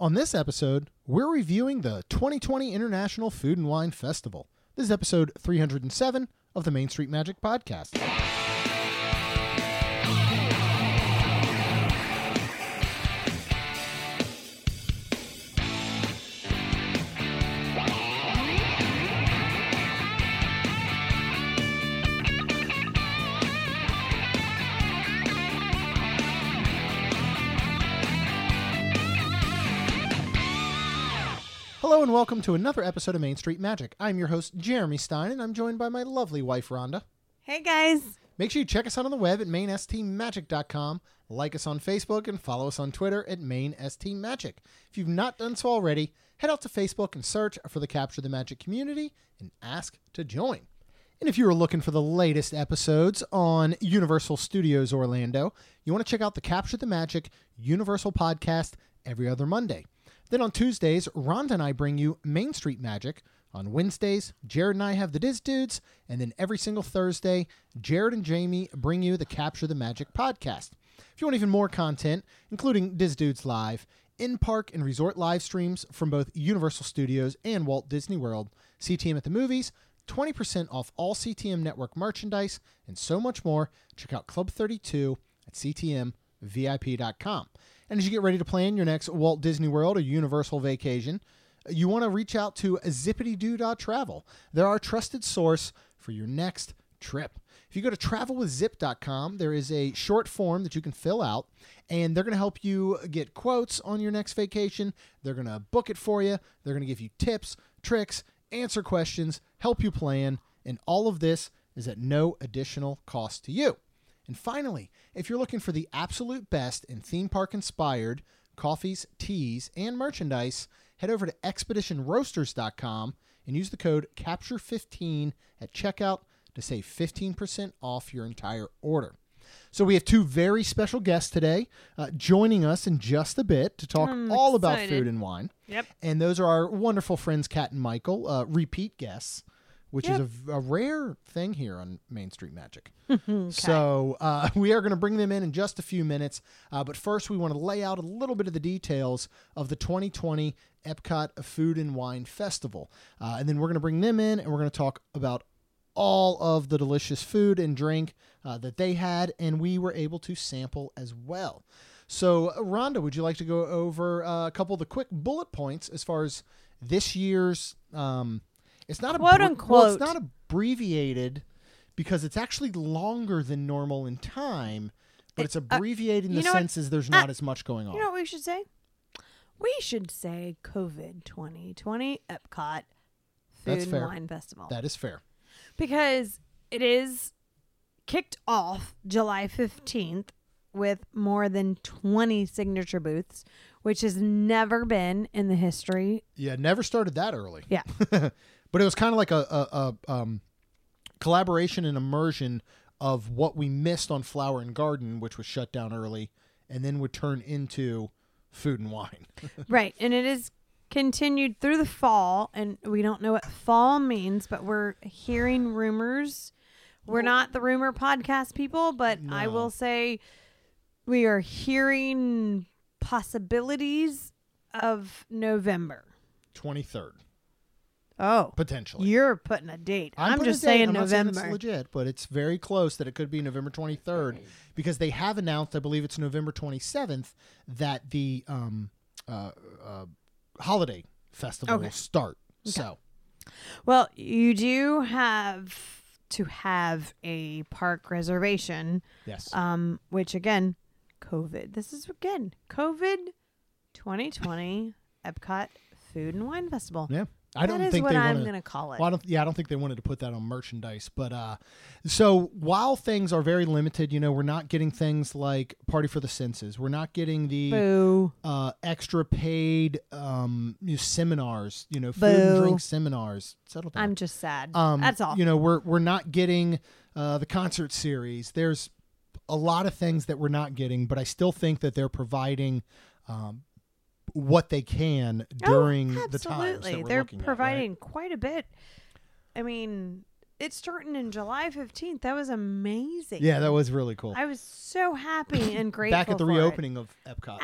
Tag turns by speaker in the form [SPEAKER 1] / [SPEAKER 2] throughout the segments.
[SPEAKER 1] On this episode, we're reviewing the 2020 International Food and Wine Festival. This is episode 307 of the Main Street Magic Podcast. Hello and welcome to another episode of Main Street Magic. I'm your host, Jeremy Stein, and I'm joined by my lovely wife, Rhonda.
[SPEAKER 2] Hey guys.
[SPEAKER 1] Make sure you check us out on the web at mainstmagic.com, like us on Facebook, and follow us on Twitter at mainstmagic. If you've not done so already, head out to Facebook and search for the Capture the Magic community and ask to join. And if you are looking for the latest episodes on Universal Studios Orlando, you want to check out the Capture the Magic Universal podcast every other Monday. Then on Tuesdays, Rhonda and I bring you Main Street Magic. On Wednesdays, Jared and I have the Diz Dudes. And then every single Thursday, Jared and Jamie bring you the Capture the Magic podcast. If you want even more content, including Diz Dudes Live, in park and resort live streams from both Universal Studios and Walt Disney World, CTM at the Movies, 20% off all CTM network merchandise, and so much more, check out Club 32 at CTMVIP.com. And as you get ready to plan your next Walt Disney World or Universal vacation, you want to reach out to zippitydoo.travel. They're our trusted source for your next trip. If you go to travelwithzip.com, there is a short form that you can fill out, and they're going to help you get quotes on your next vacation. They're going to book it for you. They're going to give you tips, tricks, answer questions, help you plan, and all of this is at no additional cost to you. And finally, if you're looking for the absolute best in theme park inspired coffees, teas, and merchandise, head over to expeditionroasters.com and use the code CAPTURE15 at checkout to save 15% off your entire order. So we have two very special guests today uh, joining us in just a bit to talk
[SPEAKER 2] I'm
[SPEAKER 1] all about
[SPEAKER 2] excited.
[SPEAKER 1] food and wine.
[SPEAKER 2] Yep.
[SPEAKER 1] And those are our wonderful friends, Kat and Michael, uh, repeat guests, which is a
[SPEAKER 2] Yep.
[SPEAKER 1] v- a, rare thing here on Main Street Magic. So uh, we are going to bring them in in just a few minutes. Uh, but first, we want to lay out a little bit of the details of the 2020 Epcot Food and Wine Festival. Uh, and then we're going to bring them in and we're going to talk about all of the delicious food and drink uh, that they had, and we were able to sample as well. So, Rhonda, would you like to go over uh, a couple of the quick bullet points as far as this year's? Um, it's not a
[SPEAKER 2] Quote,
[SPEAKER 1] well, it's
[SPEAKER 2] unquote.
[SPEAKER 1] not abbreviated because it's actually longer than normal in time, but it's abbreviated in
[SPEAKER 2] uh, you
[SPEAKER 1] the
[SPEAKER 2] know what? Uh,
[SPEAKER 1] sense as there's not as much going on.
[SPEAKER 2] You know what we should say? We should say COVID 2020 Epcot Food
[SPEAKER 1] That's
[SPEAKER 2] and
[SPEAKER 1] fair.
[SPEAKER 2] Wine Festival.
[SPEAKER 1] that is fair.
[SPEAKER 2] because it is kicked off July 15th with more than 20 signature booths, which has never been in the history.
[SPEAKER 1] Yeah, never started that early.
[SPEAKER 2] Yeah.
[SPEAKER 1] but it was kind of like a, a, a um, collaboration and immersion of what we missed on Flower and Garden, which was shut down early, and then would turn into Food and Wine.
[SPEAKER 2] right. And it is continued through the fall. And we don't know what fall means, but we're hearing rumors. We're not the rumor podcast people, but I
[SPEAKER 1] No.
[SPEAKER 2] will say we are hearing possibilities of November.
[SPEAKER 1] 23rd,
[SPEAKER 2] Oh,
[SPEAKER 1] potentially.
[SPEAKER 2] you're putting a date. I'm,
[SPEAKER 1] putting
[SPEAKER 2] just
[SPEAKER 1] a date.
[SPEAKER 2] saying
[SPEAKER 1] I'm not
[SPEAKER 2] November.
[SPEAKER 1] it's legit, but it's very close that it could be November 23rd because they have announced, I believe it's November 27th, that the um, uh, uh, holiday festival
[SPEAKER 2] Okay.
[SPEAKER 1] will start. So,
[SPEAKER 2] Well, you do have to have a park reservation,
[SPEAKER 1] yes.
[SPEAKER 2] um, which again, COVID. This is again COVID 2020 Epcot Food and Wine Festival.
[SPEAKER 1] yeah. I don't
[SPEAKER 2] that is
[SPEAKER 1] think
[SPEAKER 2] what
[SPEAKER 1] they
[SPEAKER 2] I'm
[SPEAKER 1] want to.
[SPEAKER 2] going to call it.
[SPEAKER 1] Well, I don't, yeah, I don't think they wanted to put that on merchandise. But uh, so while things are very limited, you know, we're not getting things like Party for the Senses. We're not getting the
[SPEAKER 2] Boo.
[SPEAKER 1] uh, extra paid um, you know, seminars, you know, food and
[SPEAKER 2] Boo.
[SPEAKER 1] drink seminars. Settle down.
[SPEAKER 2] I'm just sad.
[SPEAKER 1] Um,
[SPEAKER 2] That's all.
[SPEAKER 1] You know, we're we're not getting uh, the concert series. There's a lot of things that we're not getting, but I still think that they're providing um, what they can during
[SPEAKER 2] oh,
[SPEAKER 1] the times that
[SPEAKER 2] absolutely.
[SPEAKER 1] we're
[SPEAKER 2] They're
[SPEAKER 1] looking at, right?
[SPEAKER 2] providing quite a bit. I mean, It's starting in July 15th. That was amazing.
[SPEAKER 1] Yeah, that was really cool.
[SPEAKER 2] I was so happy and grateful.
[SPEAKER 1] Back at the
[SPEAKER 2] for it.
[SPEAKER 1] reopening of Epcot.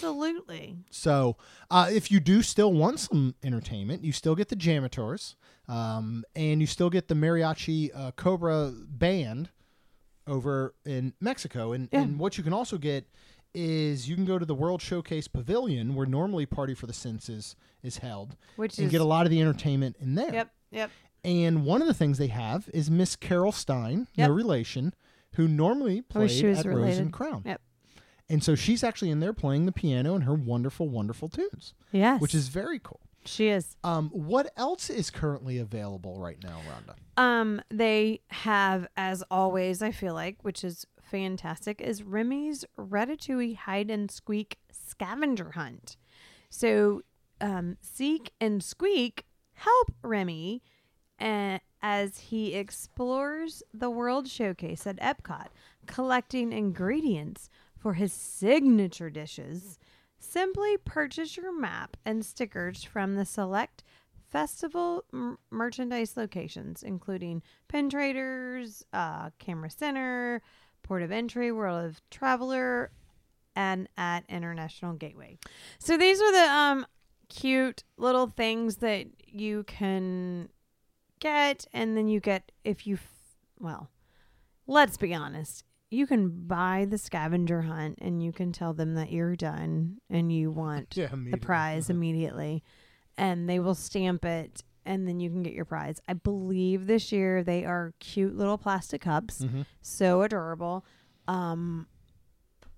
[SPEAKER 2] Absolutely.
[SPEAKER 1] So, uh, if you do still want some entertainment, you still get the Jamators, um, and you still get the Mariachi uh, Cobra Band over in Mexico. And, and what you can also get is you can go to the World Showcase Pavilion, where normally Party for the Senses is held,
[SPEAKER 2] Which
[SPEAKER 1] and
[SPEAKER 2] is
[SPEAKER 1] get a lot of the entertainment in there.
[SPEAKER 2] Yep, yep.
[SPEAKER 1] And one of the things they have is Miss Carol Stein,
[SPEAKER 2] Yep.
[SPEAKER 1] no relation, who normally
[SPEAKER 2] I
[SPEAKER 1] played
[SPEAKER 2] wish she was
[SPEAKER 1] at Rose
[SPEAKER 2] related.
[SPEAKER 1] and Crown.
[SPEAKER 2] Yep.
[SPEAKER 1] And so she's actually in there playing the piano and her wonderful, wonderful tunes,
[SPEAKER 2] Yes.
[SPEAKER 1] which is very cool.
[SPEAKER 2] she is.
[SPEAKER 1] Um, what else is currently available right now, Rhonda?
[SPEAKER 2] Um, they have, as always, I feel like, which is fantastic, is Remy's Ratatouille Hide and Squeak Scavenger Hunt. So, um, Seek and Squeak help Remy uh, as he explores the World Showcase at Epcot, collecting ingredients for his signature dishes. Simply purchase your map and stickers from the select festival m- merchandise locations, including Pin Traders, uh, Camera Center, Port of Entry, World of Traveler, and at International Gateway. So these are the um, cute little things that you can get, and then you get if you, f- well, let's be honest. You can buy the scavenger hunt and you can tell them that you're done and you want
[SPEAKER 1] Yeah, Uh-huh.
[SPEAKER 2] the prize immediately and they will stamp it and then you can get your prize. I believe this year they are cute little plastic cups.
[SPEAKER 1] Mhm.
[SPEAKER 2] So adorable. Um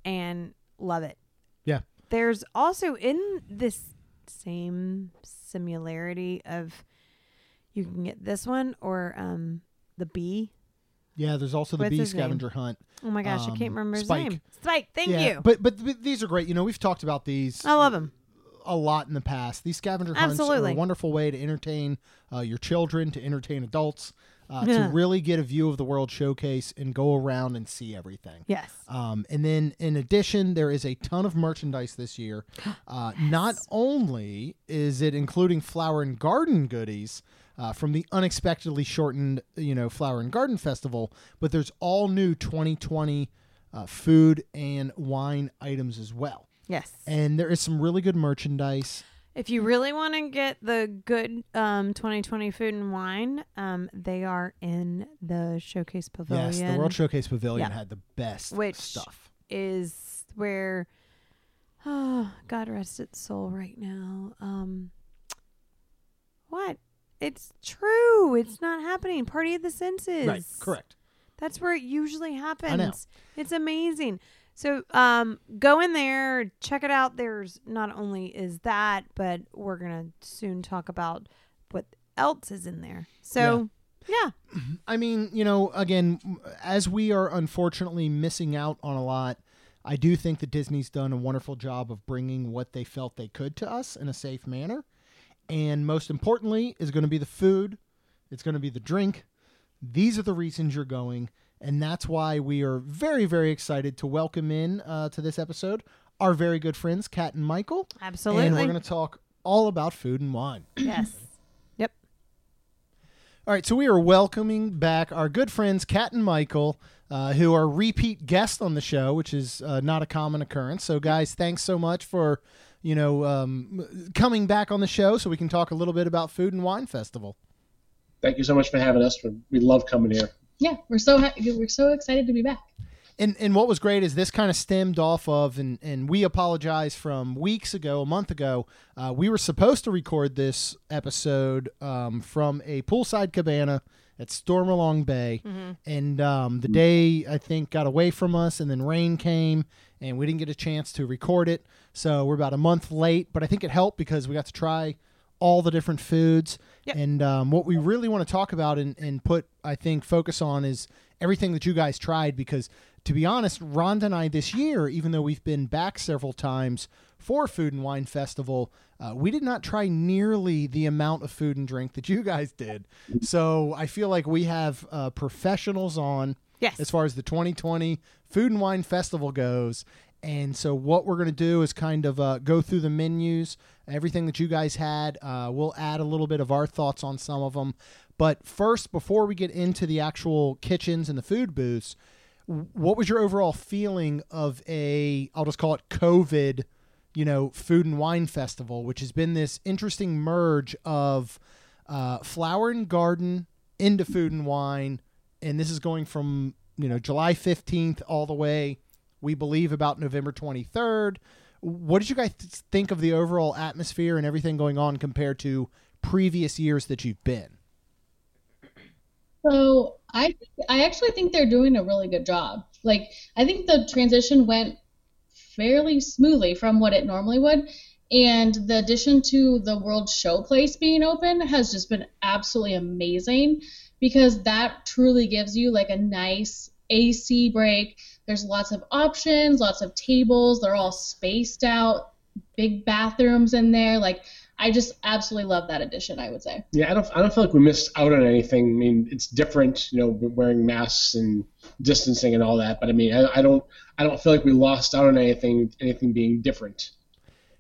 [SPEAKER 2] and love it.
[SPEAKER 1] Yeah.
[SPEAKER 2] There's also in this same similarity of you can get this one or um the bee.
[SPEAKER 1] Yeah, there's also the
[SPEAKER 2] What's
[SPEAKER 1] bee
[SPEAKER 2] his name?
[SPEAKER 1] scavenger hunt.
[SPEAKER 2] Oh my gosh, I
[SPEAKER 1] Um,
[SPEAKER 2] can't remember his
[SPEAKER 1] Spike.
[SPEAKER 2] name. Spike, thank
[SPEAKER 1] yeah,
[SPEAKER 2] you.
[SPEAKER 1] But, but but these are great. You know, we've talked about these
[SPEAKER 2] I love him.
[SPEAKER 1] a lot in the past. These scavenger hunts are
[SPEAKER 2] Absolutely.
[SPEAKER 1] a wonderful way to entertain uh, your children, to entertain adults, uh,
[SPEAKER 2] Yeah.
[SPEAKER 1] to really get a view of the World Showcase and go around and see everything.
[SPEAKER 2] Yes.
[SPEAKER 1] Um, and then, in addition, there is a ton of merchandise this year. Uh, Not only is it including flower and garden goodies uh, from the unexpectedly shortened, you know, flower and garden festival, but there's all new 2020 uh, food and wine items as well.
[SPEAKER 2] Yes.
[SPEAKER 1] And there is some really good merchandise.
[SPEAKER 2] If you really want to get the good um, 2020 food and wine, um, they are in the showcase pavilion,
[SPEAKER 1] Yes, the World Showcase Pavilion
[SPEAKER 2] Oh, Yeah.
[SPEAKER 1] had the best
[SPEAKER 2] Which-
[SPEAKER 1] stuff.
[SPEAKER 2] is where oh, God rest its soul right now. Um, what? It's true. It's not happening. Party of the Senses.
[SPEAKER 1] Right, correct.
[SPEAKER 2] That's where it usually happens.
[SPEAKER 1] know.
[SPEAKER 2] It's amazing. So um, go in there, check it out. There's not only is that, but we're gonna soon talk about what else is in there. So yeah,
[SPEAKER 1] I mean, you know, again, as we are unfortunately missing out on a lot, I do think that Disney's done a wonderful job of bringing what they felt they could to us in a safe manner. And most importantly, is going to be the food, it's going to be the drink. These are the reasons you're going. And that's why we are very, very excited to welcome in uh, to this episode our very good friends, Kat and Michael. And
[SPEAKER 2] absolutely.
[SPEAKER 1] we're going to talk all about food and wine.
[SPEAKER 2] yes. Yep.
[SPEAKER 1] All right, so we are welcoming back our good friends Kat and Michael, uh, who are repeat guests on the show, which is uh, not a common occurrence. So, guys, thanks so much for you know um, coming back on the show, so we can talk a little bit about Food and Wine Festival.
[SPEAKER 3] Thank you so much for having us. We- We love coming here.
[SPEAKER 4] yeah, we're so ha- we're so excited to be back.
[SPEAKER 1] And and what was great is this kind of stemmed off of, and and we apologize from weeks ago, a month ago, uh, we were supposed to record this episode um, from a poolside cabana at Stormalong Bay, and um, the day I think got away from us, and then rain came, and we didn't get a chance to record it, so we're about a month late. But I think it helped because we got to try all the different foods.
[SPEAKER 2] Yep.
[SPEAKER 1] And um, what we really want to talk about and, and put, I think, focus on is everything that you guys tried. Because to be honest, Rhonda and I this year, even though we've been back several times for Food and Wine Festival, uh, we did not try nearly the amount of food and drink that you guys did. So I feel like we have uh, professionals on
[SPEAKER 2] Yes.
[SPEAKER 1] as far as the 2020 Food and Wine Festival goes. And so, what we're going to do is kind of uh, go through the menus, everything that you guys had. Uh, we'll add a little bit of our thoughts on some of them. But first, before we get into the actual kitchens and the food booths, w- what was your overall feeling of a, I'll just call it COVID, you know, food and wine festival, which has been this interesting merge of uh, flower and garden into food and wine. And this is going from, you know, July 15th all the way we believe about November 23rd. What did you guys th- think of the overall atmosphere and everything going on compared to previous years that you've been?
[SPEAKER 4] So I I actually think they're doing a really good job. Like I think the transition went fairly smoothly from what it normally would. And the addition to the World Showplace being open has just been absolutely amazing because that truly gives you like a nice AC break. There's lots of options, lots of tables. They're all spaced out, big bathrooms in there. Like, I just absolutely love that addition, I would say.
[SPEAKER 3] Yeah, I don't. I don't feel like we missed out on anything. I mean, it's different, you know, we're wearing masks and distancing and all that. But I mean, I, I don't. I don't feel like we lost out on anything. Anything being different.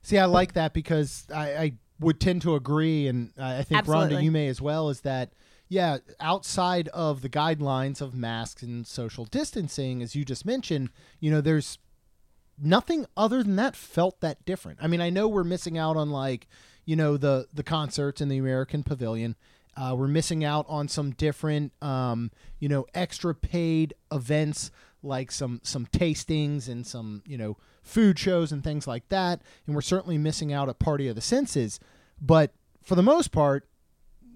[SPEAKER 1] See, I like that because I, I would tend to agree, and I I think Rhonda,
[SPEAKER 2] Absolutely.
[SPEAKER 1] you may as well, is that yeah, outside of the guidelines of masks and social distancing, as you just mentioned, you know, there's nothing other than that felt that different. I mean, I know we're missing out on like, you know, the the concerts in the American Pavilion. Uh, we're missing out on some different, um, you know, extra paid events like some some tastings and some you know food shows and things like that. And we're certainly missing out at Party of the Senses. But for the most part,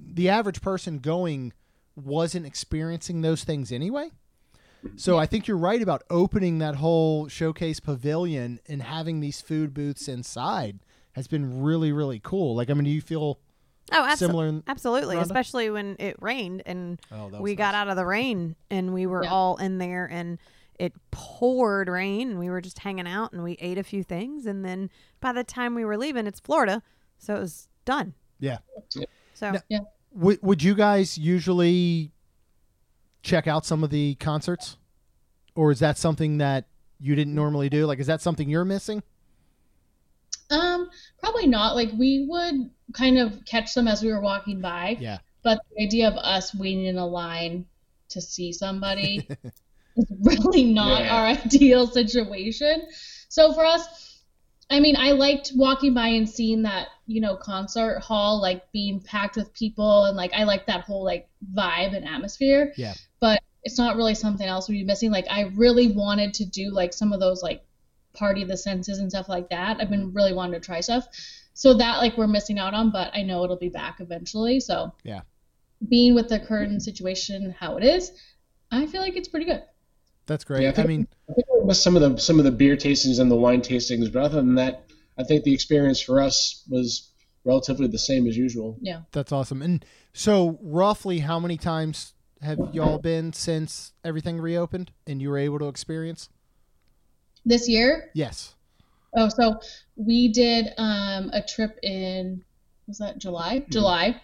[SPEAKER 1] the average person going wasn't experiencing those things anyway. So I think you're right about opening that whole showcase pavilion and having these food booths inside has been really really cool. Like I mean, do you feel
[SPEAKER 2] Oh, abso-
[SPEAKER 1] similar? In-
[SPEAKER 2] absolutely.
[SPEAKER 1] Rhonda?
[SPEAKER 2] Especially when it rained and
[SPEAKER 1] oh, that was
[SPEAKER 2] we got out of the rain and we were
[SPEAKER 4] Yeah.
[SPEAKER 2] all in there and it poured rain and we were just hanging out and we ate a few things and then by the time we were leaving it's Florida so it was done
[SPEAKER 1] Yeah.
[SPEAKER 2] so
[SPEAKER 1] No.
[SPEAKER 4] Yeah.
[SPEAKER 1] Would would you guys usually check out some of the concerts, or is that something that you didn't normally do? Like, is that something you're missing?
[SPEAKER 4] Um, probably not. Like we would kind of catch them as we were walking by.
[SPEAKER 1] Yeah.
[SPEAKER 4] But the idea of us waiting in a line to see somebody is really not
[SPEAKER 3] Yeah.
[SPEAKER 4] our ideal situation. So for us, I mean, I liked walking by and seeing that, you know, concert hall like being packed with people and like I like that whole like vibe and atmosphere.
[SPEAKER 1] Yeah.
[SPEAKER 4] But it's not really something else we'd be missing. Like I really wanted to do like some of those like party of the senses and stuff like that. I've been really wanting to try stuff. So that like we're missing out on, but I know it'll be back eventually. So
[SPEAKER 1] Yeah.
[SPEAKER 4] being with the current situation how it is, I feel like it's pretty good.
[SPEAKER 1] That's great.
[SPEAKER 3] Yeah, I
[SPEAKER 1] I
[SPEAKER 3] think-
[SPEAKER 1] mean,
[SPEAKER 3] I think we missed some of the some of the beer tastings and the wine tastings, but other than that, I think the experience for us was relatively the same as usual.
[SPEAKER 1] that's awesome. And so, roughly, how many times have y'all been since everything reopened and you were able to experience?
[SPEAKER 4] This year,
[SPEAKER 1] Yes.
[SPEAKER 4] Oh, so we did um, a trip in, was that July? July.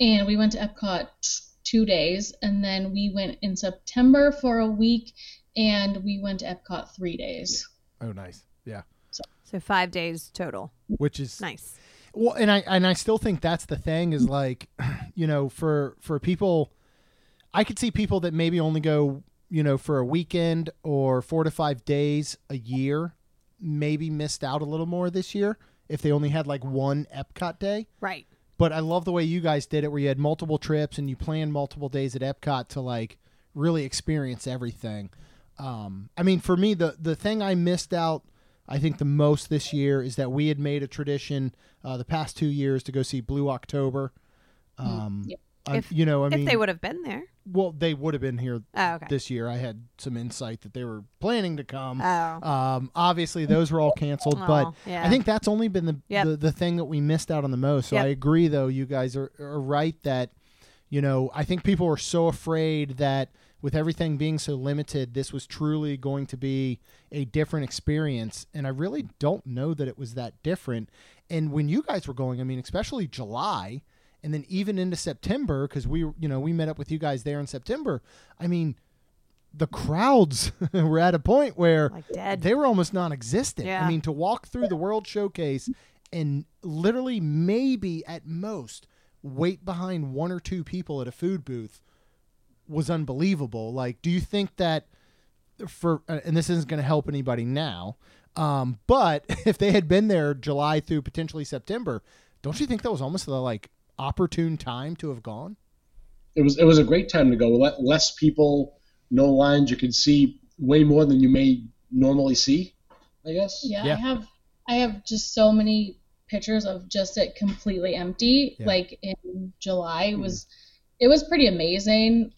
[SPEAKER 4] And we went to Epcot t- two days. And then we went in September for a week. And we went to Epcot three days.
[SPEAKER 1] Oh, nice. Yeah.
[SPEAKER 2] so 5 days total
[SPEAKER 1] Which is
[SPEAKER 2] nice
[SPEAKER 1] well and i and i still think that's the thing is like you know for for people i could see people that maybe only go you know for a weekend or four to five days a year maybe missed out a little more this year if they only had like one epcot day
[SPEAKER 2] right
[SPEAKER 1] but i love the way you guys did it where you had multiple trips and you planned multiple days at epcot to like really experience everything um, I mean, for me, the the thing I missed out, I think the most this year is that we had made a tradition uh, the past two years to go see Blue October. Um,
[SPEAKER 4] yeah.
[SPEAKER 1] I-
[SPEAKER 2] Mm, If-
[SPEAKER 1] you know, I
[SPEAKER 2] if
[SPEAKER 1] mean,
[SPEAKER 2] they would have been there
[SPEAKER 1] well, they would have been here
[SPEAKER 2] oh okay
[SPEAKER 1] this year. I had some insight that they were planning to come.
[SPEAKER 2] oh
[SPEAKER 1] um, obviously, those were all canceled, but
[SPEAKER 2] Oh, yeah.
[SPEAKER 1] I think that's only been the,
[SPEAKER 2] Yep.
[SPEAKER 1] the the thing that we missed out on the most. So
[SPEAKER 2] Yep.
[SPEAKER 1] I agree, though. You guys are, are right that you know I think people are so afraid that with everything being so limited, this was truly going to be a different experience, and I really don't know that it was that different. And when you guys were going, I mean, especially July, and then even into September, because we you know we met up with you guys there in September. I mean. the crowds were at a point where
[SPEAKER 2] Like dead.
[SPEAKER 1] they were almost non-existent.
[SPEAKER 2] Yeah.
[SPEAKER 1] I mean, to walk through the World Showcase and literally maybe at most wait behind one or two people at a food booth was unbelievable. Like, do you think that for uh, and this isn't going to help anybody now, um, but if they had been there July through potentially September, don't you think that was almost the like opportune time to have gone?
[SPEAKER 3] it was it was a great time to go. Le- less people, no lines. You could see way more than you may normally see. I guess.
[SPEAKER 4] Yeah,
[SPEAKER 1] Yeah.
[SPEAKER 4] I have I have just so many pictures of just it completely empty.
[SPEAKER 1] Yeah. Mm-hmm.
[SPEAKER 4] Like in July it was it was pretty amazing.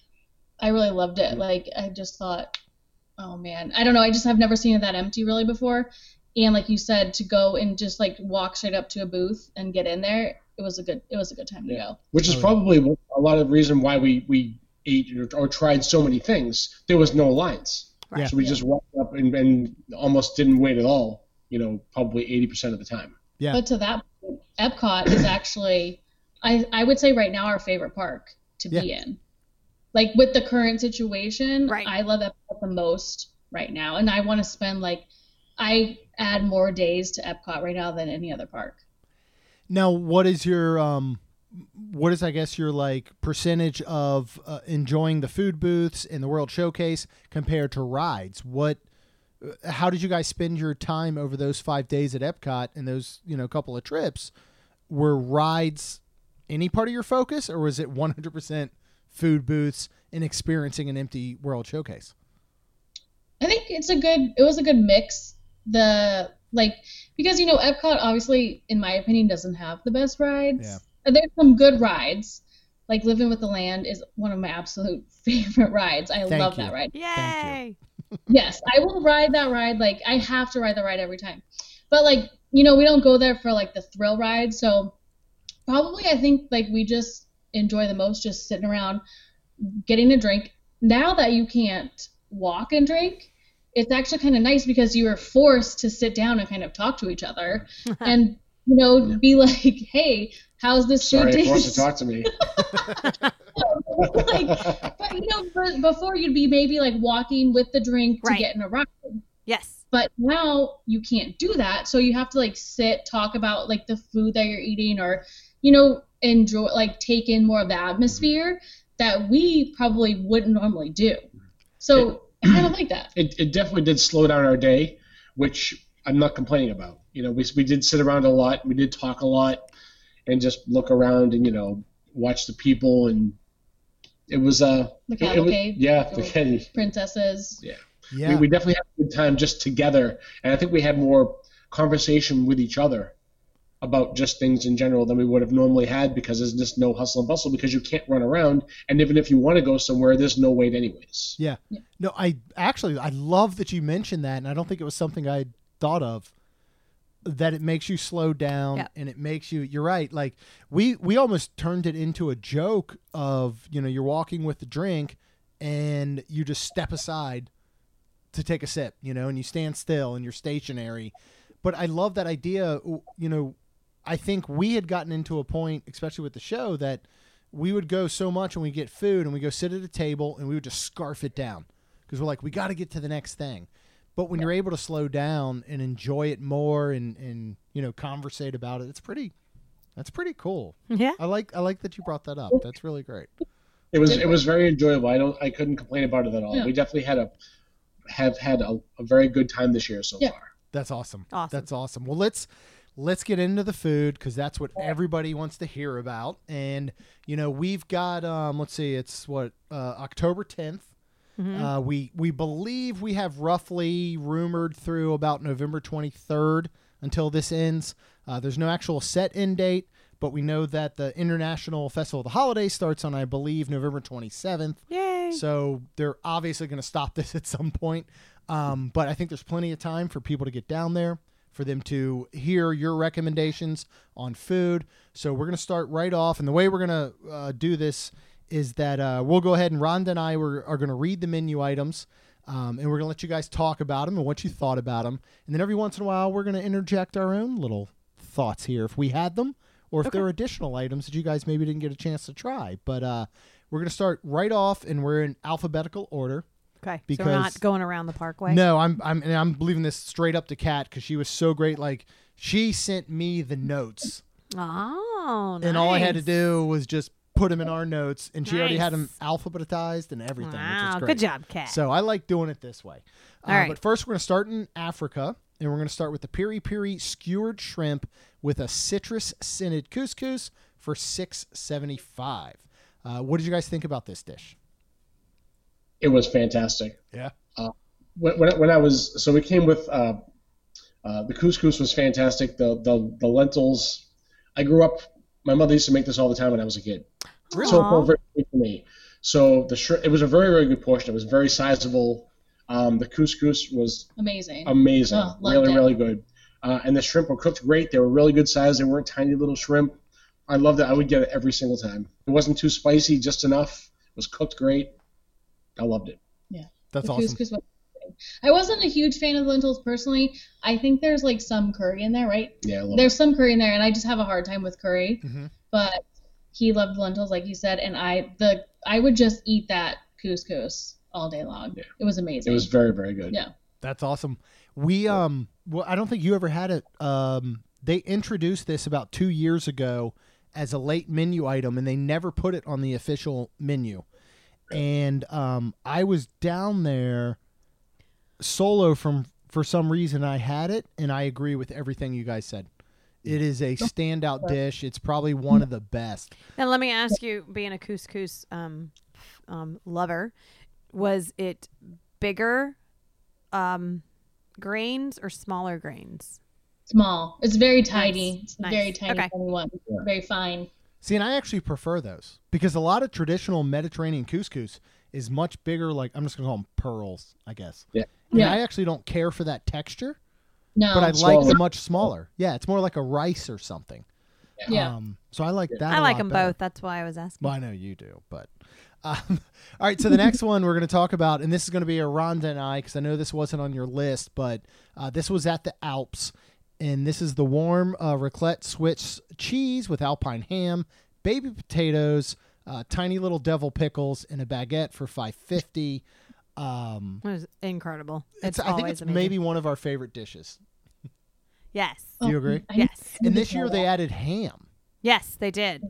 [SPEAKER 4] I really loved
[SPEAKER 1] Mm-hmm.
[SPEAKER 4] it. Like I just thought, oh man, I don't know. I just have never seen it that empty really before. And like you said, to go and just like walk straight up to a booth and get in there, it was a good it was a good time to
[SPEAKER 3] Yeah.
[SPEAKER 4] go.
[SPEAKER 3] Which is
[SPEAKER 1] Oh, yeah.
[SPEAKER 3] probably a lot of the reason why we we ate or, or tried so many things. There was no lines,
[SPEAKER 1] Right. Yeah.
[SPEAKER 3] so we just walked up and, and almost didn't wait at all. You know, probably eighty percent of the time.
[SPEAKER 1] Yeah.
[SPEAKER 4] But to that point, Epcot is actually, I, I would say right now, our favorite park to be in. Like with the current situation,
[SPEAKER 2] Right.
[SPEAKER 4] I love Epcot the most right now. And I want to spend like, I add more days to Epcot right now than any other park.
[SPEAKER 1] Now, what is your um, what is I guess your like percentage of uh, enjoying the food booths in the World Showcase compared to rides? What, uh, how did you guys spend your time over those five days at Epcot and those you know couple of trips? Were rides any part of your focus, or was it one hundred percent food booths and experiencing an empty World Showcase?
[SPEAKER 4] I think it's a good. It was a good mix. The like because you know Epcot obviously, in my opinion, doesn't have the best rides.
[SPEAKER 1] Yeah.
[SPEAKER 4] Uh, There's some good rides. Like Living with the Land is one of my absolute favorite rides. I
[SPEAKER 1] Thank
[SPEAKER 4] love
[SPEAKER 1] you.
[SPEAKER 4] that ride.
[SPEAKER 2] Yay!
[SPEAKER 4] Yes, I will ride that ride. Like I have to ride the ride every time. But like you know, we don't go there for like the thrill ride. So probably I think like we just enjoy the most just sitting around, getting a drink. Now that you can't walk and drink, it's actually kind of nice because you are forced to sit down and kind of talk to each other and you know be like, hey, how's this food
[SPEAKER 3] Sorry, if you want to
[SPEAKER 4] taste?
[SPEAKER 3] talk to me.
[SPEAKER 4] like, but you know, but before you'd be maybe like walking with the drink to
[SPEAKER 2] Right.
[SPEAKER 4] get in a ride.
[SPEAKER 2] Yes.
[SPEAKER 4] But now you can't do that. So you have to like sit, talk about like the food that you're eating or, you know, enjoy, like take in more of the atmosphere that we probably wouldn't normally do. So I kind of like that.
[SPEAKER 3] it, it definitely did slow down our day, which I'm not complaining about. You know, we, we did sit around a lot, we did talk a lot, and just look around and you know watch the people, and it was uh,
[SPEAKER 4] The
[SPEAKER 3] it- it was-
[SPEAKER 4] cavalcade.
[SPEAKER 3] yeah,
[SPEAKER 4] The
[SPEAKER 3] the cavalcade.
[SPEAKER 4] Princesses.
[SPEAKER 1] Yeah,
[SPEAKER 3] We, we definitely had a good time just together, and I think we had more conversation with each other about just things in general than we would have normally had because there's just no hustle and bustle because you can't run around, and even if you want to go somewhere, there's no wait anyways.
[SPEAKER 1] Yeah.
[SPEAKER 4] Yeah.
[SPEAKER 1] No, I actually I love that you mentioned that, and I don't think it was something I had thought of. That it makes you slow down,
[SPEAKER 2] Yeah.
[SPEAKER 1] and it makes you. You're right. Like we we almost turned it into a joke of you know you're walking with the drink, and you just step aside to take a sip, you know, and you stand still and you're stationary. But I love that idea. w- You know, I think we had gotten into a point, especially with the show, that we would go so much and we get food and we go sit at a table and we would just scarf it down because we're like, we got to get to the next thing. But when you're able to slow down and enjoy it more and, and you know conversate about it, it's pretty. That's pretty cool.
[SPEAKER 2] Yeah.
[SPEAKER 1] I like I like that you brought that up. That's really great.
[SPEAKER 3] It was it was very enjoyable. I don't I couldn't complain about it at all.
[SPEAKER 4] Yeah.
[SPEAKER 3] We definitely had a have had a, a very good time this year so
[SPEAKER 4] Yeah.
[SPEAKER 3] far.
[SPEAKER 1] That's awesome.
[SPEAKER 2] Awesome.
[SPEAKER 1] That's awesome. Well, let's let's get into the food because that's what everybody wants to hear about. And you know, we've got um, let's see, it's what uh, October tenth.
[SPEAKER 2] Mhm.
[SPEAKER 1] Uh, we we believe we have roughly rumored through about November twenty third until this ends. Uh, there's no actual set end date, but we know that the International Festival of the Holidays starts on, I believe, November twenty seventh.
[SPEAKER 2] Yay!
[SPEAKER 1] So they're obviously going to stop this at some point. Um, but I think there's plenty of time for people to get down there, for them to hear your recommendations on food. So we're going to start right off. And the way we're going to uh, do this is that uh, we'll go ahead and Rhonda and I were, are going to read the menu items. Um, and we're going to let you guys talk about them and what you thought about them. And then every once in a while, we're going to interject our own little thoughts here if we had them or if there are additional items that you guys maybe didn't get a chance to try. But uh, we're going to start right off, and we're in alphabetical order.
[SPEAKER 2] Okay.
[SPEAKER 1] Because-
[SPEAKER 2] so we're not going around the parkway.
[SPEAKER 1] No, I'm I'm and I'm leaving this straight up to Kat because she was so great. Like she sent me the notes,
[SPEAKER 2] Oh.
[SPEAKER 1] and all I had to
[SPEAKER 2] nice.
[SPEAKER 1] do was just put them in our notes, and she already had them
[SPEAKER 2] Nice.
[SPEAKER 1] alphabetized and everything. which
[SPEAKER 2] Wow.
[SPEAKER 1] is great.
[SPEAKER 2] Good job, Kat.
[SPEAKER 1] So I like doing it this way. Uh,
[SPEAKER 2] All right.
[SPEAKER 1] But first, we're going to start in Africa, and we're going to start with the piri piri skewered shrimp with a citrus scented couscous for six seventy five. Uh, what did you guys think about this dish?
[SPEAKER 3] It was fantastic. Uh,
[SPEAKER 1] Yeah.
[SPEAKER 3] When, when, I- when I was so it came with uh, uh, the couscous was fantastic. The, the the lentils. I grew up. My mother used to make this all the time when I was a kid.
[SPEAKER 1] Really?
[SPEAKER 3] So it
[SPEAKER 2] Aw.
[SPEAKER 3] felt very good to me. So the shri- it was a very very good portion. It was very sizable. Um, the couscous was
[SPEAKER 4] Amazing.
[SPEAKER 3] amazing,
[SPEAKER 4] Oh, loved
[SPEAKER 3] really
[SPEAKER 4] it.
[SPEAKER 3] really good. Uh, and the shrimp were cooked great. They were really good size. They weren't tiny little shrimp. I loved it. I would get it every single time. It wasn't too spicy, just enough. It was cooked great. I loved it.
[SPEAKER 1] That's
[SPEAKER 4] The
[SPEAKER 1] awesome.
[SPEAKER 4] couscous was amazing. I wasn't a huge fan of the lentils personally. I think there's like some curry in there, right?
[SPEAKER 3] Yeah, I loved
[SPEAKER 4] There's some curry in there, and I just have a hard time with curry.
[SPEAKER 1] Mhm.
[SPEAKER 4] But he loved lentils, like you said, and I the I would just eat that couscous all day long.
[SPEAKER 3] Yeah.
[SPEAKER 4] It was
[SPEAKER 3] it. It
[SPEAKER 4] amazing.
[SPEAKER 3] was very very good.
[SPEAKER 4] Yeah.
[SPEAKER 1] That's awesome. We um well I don't think you ever had it. Um they introduced this about 2 years ago as a late menu item and they never put it on the official menu. And um I was down there solo from for some reason I had it and I agree with everything you guys said. It is a standout dish. It's probably one of the best.
[SPEAKER 2] Now let me ask you, being a couscous um, um, lover, was it bigger um, grains or smaller grains?
[SPEAKER 4] small. It's very tidy.
[SPEAKER 2] Nice,
[SPEAKER 4] It's
[SPEAKER 2] nice.
[SPEAKER 4] Very tiny,
[SPEAKER 2] Okay.
[SPEAKER 4] tiny one. Very fine.
[SPEAKER 1] See, and I actually prefer those because a lot of traditional Mediterranean couscous is much bigger. Like I'm just gonna call them pearls, I guess.
[SPEAKER 3] Yeah. Oh.
[SPEAKER 1] And
[SPEAKER 4] Yeah.
[SPEAKER 1] I actually don't care for that texture,
[SPEAKER 4] No.
[SPEAKER 1] but I like
[SPEAKER 3] Smaller.
[SPEAKER 1] the much smaller. Yeah, it's more like a rice or something.
[SPEAKER 4] yeah.
[SPEAKER 1] Um, so I like that.
[SPEAKER 2] I
[SPEAKER 1] a
[SPEAKER 2] like
[SPEAKER 1] lot
[SPEAKER 2] them
[SPEAKER 1] better.
[SPEAKER 2] both. That's why I was asking.
[SPEAKER 1] Well, I know you do, but um, all right. So the next one we're going to talk about, and this is going to be a Rhonda and I, because I know this wasn't on your list, but uh, this was at the Alps, and this is the warm uh, raclette Swiss cheese with Alpine ham, baby potatoes, uh, tiny little devil pickles, and a baguette for five fifty. Um,
[SPEAKER 2] It was incredible. It's,
[SPEAKER 1] it's, I think
[SPEAKER 2] always
[SPEAKER 1] it's
[SPEAKER 2] amazing.
[SPEAKER 1] maybe one of our favorite dishes.
[SPEAKER 2] yes,
[SPEAKER 1] Do you agree?
[SPEAKER 4] Oh, I-
[SPEAKER 2] yes,
[SPEAKER 1] And this year they added ham.
[SPEAKER 2] yes. They did.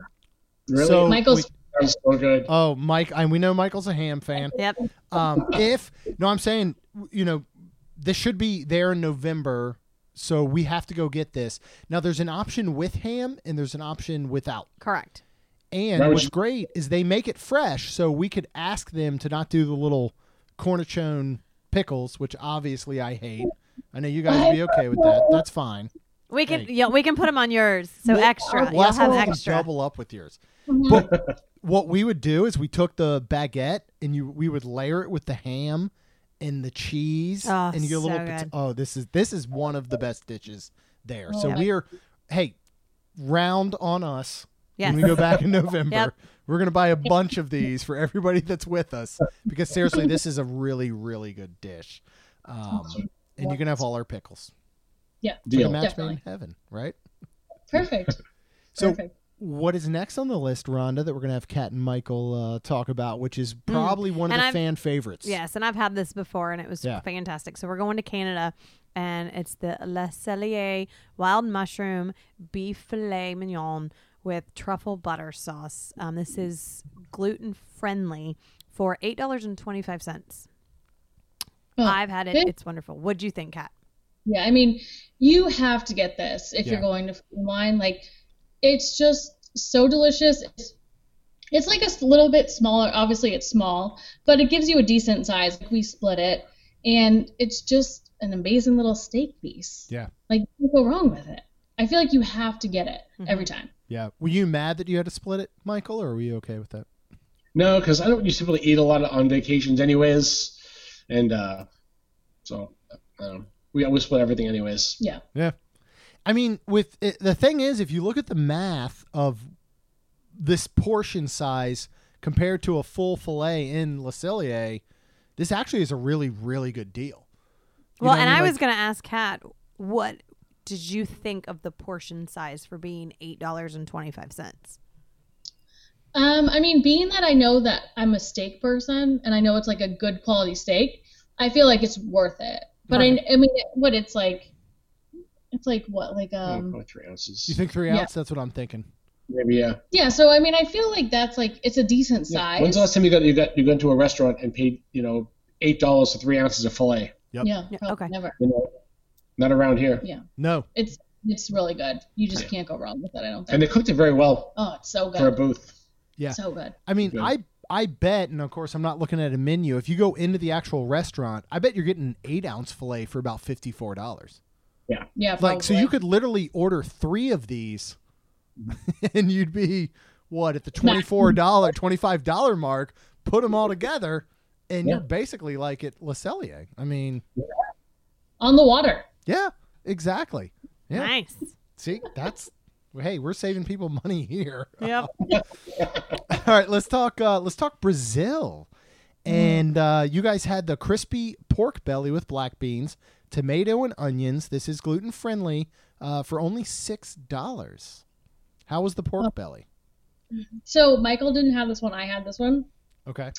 [SPEAKER 3] Really,
[SPEAKER 1] So-
[SPEAKER 4] Michael's
[SPEAKER 3] that was so good.
[SPEAKER 4] Uh,
[SPEAKER 1] Oh, Mike, I, we know Michael's a ham fan.
[SPEAKER 2] Yep.
[SPEAKER 1] um, if no, I'm saying you know this should be there in November, so we have to go get this. Now there's an option with ham and there's an option without.
[SPEAKER 2] Correct.
[SPEAKER 1] And
[SPEAKER 3] That was-
[SPEAKER 1] what's great is they make it fresh, so we could ask them to not do the little cornichon pickles, which obviously I hate. I know you guys would be okay with that. That's fine.
[SPEAKER 2] We can
[SPEAKER 1] Hey.
[SPEAKER 2] yeah, we can put them on yours. So extra. You'll
[SPEAKER 1] Last
[SPEAKER 2] have
[SPEAKER 1] one, I'll
[SPEAKER 2] extra.
[SPEAKER 1] Double up with yours. But what we would do is we took the baguette and you we would layer it with the ham and the cheese
[SPEAKER 2] Oh,
[SPEAKER 1] and you get a little
[SPEAKER 2] so
[SPEAKER 1] pot-
[SPEAKER 2] good.
[SPEAKER 1] oh this is this is one of the best dishes there. So
[SPEAKER 4] Yeah.
[SPEAKER 1] we are hey round on us
[SPEAKER 2] Yes.
[SPEAKER 1] when we go back in November.
[SPEAKER 2] Yep.
[SPEAKER 1] We're gonna buy a bunch of these for everybody that's with us because seriously this is a really really good dish. Um, and you can have all our pickles. It's like a
[SPEAKER 3] Deal.
[SPEAKER 1] match made
[SPEAKER 4] Definitely.
[SPEAKER 1] in heaven, right?
[SPEAKER 4] Perfect.
[SPEAKER 1] So
[SPEAKER 4] Perfect.
[SPEAKER 1] what is next on the list, Rhonda, that we're going to have Kat and Michael uh, talk about, which is probably one of
[SPEAKER 2] Hmm. And
[SPEAKER 1] the
[SPEAKER 2] I've-
[SPEAKER 1] fan favorites.
[SPEAKER 2] Yes, and I've had this before, and it was
[SPEAKER 1] Yeah.
[SPEAKER 2] fantastic. So we're going to Canada, and it's the Le Cellier wild mushroom beef filet mignon with truffle butter sauce. Um, this is gluten friendly for eight dollars and twenty five cents.
[SPEAKER 4] Oh,
[SPEAKER 2] I've had it;
[SPEAKER 4] good.
[SPEAKER 2] it's wonderful. What'd you think, Kat?
[SPEAKER 4] Yeah, I mean, you have to get this if
[SPEAKER 1] Yeah.
[SPEAKER 4] you're going to food wine. Like, it's just so delicious. It's, it's like a s- little bit smaller. Obviously, it's small, but it gives you a decent size. Like, we split it, and it's just an amazing little steak piece.
[SPEAKER 1] Yeah.
[SPEAKER 4] Like, you can't go wrong with it. I feel like you have to get it
[SPEAKER 1] Mm-hmm.
[SPEAKER 4] every time.
[SPEAKER 1] Yeah. Were you mad that you had to split it, Michael, or were you okay with that?
[SPEAKER 3] No, because I don't usually really eat a lot on vacations, anyways, and uh, so um, we always split everything, anyways.
[SPEAKER 4] Yeah.
[SPEAKER 1] I mean, with it, the thing is, if you look at the math of this portion size compared to a full fillet in Le Cellier, this actually is a really, really good deal. You
[SPEAKER 2] well,
[SPEAKER 1] know what
[SPEAKER 2] and I,
[SPEAKER 1] mean?
[SPEAKER 2] was going to ask Kat, what did you think of the portion size for being eight dollars and twenty five cents?
[SPEAKER 4] Um, I mean, being that I know that I'm a steak person and I know it's like a good quality steak, I feel like it's worth it. But I, I mean, what it's like, it's like what, like um,
[SPEAKER 3] probably three ounces.
[SPEAKER 1] You think three
[SPEAKER 4] Yeah.
[SPEAKER 1] ounce? That's what I'm thinking.
[SPEAKER 3] Maybe yeah.
[SPEAKER 4] yeah. So I mean, I feel like that's like it's a decent size.
[SPEAKER 3] When's the last time you got you got you got into a restaurant and paid you know eight dollars for three ounces of fillet?
[SPEAKER 1] Yep.
[SPEAKER 4] Yeah,
[SPEAKER 2] Yeah,
[SPEAKER 4] probably
[SPEAKER 2] okay.
[SPEAKER 4] never.
[SPEAKER 3] You know, not around here.
[SPEAKER 4] Yeah.
[SPEAKER 1] No,
[SPEAKER 4] It's really good. You just can't go wrong with it. I don't think.
[SPEAKER 3] And they cooked it very well
[SPEAKER 4] oh, it's so good.
[SPEAKER 3] for a booth.
[SPEAKER 1] Yeah.
[SPEAKER 4] So good.
[SPEAKER 1] I mean,
[SPEAKER 3] Good.
[SPEAKER 1] I I bet, and of course, I'm not looking at a menu. If you go into the actual restaurant, I bet you're getting an eight ounce fillet for about fifty four dollars.
[SPEAKER 4] Yeah.
[SPEAKER 1] Like, so you
[SPEAKER 4] probably.
[SPEAKER 1] could literally order three of these, and you'd be what at the twenty four dollar, twenty five dollar mark. Put them all together, and you're
[SPEAKER 3] Yeah.
[SPEAKER 1] basically like at Le Cellier. I mean,
[SPEAKER 4] on the water.
[SPEAKER 1] yeah, exactly. Yeah.
[SPEAKER 2] Nice.
[SPEAKER 1] See, that's hey, we're saving people money here.
[SPEAKER 2] Yep.
[SPEAKER 1] All right, let's talk. Uh, let's talk Brazil. And uh, you guys had the crispy pork belly with black beans, tomato, and onions. This is gluten friendly uh, for only six dollars. How was the pork belly?
[SPEAKER 4] So Michael didn't have this one. I had this one.
[SPEAKER 1] Okay.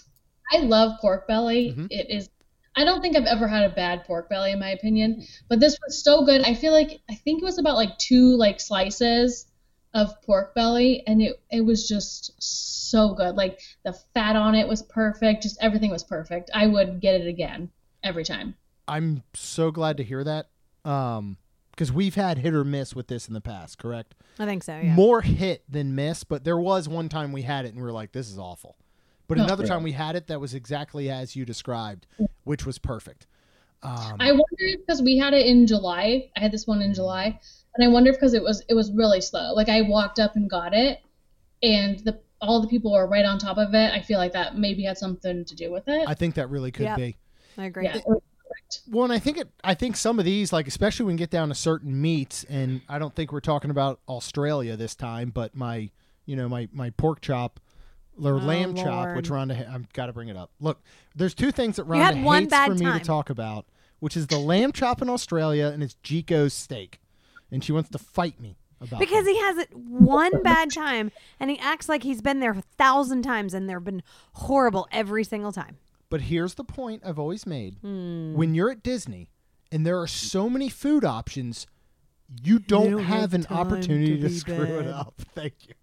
[SPEAKER 4] I love pork belly.
[SPEAKER 1] Mhm.
[SPEAKER 4] It is. I don't think I've ever had a bad pork belly in my opinion, but this was so good. I feel like I think it was about like two like slices of pork belly, and it it was just so good. Like the fat on it was perfect. Just everything was perfect. I would get it again every time.
[SPEAKER 1] I'm so glad to hear that. Um, because we've had hit or miss with this in the past, correct?
[SPEAKER 2] I think so. Oh, Yeah.
[SPEAKER 1] More hit than miss, but there was one time we had it and we were like, this is awful. But
[SPEAKER 4] Oh.
[SPEAKER 1] another
[SPEAKER 3] Yeah.
[SPEAKER 1] time we had it that was exactly as you described, which was perfect. Um,
[SPEAKER 4] I wonder if because we had it in July. I had this one in July, and I wonder because it was it was really slow. Like I walked up and got it, and the all the people were right on top of it. I feel like that maybe had something to do with it.
[SPEAKER 1] I think that really could
[SPEAKER 2] Yep.
[SPEAKER 1] be.
[SPEAKER 2] I agree.
[SPEAKER 4] Yeah.
[SPEAKER 1] Well, and I think it. I think some of these, like especially when you get down to certain meats, and I don't think we're talking about Australia this time, but my, you know, my my pork chop,
[SPEAKER 2] Oh,
[SPEAKER 1] or lamb chop, which Rhonda, ha- I've got to bring it up. Look, there's two things that Rhonda
[SPEAKER 2] had one
[SPEAKER 1] hates
[SPEAKER 2] bad
[SPEAKER 1] for me
[SPEAKER 2] time.
[SPEAKER 1] to talk about, which is the lamb chop in Australia and it's Jico's steak, and she wants to fight me about
[SPEAKER 2] Because
[SPEAKER 1] that.
[SPEAKER 2] he has it one bad time and he acts like he's been there a thousand times and they've been horrible every single time.
[SPEAKER 1] But here's the point I've always made:
[SPEAKER 2] Hmm.
[SPEAKER 1] when you're at Disney and there are so many food options, you don't,
[SPEAKER 2] don't
[SPEAKER 1] have
[SPEAKER 2] have
[SPEAKER 1] an
[SPEAKER 2] time
[SPEAKER 1] opportunity
[SPEAKER 2] to
[SPEAKER 1] to,
[SPEAKER 2] be
[SPEAKER 1] screw it
[SPEAKER 2] bad.
[SPEAKER 1] up. Thank you.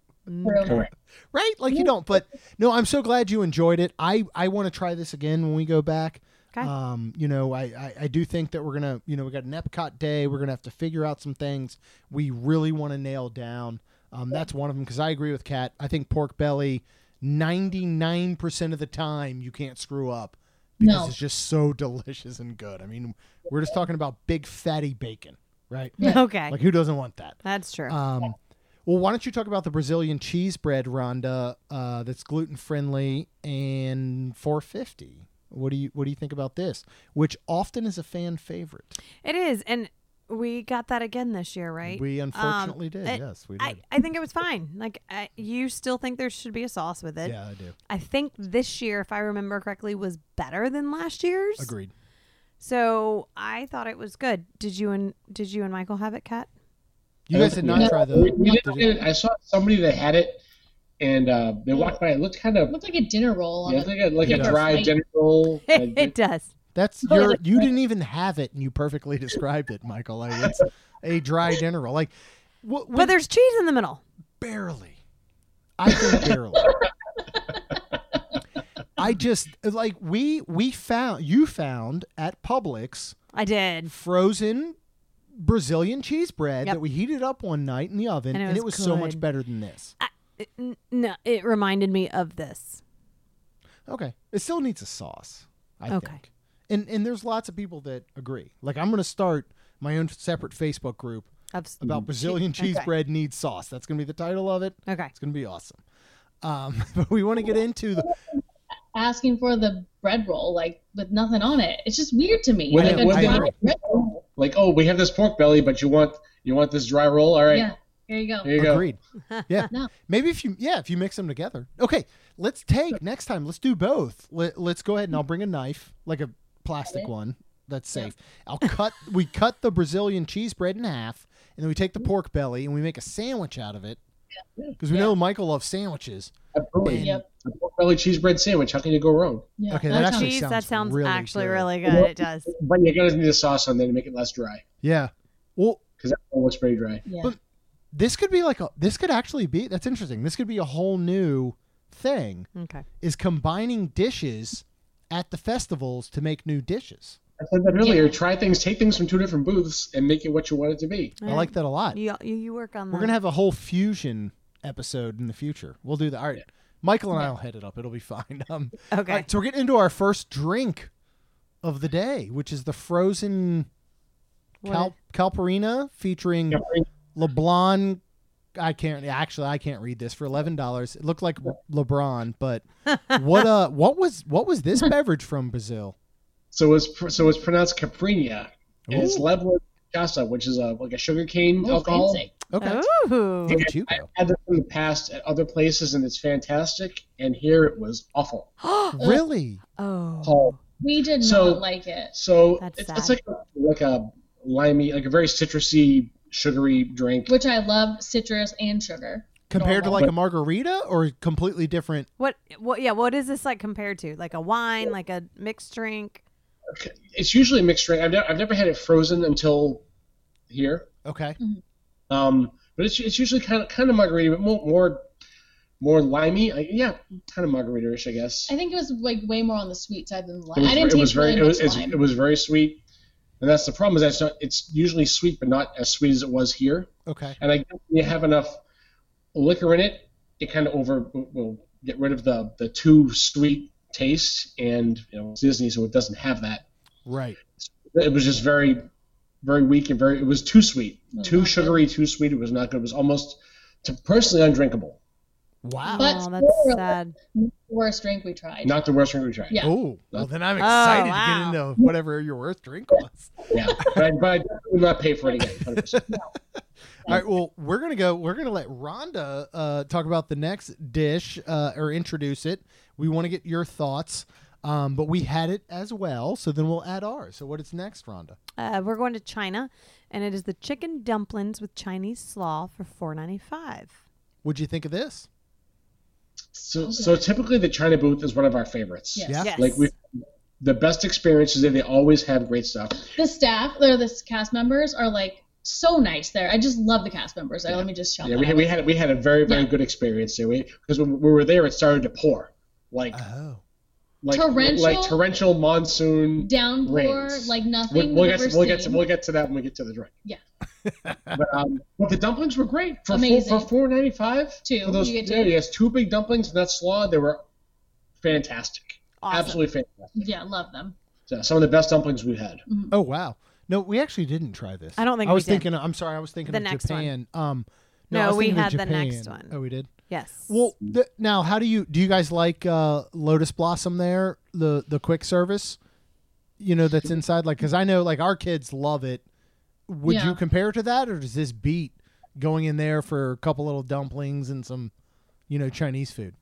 [SPEAKER 4] True.
[SPEAKER 1] right? Like you don't. But no, I'm so glad you enjoyed it. I I want to try this again when we go back.
[SPEAKER 2] Okay.
[SPEAKER 1] Um, you know, I, I I do think that we're gonna, you know, we got an Epcot day. We're gonna have to figure out some things we really want to nail down. Um, that's one of them because I agree with Kat. I think pork belly, ninety nine percent of the time you can't screw up because
[SPEAKER 4] No.
[SPEAKER 1] it's just so delicious and good. I mean, we're just talking about big fatty bacon, right?
[SPEAKER 4] Yeah.
[SPEAKER 2] Mm. Okay.
[SPEAKER 1] Like who doesn't want that?
[SPEAKER 2] That's true.
[SPEAKER 1] Um, well, why don't you talk about the Brazilian cheese bread, Rhonda? Uh, that's gluten friendly and 450. What do you What do you think about this? Which often is a fan favorite.
[SPEAKER 2] it is. And we got that again this year, right?
[SPEAKER 1] We unfortunately did.
[SPEAKER 2] I-
[SPEAKER 1] yes, we did.
[SPEAKER 2] I, I think it was fine. Like, I, you still think there should be a sauce with it.
[SPEAKER 1] yeah, I do.
[SPEAKER 2] I think this year, if I remember correctly, was better than last year's.
[SPEAKER 1] Agreed.
[SPEAKER 2] So I thought it was good. Did you and did you and Michael have it, Kat?
[SPEAKER 1] You guys did not
[SPEAKER 3] Yeah.
[SPEAKER 1] try
[SPEAKER 3] We,
[SPEAKER 1] the.
[SPEAKER 3] we
[SPEAKER 1] did
[SPEAKER 3] didn't
[SPEAKER 1] you-
[SPEAKER 3] get it. I saw somebody that had it, and uh, they walked by. It looked kind
[SPEAKER 4] It
[SPEAKER 3] of
[SPEAKER 4] looked like a dinner roll. On
[SPEAKER 3] yeah, it
[SPEAKER 4] it.
[SPEAKER 3] looked like a, like
[SPEAKER 1] It
[SPEAKER 3] a
[SPEAKER 1] does.
[SPEAKER 3] dry dinner roll.
[SPEAKER 2] it does.
[SPEAKER 1] That's your. You didn't even have it, and you perfectly described it, Michael. Like it's a dry dinner roll. Like, what?
[SPEAKER 2] But there's cheese in the middle.
[SPEAKER 1] barely. I think barely. I just like we we found you found at Publix
[SPEAKER 2] I did.
[SPEAKER 1] frozen Brazilian cheese bread
[SPEAKER 2] Yep.
[SPEAKER 1] that we heated up one night in the oven,
[SPEAKER 2] And
[SPEAKER 1] and
[SPEAKER 2] it
[SPEAKER 1] it was,
[SPEAKER 2] was
[SPEAKER 1] so much
[SPEAKER 2] good.
[SPEAKER 1] better than this.
[SPEAKER 2] It- n- no, it reminded me of this.
[SPEAKER 1] Okay, it still needs a sauce. I
[SPEAKER 2] Okay.
[SPEAKER 1] think, and and there's lots of people that agree. Like I'm going to start my own separate Facebook group
[SPEAKER 2] Of, s-
[SPEAKER 1] about Brazilian cheese
[SPEAKER 2] okay.
[SPEAKER 1] bread needs sauce. That's going to be the title of it.
[SPEAKER 2] okay.
[SPEAKER 1] It's going to be awesome. Um, but we want to get into the
[SPEAKER 4] Asking for the bread roll, like with nothing on it. It's just weird to me.
[SPEAKER 3] When
[SPEAKER 4] like
[SPEAKER 3] it-
[SPEAKER 4] a
[SPEAKER 3] when it-
[SPEAKER 4] dry bread roll.
[SPEAKER 3] Like oh, we have this pork belly, but you want you want this dry roll. All right,
[SPEAKER 4] Yeah. Here you go.
[SPEAKER 3] here you go.
[SPEAKER 1] Agreed. Yeah.
[SPEAKER 4] No.
[SPEAKER 1] Maybe if you yeah, if you mix them together. Okay, let's take next time. Let's do both. Let, let's go ahead and I'll bring a knife, like a plastic one. That's safe. I'll cut we cut the Brazilian cheese bread in half and then we take the pork belly and we make a sandwich out of it Because we know Michael loves sandwiches.
[SPEAKER 3] A brewing.
[SPEAKER 4] Yep.
[SPEAKER 3] A pork belly cheese bread sandwich. How can you go wrong?
[SPEAKER 4] Yeah.
[SPEAKER 1] Okay,
[SPEAKER 4] That
[SPEAKER 1] that actually
[SPEAKER 2] Jeez,
[SPEAKER 1] sounds
[SPEAKER 2] that sounds
[SPEAKER 1] really
[SPEAKER 2] actually
[SPEAKER 1] good.
[SPEAKER 2] really good. It does.
[SPEAKER 3] But you gotta need a sauce on there to make it less dry
[SPEAKER 1] Yeah. Well,
[SPEAKER 3] because that one looks pretty dry.
[SPEAKER 4] yeah.
[SPEAKER 1] But- this could be like a. This could actually be. That's interesting. This could be a whole new thing.
[SPEAKER 2] Okay.
[SPEAKER 1] Is combining dishes at the festivals to make new dishes.
[SPEAKER 3] I said that earlier. Try things, take things from two different booths, and make it what you want it to be.
[SPEAKER 1] I like that a lot.
[SPEAKER 2] You, you you work on that.
[SPEAKER 1] We're gonna have a whole fusion episode in the future. We'll do that. All right. Michael and I will head it up. It'll be fine. Um,
[SPEAKER 2] Okay.
[SPEAKER 1] all right, so we're getting into our first drink of the day, which is the frozen
[SPEAKER 2] What
[SPEAKER 1] Cal- Calparina featuring LeBlanc. I can't actually. I can't read this for eleven dollars. It looked like LeBron, but what? Uh, what was what was this beverage from Brazil?
[SPEAKER 3] So it's pr- so it's pronounced Caprinia. And it's
[SPEAKER 1] Ooh.
[SPEAKER 3] leavened cachaça, which is a like a sugarcane
[SPEAKER 4] Ooh,
[SPEAKER 3] alcohol.
[SPEAKER 4] fancy.
[SPEAKER 2] Oh.
[SPEAKER 1] Okay,
[SPEAKER 2] Ooh.
[SPEAKER 1] Look at you go.
[SPEAKER 3] Had this in the past at other places, and it's fantastic. And here it was awful.
[SPEAKER 1] Really?
[SPEAKER 2] oh.
[SPEAKER 3] Oh,
[SPEAKER 4] We did
[SPEAKER 3] So-
[SPEAKER 4] not like it.
[SPEAKER 3] so
[SPEAKER 2] That's
[SPEAKER 3] it's, it's
[SPEAKER 2] sad.
[SPEAKER 3] like a, like a limey, like a very citrusy, sugary drink.
[SPEAKER 4] Which I love citrus and sugar.
[SPEAKER 1] Compared to
[SPEAKER 4] Normal.
[SPEAKER 1] like a margarita or completely different?
[SPEAKER 2] What? What? Yeah. What is this like compared to? Like a wine? Like a mixed drink?
[SPEAKER 3] It's usually a mixed drink. I've, ne- I've never had it frozen until here.
[SPEAKER 1] Okay,
[SPEAKER 3] Um, but it's, it's usually kind of kind of margarita, but more more, more limey. Like, yeah, kind of margarita-ish, I guess.
[SPEAKER 4] I think it was like way more on the sweet side than the
[SPEAKER 3] It
[SPEAKER 4] lime.
[SPEAKER 3] was,
[SPEAKER 4] I didn't
[SPEAKER 3] it was
[SPEAKER 4] taste
[SPEAKER 3] very
[SPEAKER 4] really
[SPEAKER 3] it was,
[SPEAKER 4] much
[SPEAKER 3] it's-
[SPEAKER 4] lime.
[SPEAKER 3] it was very sweet, and that's the problem. Is that's not it's usually sweet, but not as sweet as it was here.
[SPEAKER 1] okay.
[SPEAKER 3] And I guess when you have enough liquor in it, it kind of over will get rid of the the too sweet taste, and you know it's Disney, so it doesn't have that.
[SPEAKER 1] Right.
[SPEAKER 3] It was just very very weak and very it was too sweet, too sugary, too sweet. It was not good. It was almost to personally undrinkable.
[SPEAKER 1] Wow.
[SPEAKER 4] But-
[SPEAKER 2] oh, that's sad.
[SPEAKER 4] Worst drink we tried.
[SPEAKER 3] Not the worst drink we tried.
[SPEAKER 4] Yeah.
[SPEAKER 1] Oh, well, then I'm
[SPEAKER 2] Oh,
[SPEAKER 1] excited
[SPEAKER 2] wow.
[SPEAKER 1] to get into whatever your worst drink was.
[SPEAKER 3] yeah. But, I, but I definitely would not pay for it again. 100%.
[SPEAKER 1] All right, well, we're gonna go. We're gonna let Rhonda uh, talk about the next dish uh, or introduce it. We want to get your thoughts, um, but we had it as well, so then we'll add ours. So what is next, Rhonda?
[SPEAKER 2] Uh, we're going to China, and it is the chicken dumplings with Chinese slaw for four ninety five.
[SPEAKER 1] What'd you think of this?
[SPEAKER 3] So, so typically the China booth is one of our favorites.
[SPEAKER 4] Yes.
[SPEAKER 1] Yeah.
[SPEAKER 2] Yes.
[SPEAKER 3] Like we, the best experiences there. They always have great stuff.
[SPEAKER 4] The staff, or the cast members, are like so nice there. I just love the cast members. Like, Let me just shout
[SPEAKER 3] Yeah,
[SPEAKER 4] that
[SPEAKER 3] we
[SPEAKER 4] out.
[SPEAKER 3] had, we had we had a very very
[SPEAKER 4] Yeah.
[SPEAKER 3] good experience there. We because when we were there, it started to pour like
[SPEAKER 1] Oh,
[SPEAKER 3] like
[SPEAKER 4] Torrential?
[SPEAKER 3] like torrential monsoon.
[SPEAKER 4] Downpour,
[SPEAKER 3] Rains.
[SPEAKER 4] like nothing
[SPEAKER 3] We'll,
[SPEAKER 4] we've
[SPEAKER 3] we'll get
[SPEAKER 4] ever
[SPEAKER 3] to, we'll get to
[SPEAKER 4] seen.
[SPEAKER 3] we'll get to that when we get to the drink.
[SPEAKER 4] Yeah.
[SPEAKER 3] but, um, but the dumplings were great for
[SPEAKER 4] Amazing.
[SPEAKER 3] Four, for four ninety five.
[SPEAKER 4] Two.
[SPEAKER 3] For those,
[SPEAKER 4] You get
[SPEAKER 3] yeah,
[SPEAKER 4] two.
[SPEAKER 3] yes, two big dumplings and that slaw. They were fantastic.
[SPEAKER 2] Awesome.
[SPEAKER 3] Absolutely fantastic.
[SPEAKER 4] Yeah, love them.
[SPEAKER 3] So, some of the best dumplings we've had.
[SPEAKER 4] Mm-hmm.
[SPEAKER 1] oh wow. No, we actually didn't try this.
[SPEAKER 2] I don't think
[SPEAKER 1] I
[SPEAKER 2] we
[SPEAKER 1] was
[SPEAKER 2] did.
[SPEAKER 1] thinking. I'm sorry, I was thinking
[SPEAKER 2] The
[SPEAKER 1] of
[SPEAKER 2] next one.
[SPEAKER 1] Japan. Um, no, I
[SPEAKER 2] No,
[SPEAKER 1] was
[SPEAKER 2] we
[SPEAKER 1] thinking of
[SPEAKER 2] had the next
[SPEAKER 1] Japan.
[SPEAKER 2] one.
[SPEAKER 1] Oh, we did.
[SPEAKER 2] Yes.
[SPEAKER 1] Well, th- now how do you do? You guys like uh, Lotus Blossom there? The the quick service, you know, that's inside. Like, because I know like our kids love it. Would
[SPEAKER 4] Yeah.
[SPEAKER 1] you compare it to that, or does this beat going in there for a couple little dumplings and some, you know, Chinese food?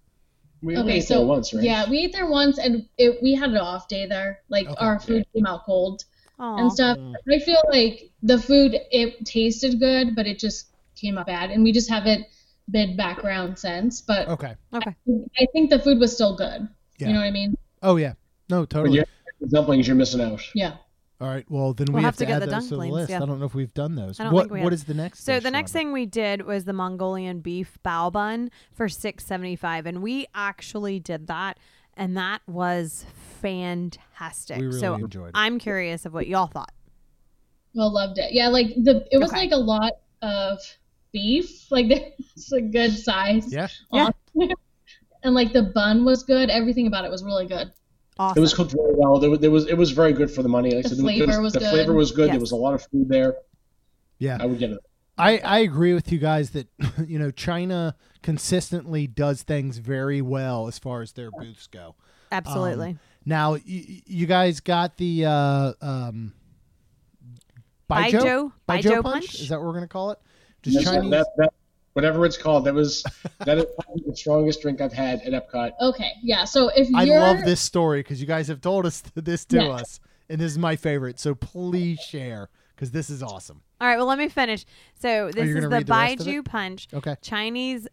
[SPEAKER 3] We only
[SPEAKER 4] Okay,
[SPEAKER 3] ate there
[SPEAKER 4] so
[SPEAKER 3] once, right?
[SPEAKER 4] yeah, we ate there once, and it, we had an off day there. Like
[SPEAKER 1] Okay.
[SPEAKER 4] our food came out cold
[SPEAKER 2] Aw.
[SPEAKER 4] and stuff. I feel like the food it tasted good, but it just came out bad, and we just haven't been back around since. But
[SPEAKER 1] Okay.
[SPEAKER 2] Okay.
[SPEAKER 4] I think the food was still good.
[SPEAKER 1] Yeah.
[SPEAKER 4] You know what I mean?
[SPEAKER 1] Oh yeah. No,
[SPEAKER 3] When
[SPEAKER 1] totally.
[SPEAKER 3] you're the dumplings, you're missing out.
[SPEAKER 4] Yeah.
[SPEAKER 1] All right. Well, then we
[SPEAKER 2] We'll
[SPEAKER 1] have,
[SPEAKER 2] have to
[SPEAKER 1] add
[SPEAKER 2] get the
[SPEAKER 1] those to the
[SPEAKER 2] dumplings,
[SPEAKER 1] list.
[SPEAKER 2] yeah.
[SPEAKER 1] I don't know if we've done those.
[SPEAKER 2] I don't
[SPEAKER 1] what
[SPEAKER 2] think we
[SPEAKER 1] what
[SPEAKER 2] have.
[SPEAKER 1] is the next?
[SPEAKER 2] So
[SPEAKER 1] dish,
[SPEAKER 2] the next
[SPEAKER 1] Rhonda?
[SPEAKER 2] thing we did was the Mongolian beef bao bun for six seventy five, and we actually did that, and that was fantastic.
[SPEAKER 1] We really
[SPEAKER 2] so
[SPEAKER 1] enjoyed it.
[SPEAKER 2] I'm curious of what y'all thought.
[SPEAKER 4] Well, loved it. Yeah, like the it was
[SPEAKER 2] Okay.
[SPEAKER 4] like a lot of beef. Like it's a good size.
[SPEAKER 1] Yeah.
[SPEAKER 2] Yeah.
[SPEAKER 4] on- and like the bun was good. Everything about it was really good.
[SPEAKER 2] Awesome.
[SPEAKER 3] It was cooked really well. There was, there was it was very good for the money. Like I
[SPEAKER 4] The
[SPEAKER 3] said, there
[SPEAKER 4] flavor was
[SPEAKER 3] the
[SPEAKER 4] good.
[SPEAKER 3] flavor was good.
[SPEAKER 2] Yes.
[SPEAKER 3] There was a lot of food there.
[SPEAKER 1] Yeah.
[SPEAKER 3] I would get it.
[SPEAKER 1] I, I agree with you guys that you know China consistently does things very well as far as their booths go.
[SPEAKER 3] um,
[SPEAKER 2] Absolutely.
[SPEAKER 1] Now y- y- you guys got the uh, um, Baijiu
[SPEAKER 2] Baijiu- Baijiu
[SPEAKER 1] punch?
[SPEAKER 2] punch?
[SPEAKER 1] Is that what we're gonna call it? Just
[SPEAKER 3] That's-
[SPEAKER 1] Chinese.
[SPEAKER 3] That, that, whatever it's called, that was that is probably the strongest drink I've had at Epcot.
[SPEAKER 4] Okay, yeah. So if
[SPEAKER 1] I
[SPEAKER 4] you're
[SPEAKER 1] love this story because you guys have told us this to
[SPEAKER 4] Yeah.
[SPEAKER 1] us, and this is my favorite. So please share because this is awesome.
[SPEAKER 2] All right, well, let me finish. So this
[SPEAKER 1] you
[SPEAKER 2] is
[SPEAKER 1] gonna
[SPEAKER 2] the
[SPEAKER 1] read the rest of
[SPEAKER 2] Baiju
[SPEAKER 1] it?
[SPEAKER 2] Punch,
[SPEAKER 1] Okay.
[SPEAKER 2] Chinese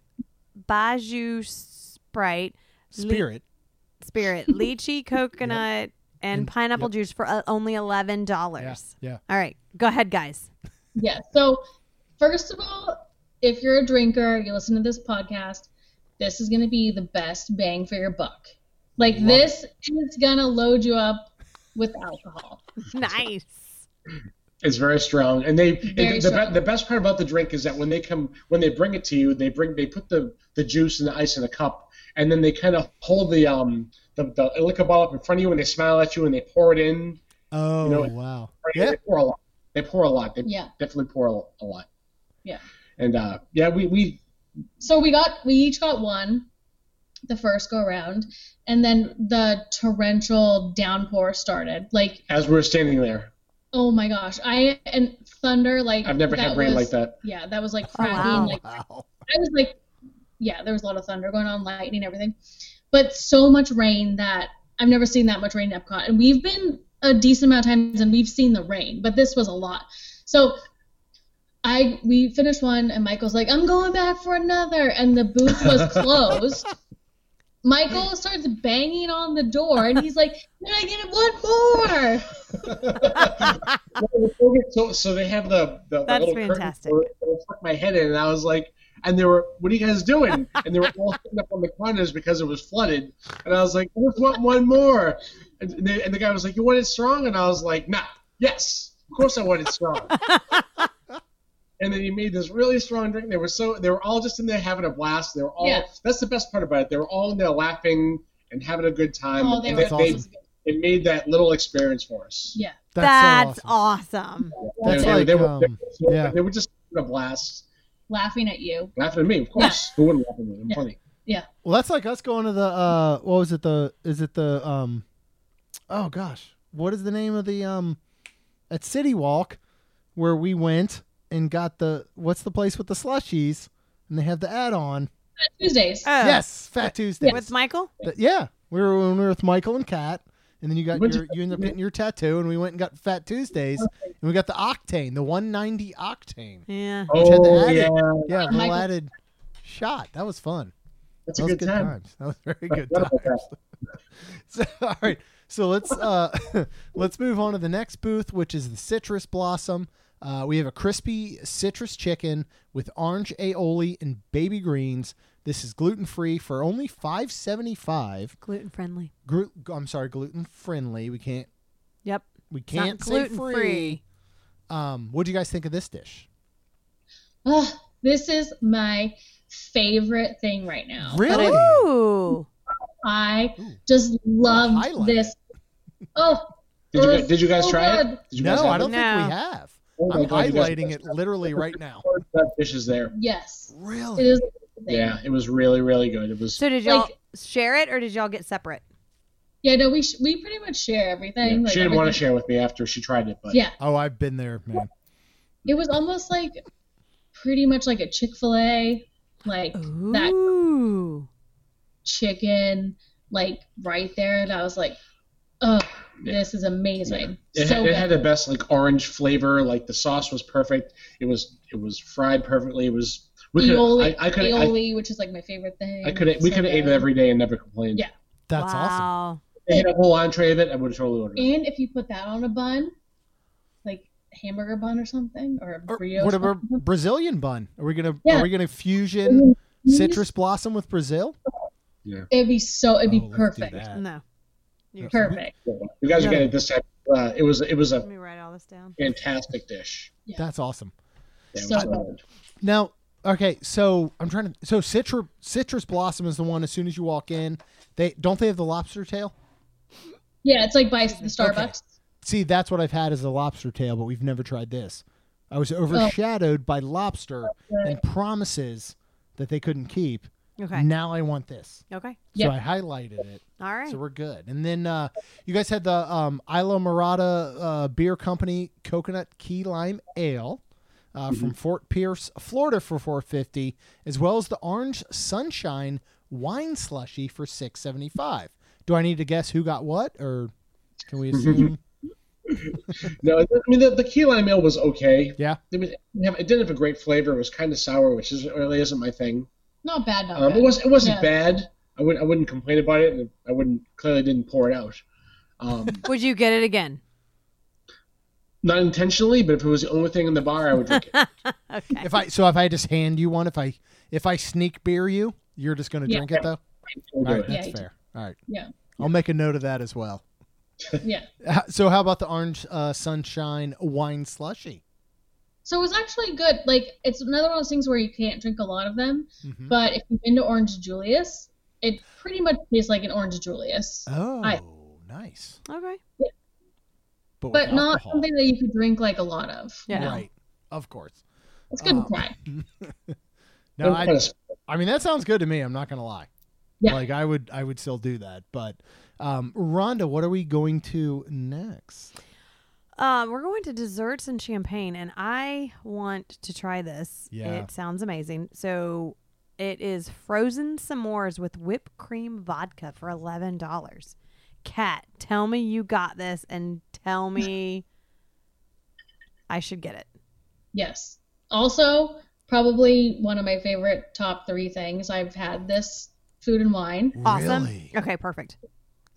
[SPEAKER 2] Baju Sprite, le-
[SPEAKER 1] Spirit.
[SPEAKER 2] Spirit, lychee, coconut, and,
[SPEAKER 1] And-
[SPEAKER 2] pineapple
[SPEAKER 1] yep.
[SPEAKER 2] juice for uh, only eleven dollars.
[SPEAKER 1] Yeah. Yeah.
[SPEAKER 2] All right, go ahead, guys.
[SPEAKER 4] Yeah. So, first of all, if you're a drinker, you listen to this podcast, this is going to be the best bang for your buck. Like, this is going to load you up with alcohol.
[SPEAKER 2] nice.
[SPEAKER 3] It's very strong, and they
[SPEAKER 4] Very
[SPEAKER 3] the,
[SPEAKER 4] strong.
[SPEAKER 3] Be, the best part about the drink is that when they come when they bring it to you, they bring they put the, the juice and the ice in a cup, and then they kind of hold the um the, the liquor bottle up in front of you, and they smile at you, and they pour it in.
[SPEAKER 1] Oh
[SPEAKER 3] know-
[SPEAKER 1] wow. Yeah.
[SPEAKER 3] They pour a lot. They pour a lot. They
[SPEAKER 4] Yeah.
[SPEAKER 3] definitely pour a, a lot.
[SPEAKER 4] Yeah.
[SPEAKER 3] And uh, yeah, we, we
[SPEAKER 4] So, we got, we each got one the first go round, and then the torrential downpour started. Like,
[SPEAKER 3] as we were standing there,
[SPEAKER 4] oh my gosh. I, and thunder, like,
[SPEAKER 3] I've never had rain like that.
[SPEAKER 4] Yeah, that was like
[SPEAKER 2] Oh,
[SPEAKER 4] cracking.
[SPEAKER 2] wow.
[SPEAKER 4] Like,
[SPEAKER 1] Wow.
[SPEAKER 4] I was like, yeah, there was a lot of thunder going on, lightning, everything, but so much rain that I've never seen that much rain in Epcot, and we've been a decent amount of times and we've seen the rain, but this was a lot. So I we finished one, and Michael's like, I'm going back for another, and the booth was closed. Michael starts banging on the door, and he's like, "Can I get one more?"
[SPEAKER 3] So so they have the the, the
[SPEAKER 2] That's
[SPEAKER 3] little curtain
[SPEAKER 2] fantastic.
[SPEAKER 3] where- where I stuck my head in, and I was like, and they were, what are you guys doing? And they were all sitting up on the corners because it was flooded, and I was like, I just want one more, and, they, and the guy was like, you want it strong? And I was like, nah, yes, of course I want it strong. And then he made this really strong drink. They were so they were all just in there having a blast. They were all
[SPEAKER 4] Yeah.
[SPEAKER 3] that's the best part about it. They were all in there laughing and having a good time.
[SPEAKER 4] Oh, they
[SPEAKER 3] and
[SPEAKER 4] were
[SPEAKER 1] That's
[SPEAKER 3] they,
[SPEAKER 1] awesome.
[SPEAKER 3] it made that little experience for us.
[SPEAKER 4] yeah.
[SPEAKER 2] That's,
[SPEAKER 1] That's, so awesome.
[SPEAKER 2] awesome.
[SPEAKER 1] That's
[SPEAKER 3] they, they-
[SPEAKER 1] like,
[SPEAKER 3] they were, they,
[SPEAKER 1] um,
[SPEAKER 3] were-
[SPEAKER 1] yeah.
[SPEAKER 3] they were just having a blast,
[SPEAKER 4] Laughing at you.
[SPEAKER 3] laughing at me, of course. Who wouldn't laugh at me? I'm
[SPEAKER 4] Yeah.
[SPEAKER 3] funny.
[SPEAKER 1] Well, that's like us going to the uh, what was it? The is it the um, oh gosh, what is the name of the um, at City Walk, where we went and got the what's the place with the slushies, and they have the add-on.
[SPEAKER 4] Tuesdays.
[SPEAKER 2] Oh,
[SPEAKER 1] yes, Fat Tuesday.
[SPEAKER 2] With Michael?
[SPEAKER 1] Th- yeah, we were when we were with Michael and Kat, and then you got
[SPEAKER 3] What'd
[SPEAKER 1] your, you ended up getting your tattoo, and we went and got Fat Tuesdays, and we got the Octane, the 190 Octane.
[SPEAKER 2] Yeah.
[SPEAKER 1] had to
[SPEAKER 3] Oh
[SPEAKER 1] add
[SPEAKER 3] yeah,
[SPEAKER 1] it. Yeah,
[SPEAKER 4] Michael-
[SPEAKER 1] little added shot. That was fun.
[SPEAKER 3] that's a
[SPEAKER 1] That was
[SPEAKER 3] good, time.
[SPEAKER 1] times. That was very good
[SPEAKER 3] forgot about
[SPEAKER 1] times. so, all right. So let's uh, let's move on to the next booth, which is the citrus blossom. Uh, we have a crispy citrus chicken with orange aioli and baby greens. This is gluten free for only five seventy five.
[SPEAKER 2] Gluten friendly.
[SPEAKER 1] Gru- I'm sorry, gluten friendly. We can't
[SPEAKER 2] Yep.
[SPEAKER 1] we
[SPEAKER 2] It's not
[SPEAKER 1] can't say
[SPEAKER 2] gluten-free.
[SPEAKER 1] free. Um, what do you guys think of this dish?
[SPEAKER 4] Ugh, this is my favorite thing right now.
[SPEAKER 1] Really?
[SPEAKER 2] Ooh.
[SPEAKER 4] I
[SPEAKER 1] Ooh.
[SPEAKER 4] just love
[SPEAKER 1] highlight
[SPEAKER 4] this. Oh,
[SPEAKER 3] Did you,
[SPEAKER 4] it
[SPEAKER 3] guys- did you guys
[SPEAKER 4] was so
[SPEAKER 3] try
[SPEAKER 4] good.
[SPEAKER 3] it? Did you guys
[SPEAKER 1] No,
[SPEAKER 3] have
[SPEAKER 1] I don't
[SPEAKER 3] it?
[SPEAKER 1] think
[SPEAKER 2] No.
[SPEAKER 1] we have.
[SPEAKER 3] Oh my
[SPEAKER 1] I'm
[SPEAKER 3] God, you guys-
[SPEAKER 1] highlighting it literally right now.
[SPEAKER 3] That dish is there.
[SPEAKER 4] Yes, it
[SPEAKER 1] Really?
[SPEAKER 4] is. amazing.
[SPEAKER 3] Yeah, it was really really good. It was
[SPEAKER 2] So did y'all
[SPEAKER 4] Like-
[SPEAKER 2] share it or did y'all get separate?
[SPEAKER 4] Yeah, no, we sh- we pretty much share everything.
[SPEAKER 3] Yeah.
[SPEAKER 4] like
[SPEAKER 3] she didn't want to
[SPEAKER 4] everything.
[SPEAKER 3] share with me after she tried it, but
[SPEAKER 4] Yeah,
[SPEAKER 1] Oh, I've been there, man.
[SPEAKER 4] it was almost like pretty much like a Chick Fil A, like that
[SPEAKER 2] Ooh.
[SPEAKER 4] chicken, like right there, and I was like, oh, this is amazing.
[SPEAKER 3] It,
[SPEAKER 4] so
[SPEAKER 3] had,
[SPEAKER 4] good.
[SPEAKER 3] it had the best like orange flavor. Like the sauce was perfect. It was it was fried perfectly. It was we could
[SPEAKER 4] aioli,
[SPEAKER 3] I, I could I,
[SPEAKER 4] aioli, which is like my favorite thing.
[SPEAKER 3] I could we
[SPEAKER 4] So
[SPEAKER 3] could have ate it
[SPEAKER 4] good.
[SPEAKER 3] every day and never complained.
[SPEAKER 4] Yeah.
[SPEAKER 1] That's awesome.
[SPEAKER 2] wow.
[SPEAKER 3] They had a whole entree of it. I would have totally ordered. it.
[SPEAKER 4] And if you put that on a bun, like a hamburger bun or something, or a
[SPEAKER 1] or
[SPEAKER 4] brioche.
[SPEAKER 1] whatever
[SPEAKER 4] bun,
[SPEAKER 1] Brazilian bun. Are we gonna
[SPEAKER 4] Yeah.
[SPEAKER 1] are we gonna fusion citrus blossom with Brazil?
[SPEAKER 4] Mm-hmm. it'd be so, it'd be
[SPEAKER 1] Oh, let's do
[SPEAKER 4] perfect.
[SPEAKER 1] that.
[SPEAKER 2] No. You-
[SPEAKER 4] Perfect.
[SPEAKER 3] You guys
[SPEAKER 1] Yeah.
[SPEAKER 3] are getting it this time. Uh, it was it was
[SPEAKER 2] Let
[SPEAKER 3] a
[SPEAKER 2] me write all this down.
[SPEAKER 3] fantastic dish.
[SPEAKER 1] That's awesome.
[SPEAKER 3] Yeah, it
[SPEAKER 4] So
[SPEAKER 3] was
[SPEAKER 4] good.
[SPEAKER 3] good.
[SPEAKER 1] Now, okay, so I'm trying to. So citrus citrus blossom is the one. As soon as you walk in, they don't they have the lobster tail.
[SPEAKER 4] Yeah, it's like by the Starbucks.
[SPEAKER 1] See, that's what I've had is a lobster tail, but we've never tried this. I
[SPEAKER 4] Oh.
[SPEAKER 1] was overshadowed by lobster and promises that they couldn't keep.
[SPEAKER 2] Okay.
[SPEAKER 1] Now I want this,
[SPEAKER 2] Okay.
[SPEAKER 1] so
[SPEAKER 4] Yeah.
[SPEAKER 1] I highlighted it.
[SPEAKER 2] All right.
[SPEAKER 1] So we're good. And then uh, you guys had the um, Isla Morada uh, Beer Company Coconut Key Lime Ale uh, from Fort Pierce, Florida, for four fifty, as well as the Orange Sunshine Wine Slushy for six seventy five. Do I need to guess who got what, or can we assume?
[SPEAKER 3] No, I mean the, the key lime ale was okay.
[SPEAKER 1] Yeah.
[SPEAKER 3] It, was, it didn't have- it didn't have a great flavor. It was kind of sour, which is, really isn't my thing.
[SPEAKER 4] Not bad, not
[SPEAKER 3] Um,
[SPEAKER 4] bad.
[SPEAKER 3] it was it wasn't
[SPEAKER 4] Yeah.
[SPEAKER 3] bad. I wouldn't I wouldn't complain about it. and I wouldn't clearly didn't pour it out. Um,
[SPEAKER 2] Would you get it again?
[SPEAKER 3] not intentionally, but if it was the only thing in the bar, I would drink it.
[SPEAKER 2] Okay.
[SPEAKER 1] If I so if I just hand you one, if I if I sneak beer you, you're just going to
[SPEAKER 4] Yeah.
[SPEAKER 1] drink it though.
[SPEAKER 3] I'll do
[SPEAKER 1] All right,
[SPEAKER 3] it.
[SPEAKER 4] Yeah,
[SPEAKER 1] that's
[SPEAKER 4] you do.
[SPEAKER 1] fair. All right,
[SPEAKER 4] Yeah,
[SPEAKER 1] I'll make a note of that as well.
[SPEAKER 4] yeah.
[SPEAKER 1] Uh, So how about the orange uh, sunshine wine slushy?
[SPEAKER 4] So it was actually good. Like it's another one of those things where you can't drink a lot of them,
[SPEAKER 1] Mhm.
[SPEAKER 4] but if you've been to Orange Julius, it pretty much tastes like an Orange Julius,
[SPEAKER 1] Oh,
[SPEAKER 4] I-
[SPEAKER 1] nice.
[SPEAKER 2] Okay.
[SPEAKER 1] But, with
[SPEAKER 4] but not
[SPEAKER 1] alcohol.
[SPEAKER 4] something that you could drink like a lot of.
[SPEAKER 2] Yeah.
[SPEAKER 1] Right. Of course.
[SPEAKER 4] It's good
[SPEAKER 1] Um,
[SPEAKER 4] to try.
[SPEAKER 1] No,
[SPEAKER 3] I'm kinda
[SPEAKER 1] I,
[SPEAKER 3] sp-
[SPEAKER 1] I mean that sounds good to me. I'm not going to lie.
[SPEAKER 4] Yeah.
[SPEAKER 1] Like I would I would still do that, but um Rhonda, what are we going to next?
[SPEAKER 2] Um, we're going to desserts and champagne, and I want to try this.
[SPEAKER 1] Yeah.
[SPEAKER 2] It sounds amazing. So it is frozen s'mores with whipped cream vodka for eleven dollars. Kat, tell me you got this and tell me I should get it.
[SPEAKER 4] Yes. Also, probably one of my favorite top three things I've had this food and wine.
[SPEAKER 2] Awesome.
[SPEAKER 1] Really?
[SPEAKER 2] Okay, perfect.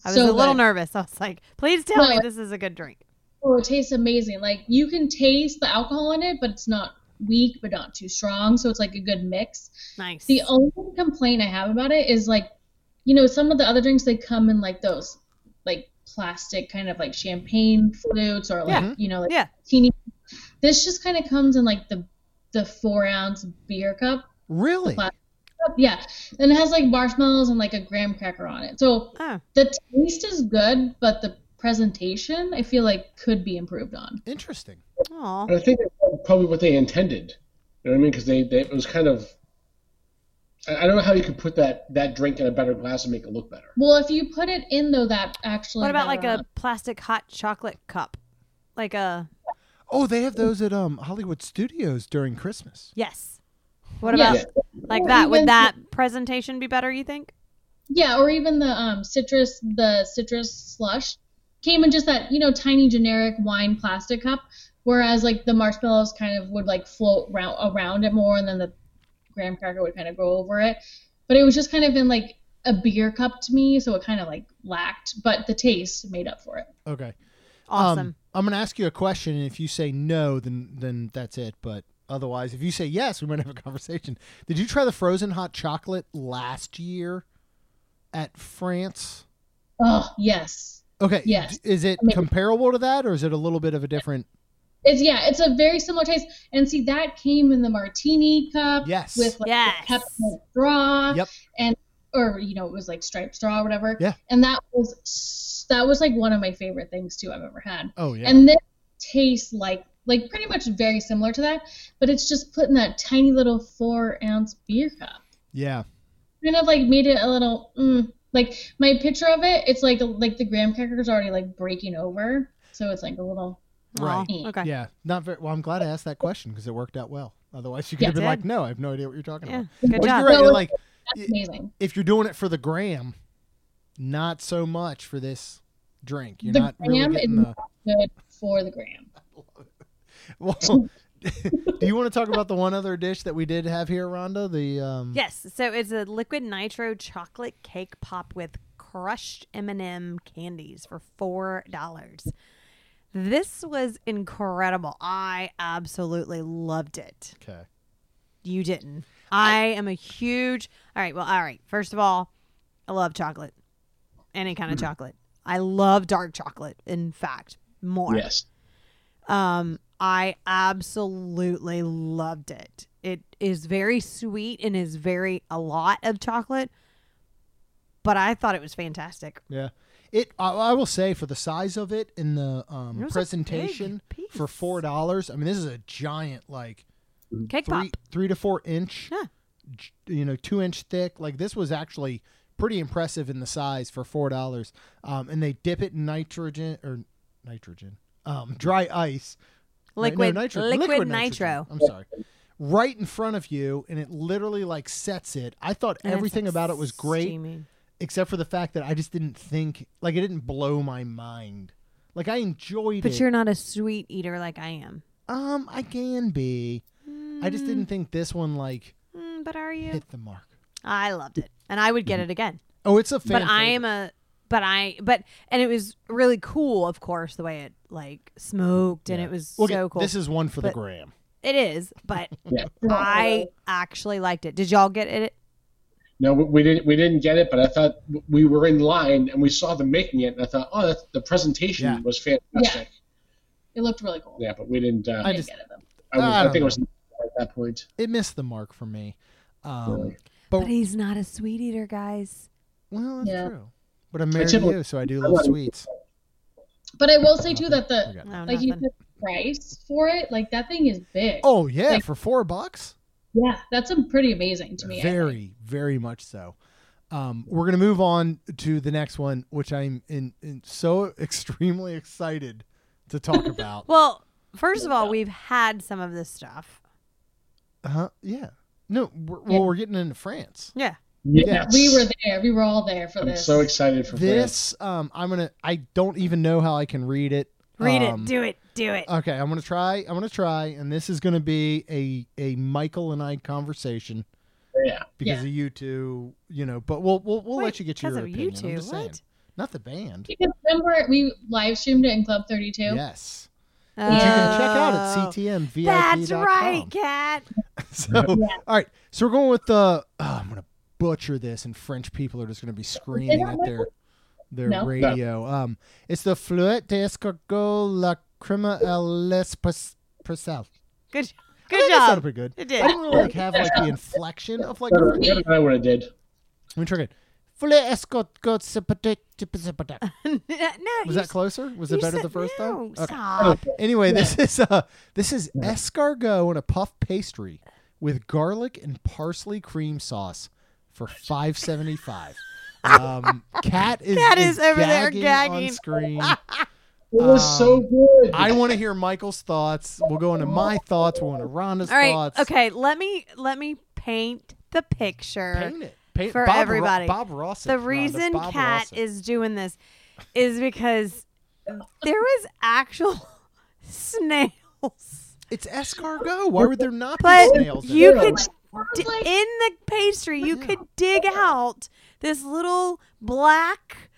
[SPEAKER 2] I was
[SPEAKER 4] So
[SPEAKER 2] a little
[SPEAKER 4] good.
[SPEAKER 2] nervous. I was like, please tell me
[SPEAKER 4] No.
[SPEAKER 2] this is a good drink.
[SPEAKER 4] Oh, it tastes amazing. Like you can taste the alcohol in it, but it's not weak, but not too strong. So it's like a good mix.
[SPEAKER 2] Nice.
[SPEAKER 4] The only complaint I have about it is like, you know, some of the other drinks they come in like those, like plastic kind of like champagne flutes or like
[SPEAKER 1] Yeah.
[SPEAKER 4] you know like
[SPEAKER 2] Yeah.
[SPEAKER 4] teeny. This just kind of comes in like the the four ounce beer cup.
[SPEAKER 1] Really?
[SPEAKER 4] Pla- Yeah, and it has like marshmallows and like a graham cracker on it. So
[SPEAKER 2] Oh,
[SPEAKER 4] the taste is good, but the presentation I feel like could be improved on.
[SPEAKER 1] Interesting.
[SPEAKER 2] aw.
[SPEAKER 3] I think that's probably what they intended. You know what I mean? Because they, they it was kind of. I I don't know how you could put that that drink in a better glass and make it look better.
[SPEAKER 4] Well, if you put it in though, that actually.
[SPEAKER 2] What about
[SPEAKER 4] better
[SPEAKER 2] like a
[SPEAKER 4] on.
[SPEAKER 2] plastic hot chocolate cup? Like a
[SPEAKER 1] Oh, they have those at um Hollywood Studios during Christmas.
[SPEAKER 2] yes. What
[SPEAKER 4] Yeah.
[SPEAKER 2] about
[SPEAKER 3] Yeah.
[SPEAKER 2] like
[SPEAKER 4] Or
[SPEAKER 2] that? Would
[SPEAKER 4] even-
[SPEAKER 2] that presentation be better? You think?
[SPEAKER 4] Yeah, or even the um, citrus, the citrus slush, came in just that you know tiny generic wine plastic cup, whereas like the marshmallows kind of would like float round, around it more, and then the graham cracker would kind of go over it. But it was just kind of in like a beer cup to me, so it kind of like lacked, but the taste made up for it.
[SPEAKER 1] Okay.
[SPEAKER 2] Awesome.
[SPEAKER 1] Um, I'm gonna ask you a question, and if you say no, then then that's it. But otherwise, if you say yes, we might have a conversation. Did you try the frozen hot chocolate last year at France?
[SPEAKER 4] Oh yes,
[SPEAKER 1] Okay.
[SPEAKER 4] Yes.
[SPEAKER 1] d- Is it
[SPEAKER 4] Amazing.
[SPEAKER 1] comparable to that, or is it a little bit of a different?
[SPEAKER 4] it's yeah, it's a very similar taste. And see, that came in the martini cup
[SPEAKER 1] Yes.
[SPEAKER 4] with like
[SPEAKER 2] Yes.
[SPEAKER 4] the peppermint straw.
[SPEAKER 1] Yep.
[SPEAKER 4] And or you know it was like striped straw or whatever.
[SPEAKER 1] Yeah.
[SPEAKER 4] And that was s- that was like one of my favorite things too I've ever had.
[SPEAKER 1] Oh yeah.
[SPEAKER 4] And this tastes like like pretty much very similar to that, but it's just put in that tiny little four ounce beer cup.
[SPEAKER 1] yeah.
[SPEAKER 4] Kind of like made it a little mm, like my picture of it. It's like like the graham crackers already like breaking over, so it's like a little.
[SPEAKER 1] right.
[SPEAKER 2] Aw, okay.
[SPEAKER 1] Yeah. Not very. Well, I'm glad I asked that question because it worked out well. Otherwise, you could
[SPEAKER 4] Yeah.
[SPEAKER 1] have been
[SPEAKER 2] Yeah.
[SPEAKER 1] like, "No, I have no idea what you're talking
[SPEAKER 2] Yeah.
[SPEAKER 1] about."
[SPEAKER 2] Good
[SPEAKER 1] But
[SPEAKER 2] job.
[SPEAKER 1] you're right.
[SPEAKER 4] No,
[SPEAKER 1] Like,
[SPEAKER 4] That's amazing.
[SPEAKER 1] if you're doing it for the gram, not so much for this drink. You're
[SPEAKER 4] The
[SPEAKER 1] not really
[SPEAKER 4] gram
[SPEAKER 1] getting
[SPEAKER 4] is-
[SPEAKER 1] the.
[SPEAKER 4] Good for the gram.
[SPEAKER 1] Well, do you want to talk about the one other dish that we did have here, Rhonda? The um,
[SPEAKER 2] Yes. So it's a liquid nitro chocolate cake pop with crushed M&M candies for four dollars. This was incredible. I absolutely loved it.
[SPEAKER 1] Okay.
[SPEAKER 2] You didn't. I am a huge. All right. Well, all right. First of all, I love chocolate. Any kind
[SPEAKER 3] Mm-hmm.
[SPEAKER 2] of chocolate. I love dark chocolate, in fact, more.
[SPEAKER 3] Yes.
[SPEAKER 2] Um, I absolutely loved it. It is very sweet and is very a lot of chocolate, but I thought it was fantastic.
[SPEAKER 1] Yeah. It. I, I will say for the size of it in the
[SPEAKER 2] It
[SPEAKER 1] um,
[SPEAKER 2] was a
[SPEAKER 1] presentation
[SPEAKER 2] big
[SPEAKER 1] for
[SPEAKER 2] piece.
[SPEAKER 1] four dollars. I mean, this is a giant, like
[SPEAKER 2] Cake
[SPEAKER 1] three
[SPEAKER 2] pop.
[SPEAKER 1] three to four inch,
[SPEAKER 2] Yeah.
[SPEAKER 1] j- you know, two inch thick. Like this was actually pretty impressive in the size for four dollars. Um, and they dip it in nitrogen or nitrogen, um, dry ice, Ni- no,
[SPEAKER 2] Liquid,
[SPEAKER 1] nitro-
[SPEAKER 2] liquid,
[SPEAKER 1] nitrogen.
[SPEAKER 2] nitro.
[SPEAKER 1] I'm sorry. Right in front of you, and it literally like sets it. I thought
[SPEAKER 2] And it's,
[SPEAKER 1] everything
[SPEAKER 2] like,
[SPEAKER 1] about it was great,
[SPEAKER 2] steaming.
[SPEAKER 1] except for the fact that I just didn't think like it didn't blow my mind Like I enjoyed
[SPEAKER 2] But
[SPEAKER 1] it.
[SPEAKER 2] you're not a sweet eater like I am.
[SPEAKER 1] um, I can be. I just didn't think this one like
[SPEAKER 2] Mm, but are you?
[SPEAKER 1] hit the mark.
[SPEAKER 2] I loved it, and I would get it again.
[SPEAKER 1] Oh, it's a fan.
[SPEAKER 2] but I am a. But I. But and it was really cool, of course, the way it like smoked, and it was
[SPEAKER 1] We'll
[SPEAKER 2] so
[SPEAKER 1] get-
[SPEAKER 2] cool.
[SPEAKER 1] This is one for the
[SPEAKER 2] But-
[SPEAKER 1] gram.
[SPEAKER 2] it is, but
[SPEAKER 3] Yeah.
[SPEAKER 2] I actually liked it. Did y'all get it?
[SPEAKER 3] No, we, we didn't. We didn't get it, but I thought we were in line and we saw them making it, and I thought, oh, that's, the presentation
[SPEAKER 1] Yeah.
[SPEAKER 3] was fantastic.
[SPEAKER 4] It looked really cool.
[SPEAKER 3] Yeah, but we didn't. Uh,
[SPEAKER 1] I
[SPEAKER 3] I,
[SPEAKER 1] just-
[SPEAKER 4] didn't get it though.
[SPEAKER 3] was,
[SPEAKER 1] I
[SPEAKER 3] I,
[SPEAKER 1] don't
[SPEAKER 3] think it was at that point.
[SPEAKER 1] It missed the mark for me. Um,
[SPEAKER 3] Really?
[SPEAKER 1] But,
[SPEAKER 2] But he's not a sweet eater, guys.
[SPEAKER 1] well, that's
[SPEAKER 4] Yeah.
[SPEAKER 1] true. But I'm married to
[SPEAKER 3] typically-
[SPEAKER 1] you, so I do love sweets.
[SPEAKER 4] But I will say too that
[SPEAKER 1] I
[SPEAKER 4] the
[SPEAKER 1] got
[SPEAKER 2] No,
[SPEAKER 4] like you
[SPEAKER 2] Oh, nothing.
[SPEAKER 4] said price for it, like that thing is big.
[SPEAKER 1] Oh yeah,
[SPEAKER 4] Like-
[SPEAKER 1] for four bucks.
[SPEAKER 4] Yeah, that's um, pretty amazing to me. I think.
[SPEAKER 1] Very, very much so. Um, we're gonna move on to the next one, which I'm in, in so extremely excited to talk about.
[SPEAKER 2] Well, first of all, we've had some of this stuff.
[SPEAKER 1] huh? Uh-huh, Yeah. No. We're, well, we're getting into France.
[SPEAKER 2] Yeah.
[SPEAKER 1] Yes.
[SPEAKER 4] We were there. We were all there for
[SPEAKER 3] I'm
[SPEAKER 4] this.
[SPEAKER 3] so excited for this.
[SPEAKER 1] This, um, I'm gonna. I don't even know how I can read it.
[SPEAKER 2] Read
[SPEAKER 1] Um,
[SPEAKER 2] it. Do it. Do it.
[SPEAKER 1] Okay, I'm gonna try. I'm gonna try, and this is gonna be a a Michael and I conversation
[SPEAKER 3] Yeah,
[SPEAKER 1] because of
[SPEAKER 4] Yeah.
[SPEAKER 1] you two. You know, but we'll we'll we'll
[SPEAKER 2] Wait,
[SPEAKER 1] let you get your
[SPEAKER 2] because of
[SPEAKER 1] opinion.
[SPEAKER 2] you
[SPEAKER 1] I'm
[SPEAKER 2] two,
[SPEAKER 1] just
[SPEAKER 2] what?
[SPEAKER 1] saying. Not the band.
[SPEAKER 4] Because remember, we live streamed it in Club 32.
[SPEAKER 1] Yes, which you can check out at E ctmvip.com.
[SPEAKER 2] Oh. That's right, Kat.
[SPEAKER 1] So, all right. So we're going with the. Oh, I'm gonna butcher this, and French people are just gonna be screaming
[SPEAKER 4] not
[SPEAKER 1] at their their
[SPEAKER 4] No. No.
[SPEAKER 1] radio. Um, it's the Fluet d'Escargot La Crema et Les Purcell.
[SPEAKER 2] Good,
[SPEAKER 1] I
[SPEAKER 2] good
[SPEAKER 1] think that sounded
[SPEAKER 2] job.
[SPEAKER 1] pretty good.
[SPEAKER 2] It
[SPEAKER 1] I
[SPEAKER 2] did.
[SPEAKER 1] didn't really like have like the inflection of like. a
[SPEAKER 3] better,
[SPEAKER 1] French-
[SPEAKER 3] better than I would have did.
[SPEAKER 1] Let me try again. Fluet d'Escargot Sepate- Sepate-
[SPEAKER 2] no,
[SPEAKER 1] Was
[SPEAKER 2] you
[SPEAKER 1] that closer? Was it
[SPEAKER 2] You
[SPEAKER 1] better
[SPEAKER 2] said
[SPEAKER 1] the first
[SPEAKER 2] no,
[SPEAKER 1] time? Okay.
[SPEAKER 2] Stop.
[SPEAKER 1] Anyway, this is uh this is escargot and a puff pastry with garlic and parsley cream sauce for five seventy five. Um, cat is
[SPEAKER 2] Cat is over there
[SPEAKER 1] on
[SPEAKER 2] gagging.
[SPEAKER 1] screen.
[SPEAKER 3] It was so
[SPEAKER 1] Um,
[SPEAKER 3] good.
[SPEAKER 1] I want to hear Michael's thoughts. We'll go into my thoughts. We'll go into Rhonda's
[SPEAKER 2] All right.
[SPEAKER 1] thoughts.
[SPEAKER 2] Okay. Let me let me paint the picture.
[SPEAKER 1] Paint it. Paint
[SPEAKER 2] For
[SPEAKER 1] Bob Ro-
[SPEAKER 2] everybody.
[SPEAKER 1] Bob Ross.
[SPEAKER 2] the reason
[SPEAKER 1] Bob
[SPEAKER 2] Kat
[SPEAKER 1] Rossett.
[SPEAKER 2] is doing this is because there was actual snails.
[SPEAKER 1] it's escargot. Why would there not
[SPEAKER 2] But
[SPEAKER 1] be snails? in
[SPEAKER 2] you
[SPEAKER 1] it?
[SPEAKER 2] could d-
[SPEAKER 4] Sounds like-
[SPEAKER 2] in the pastry you could dig out this little black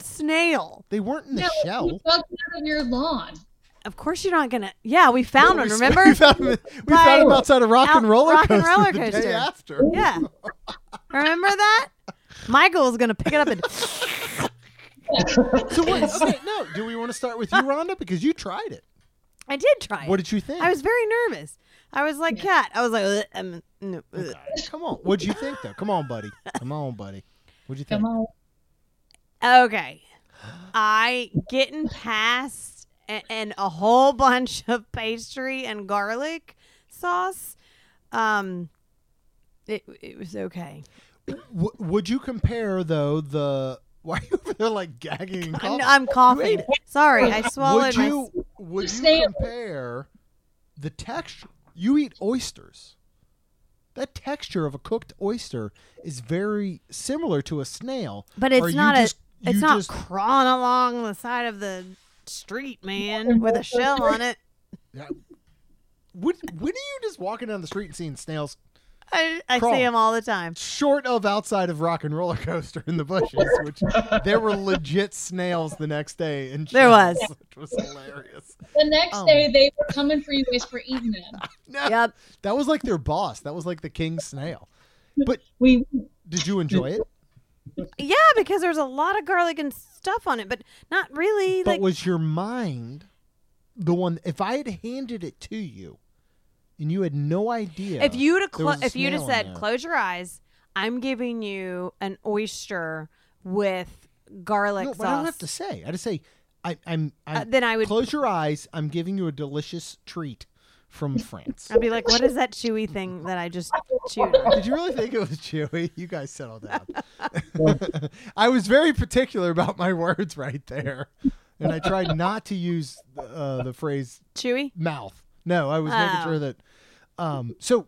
[SPEAKER 2] snail.
[SPEAKER 1] They weren't in the
[SPEAKER 4] Yeah,
[SPEAKER 1] shell.
[SPEAKER 4] You walked out of your lawn.
[SPEAKER 2] Of course you're not gonna. Yeah, we found
[SPEAKER 1] Yeah,
[SPEAKER 2] one.
[SPEAKER 1] we-
[SPEAKER 2] Remember?
[SPEAKER 1] We found, him, we
[SPEAKER 2] By-
[SPEAKER 1] found him outside of Rock
[SPEAKER 2] out-
[SPEAKER 1] and Roller
[SPEAKER 2] Rock and
[SPEAKER 1] Coaster
[SPEAKER 2] Roller
[SPEAKER 1] the
[SPEAKER 2] Coaster.
[SPEAKER 1] day after.
[SPEAKER 2] Yeah. Remember that? Michael was gonna pick it up and
[SPEAKER 1] So what? Okay, no. Do we want to start with you, Rhonda? Because you tried it.
[SPEAKER 2] I did try.
[SPEAKER 1] What
[SPEAKER 2] it.
[SPEAKER 1] did you think?
[SPEAKER 2] I was very nervous. I was like, Cat. I was like, "Ugh, um, no, ugh."
[SPEAKER 1] God, Come on. What'd you think, though? Come on, buddy. Come on, buddy. What'd you think?
[SPEAKER 4] Come on.
[SPEAKER 2] Okay. I getting past and, and a whole bunch of pastry and garlic sauce. Um it it was okay.
[SPEAKER 1] W- would you compare though the why are you over there like gagging? and
[SPEAKER 2] I'm,
[SPEAKER 1] coughing?
[SPEAKER 2] I'm coughing.
[SPEAKER 1] Wait.
[SPEAKER 2] Sorry, I swallowed
[SPEAKER 1] would you would you
[SPEAKER 4] Snail.
[SPEAKER 1] compare the texture? You eat oysters. That texture of a cooked oyster is very similar to a snail.
[SPEAKER 2] my But
[SPEAKER 1] Are
[SPEAKER 2] it's
[SPEAKER 1] you
[SPEAKER 2] not a
[SPEAKER 1] just-
[SPEAKER 2] it's
[SPEAKER 1] you
[SPEAKER 2] not
[SPEAKER 1] just-
[SPEAKER 2] crawling along the side of the street, man, with a shell on it.
[SPEAKER 1] When, when are you just walking down the street and seeing snails
[SPEAKER 2] I, I
[SPEAKER 1] Crawl.
[SPEAKER 2] see them all the time.
[SPEAKER 1] short of outside of Rock and Roller Coaster in the bushes, which there were legit snails the next day. And
[SPEAKER 2] There was.
[SPEAKER 1] which was hilarious.
[SPEAKER 4] The next
[SPEAKER 2] Oh.
[SPEAKER 1] Um.
[SPEAKER 4] day, they were coming for you guys for eating them.
[SPEAKER 1] No,
[SPEAKER 2] Yep.
[SPEAKER 1] that was like their boss. That was like the king snail.
[SPEAKER 4] We
[SPEAKER 1] Did you enjoy it?
[SPEAKER 2] Yeah, because there's a lot of garlic and stuff on it, but not really
[SPEAKER 1] But
[SPEAKER 2] like
[SPEAKER 1] was your mind the one? If I had handed it to you, and you had no idea,
[SPEAKER 2] If you'd have
[SPEAKER 1] there
[SPEAKER 2] clo-
[SPEAKER 1] was a
[SPEAKER 2] if you'd have
[SPEAKER 1] snail in
[SPEAKER 2] said
[SPEAKER 1] there.
[SPEAKER 2] close your eyes, I'm giving you an oyster with garlic
[SPEAKER 1] no, but I don't
[SPEAKER 2] sauce.
[SPEAKER 1] have to say. I just say, I, I'm. I'm
[SPEAKER 2] uh, then I would
[SPEAKER 1] close your eyes. I'm giving you a delicious treat from France.
[SPEAKER 2] I'd be like, what is that chewy thing that I just chewed? on?"
[SPEAKER 1] Did you really think it was Chewy? You guys settled down. I was very particular about my words right there, and I tried not to use uh, the phrase
[SPEAKER 2] Chewy?
[SPEAKER 1] mouth. No, I was making
[SPEAKER 2] Oh.
[SPEAKER 1] sure that. Um. So,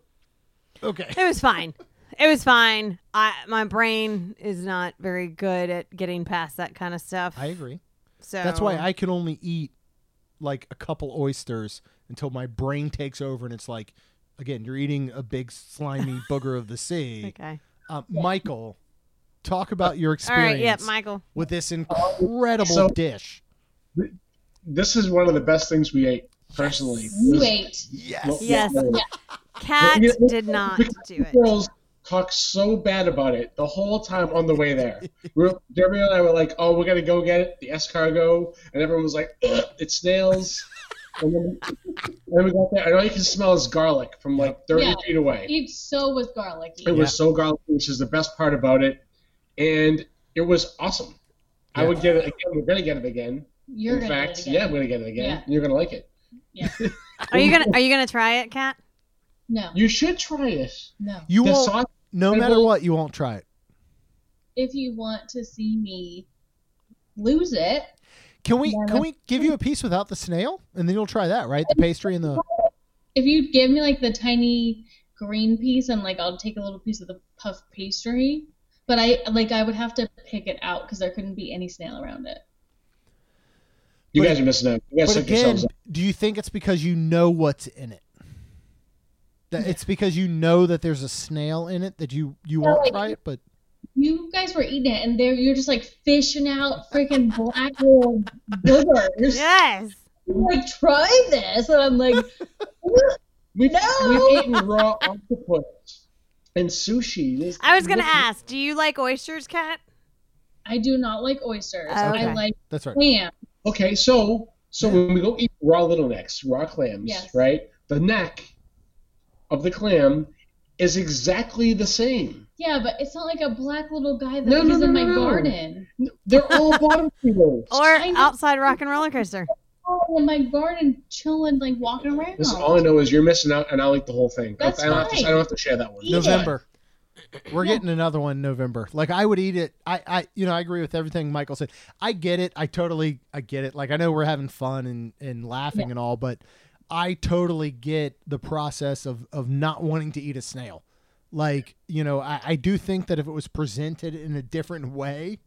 [SPEAKER 1] okay.
[SPEAKER 2] It was fine. It was fine. I my brain is not very good at getting past that kind of stuff.
[SPEAKER 1] I agree.
[SPEAKER 2] So
[SPEAKER 1] That's why I can only eat like a couple oysters until my brain takes over and it's like, again, you're eating a big slimy booger of the sea.
[SPEAKER 2] Okay.
[SPEAKER 1] Uh, Michael, talk about your
[SPEAKER 2] All
[SPEAKER 1] experience
[SPEAKER 2] right. Yep. Michael.
[SPEAKER 1] with this incredible
[SPEAKER 3] So-
[SPEAKER 1] dish.
[SPEAKER 3] This is one of the best things we ate personally.
[SPEAKER 4] You ate.
[SPEAKER 1] Yes.
[SPEAKER 2] Yes. Cat
[SPEAKER 3] You know,
[SPEAKER 2] did not do
[SPEAKER 3] the
[SPEAKER 2] it.
[SPEAKER 3] Girls talked so bad about it the whole time on the way there. We were, Jeremy and I were like, "Oh, we're gonna go get it, the escargot," and everyone was like, "Ugh, "It's snails." and, then, and then we got there, and all you can smell is garlic from like 30
[SPEAKER 4] Yeah.
[SPEAKER 3] feet away.
[SPEAKER 4] It so was garlicky.
[SPEAKER 3] It was so garlic, which is the best part about it, and it was awesome. I
[SPEAKER 1] Yeah.
[SPEAKER 3] would get it again. We're gonna get it again.
[SPEAKER 4] You're
[SPEAKER 3] In
[SPEAKER 4] gonna
[SPEAKER 3] fact,
[SPEAKER 4] get it
[SPEAKER 3] yeah,
[SPEAKER 4] again.
[SPEAKER 3] I'm gonna get it again.
[SPEAKER 4] Yeah.
[SPEAKER 3] You're gonna like it.
[SPEAKER 2] Are you gonna Are you gonna try it, Cat?
[SPEAKER 4] No,
[SPEAKER 3] You should try it.
[SPEAKER 4] no.
[SPEAKER 1] You
[SPEAKER 3] the
[SPEAKER 1] won't,
[SPEAKER 3] sauce
[SPEAKER 1] no
[SPEAKER 3] I
[SPEAKER 1] matter
[SPEAKER 3] will-
[SPEAKER 1] what, you won't try it.
[SPEAKER 4] If you want to see me lose it,
[SPEAKER 1] Can we
[SPEAKER 4] Yeah,
[SPEAKER 1] can we give you a piece without the snail, and then you'll try that, right? The pastry and the
[SPEAKER 4] if you give me like the tiny green piece and like I'll take a little piece of the puff pastry, but I like I would have to pick it out because there couldn't be any snail around it.
[SPEAKER 3] You
[SPEAKER 1] But-
[SPEAKER 3] guys are missing out. You guys
[SPEAKER 1] But
[SPEAKER 3] set
[SPEAKER 1] again,
[SPEAKER 3] yourselves up.
[SPEAKER 1] do you think it's because you know what's in it? That it's because you know that there's a snail in it that you you won't try it, but
[SPEAKER 4] You guys were eating it and there you're just like fishing out freaking black little boogers.
[SPEAKER 2] Yes.
[SPEAKER 4] You're like try this, and I'm like,
[SPEAKER 3] We've,
[SPEAKER 4] No!
[SPEAKER 3] we've eaten raw octopus and sushi. This-
[SPEAKER 2] I was gonna ask. Do you like oysters, Cat?
[SPEAKER 4] I do not like oysters.
[SPEAKER 2] Oh, okay.
[SPEAKER 4] I like
[SPEAKER 1] that's right.
[SPEAKER 4] clam.
[SPEAKER 3] Okay, so so when we go eat raw little necks, raw clams,
[SPEAKER 4] Yes.
[SPEAKER 3] right? The neck of the clam is exactly the same.
[SPEAKER 4] Yeah, but it's not like a black little guy that
[SPEAKER 3] No,
[SPEAKER 4] lives
[SPEAKER 3] no, no,
[SPEAKER 4] in my
[SPEAKER 3] no, no.
[SPEAKER 4] garden.
[SPEAKER 3] They're all bottom feeders.
[SPEAKER 2] Or
[SPEAKER 4] I know.
[SPEAKER 2] outside rock and roller coaster?
[SPEAKER 4] Oh, in my garden, chilling, like walking around.
[SPEAKER 3] This all I know is you're missing out, and I'll eat the whole thing. I-
[SPEAKER 4] That's
[SPEAKER 3] I, don't have to,
[SPEAKER 4] fine.
[SPEAKER 3] I don't have to share that one.
[SPEAKER 4] Eat it.
[SPEAKER 1] November. We're getting another one in November. Like I would eat it. I, I you know, I agree with everything Michael said. I get it. I totally I get it. Like I know we're having fun and, and laughing and all, but I totally get the process of, of not wanting to eat a snail. Like, you know, I, I do think that if it was presented in a different way,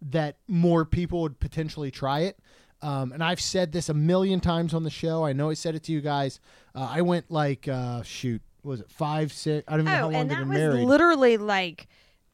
[SPEAKER 1] that more people would potentially try it. Um, and I've said this a million times on the show. I know I said it to you guys. Uh, I went like, uh, shoot, what was it five, six? I don't even know how
[SPEAKER 2] Oh,
[SPEAKER 1] long
[SPEAKER 2] and
[SPEAKER 1] they've
[SPEAKER 2] that
[SPEAKER 1] been
[SPEAKER 2] was
[SPEAKER 1] married.
[SPEAKER 2] literally like,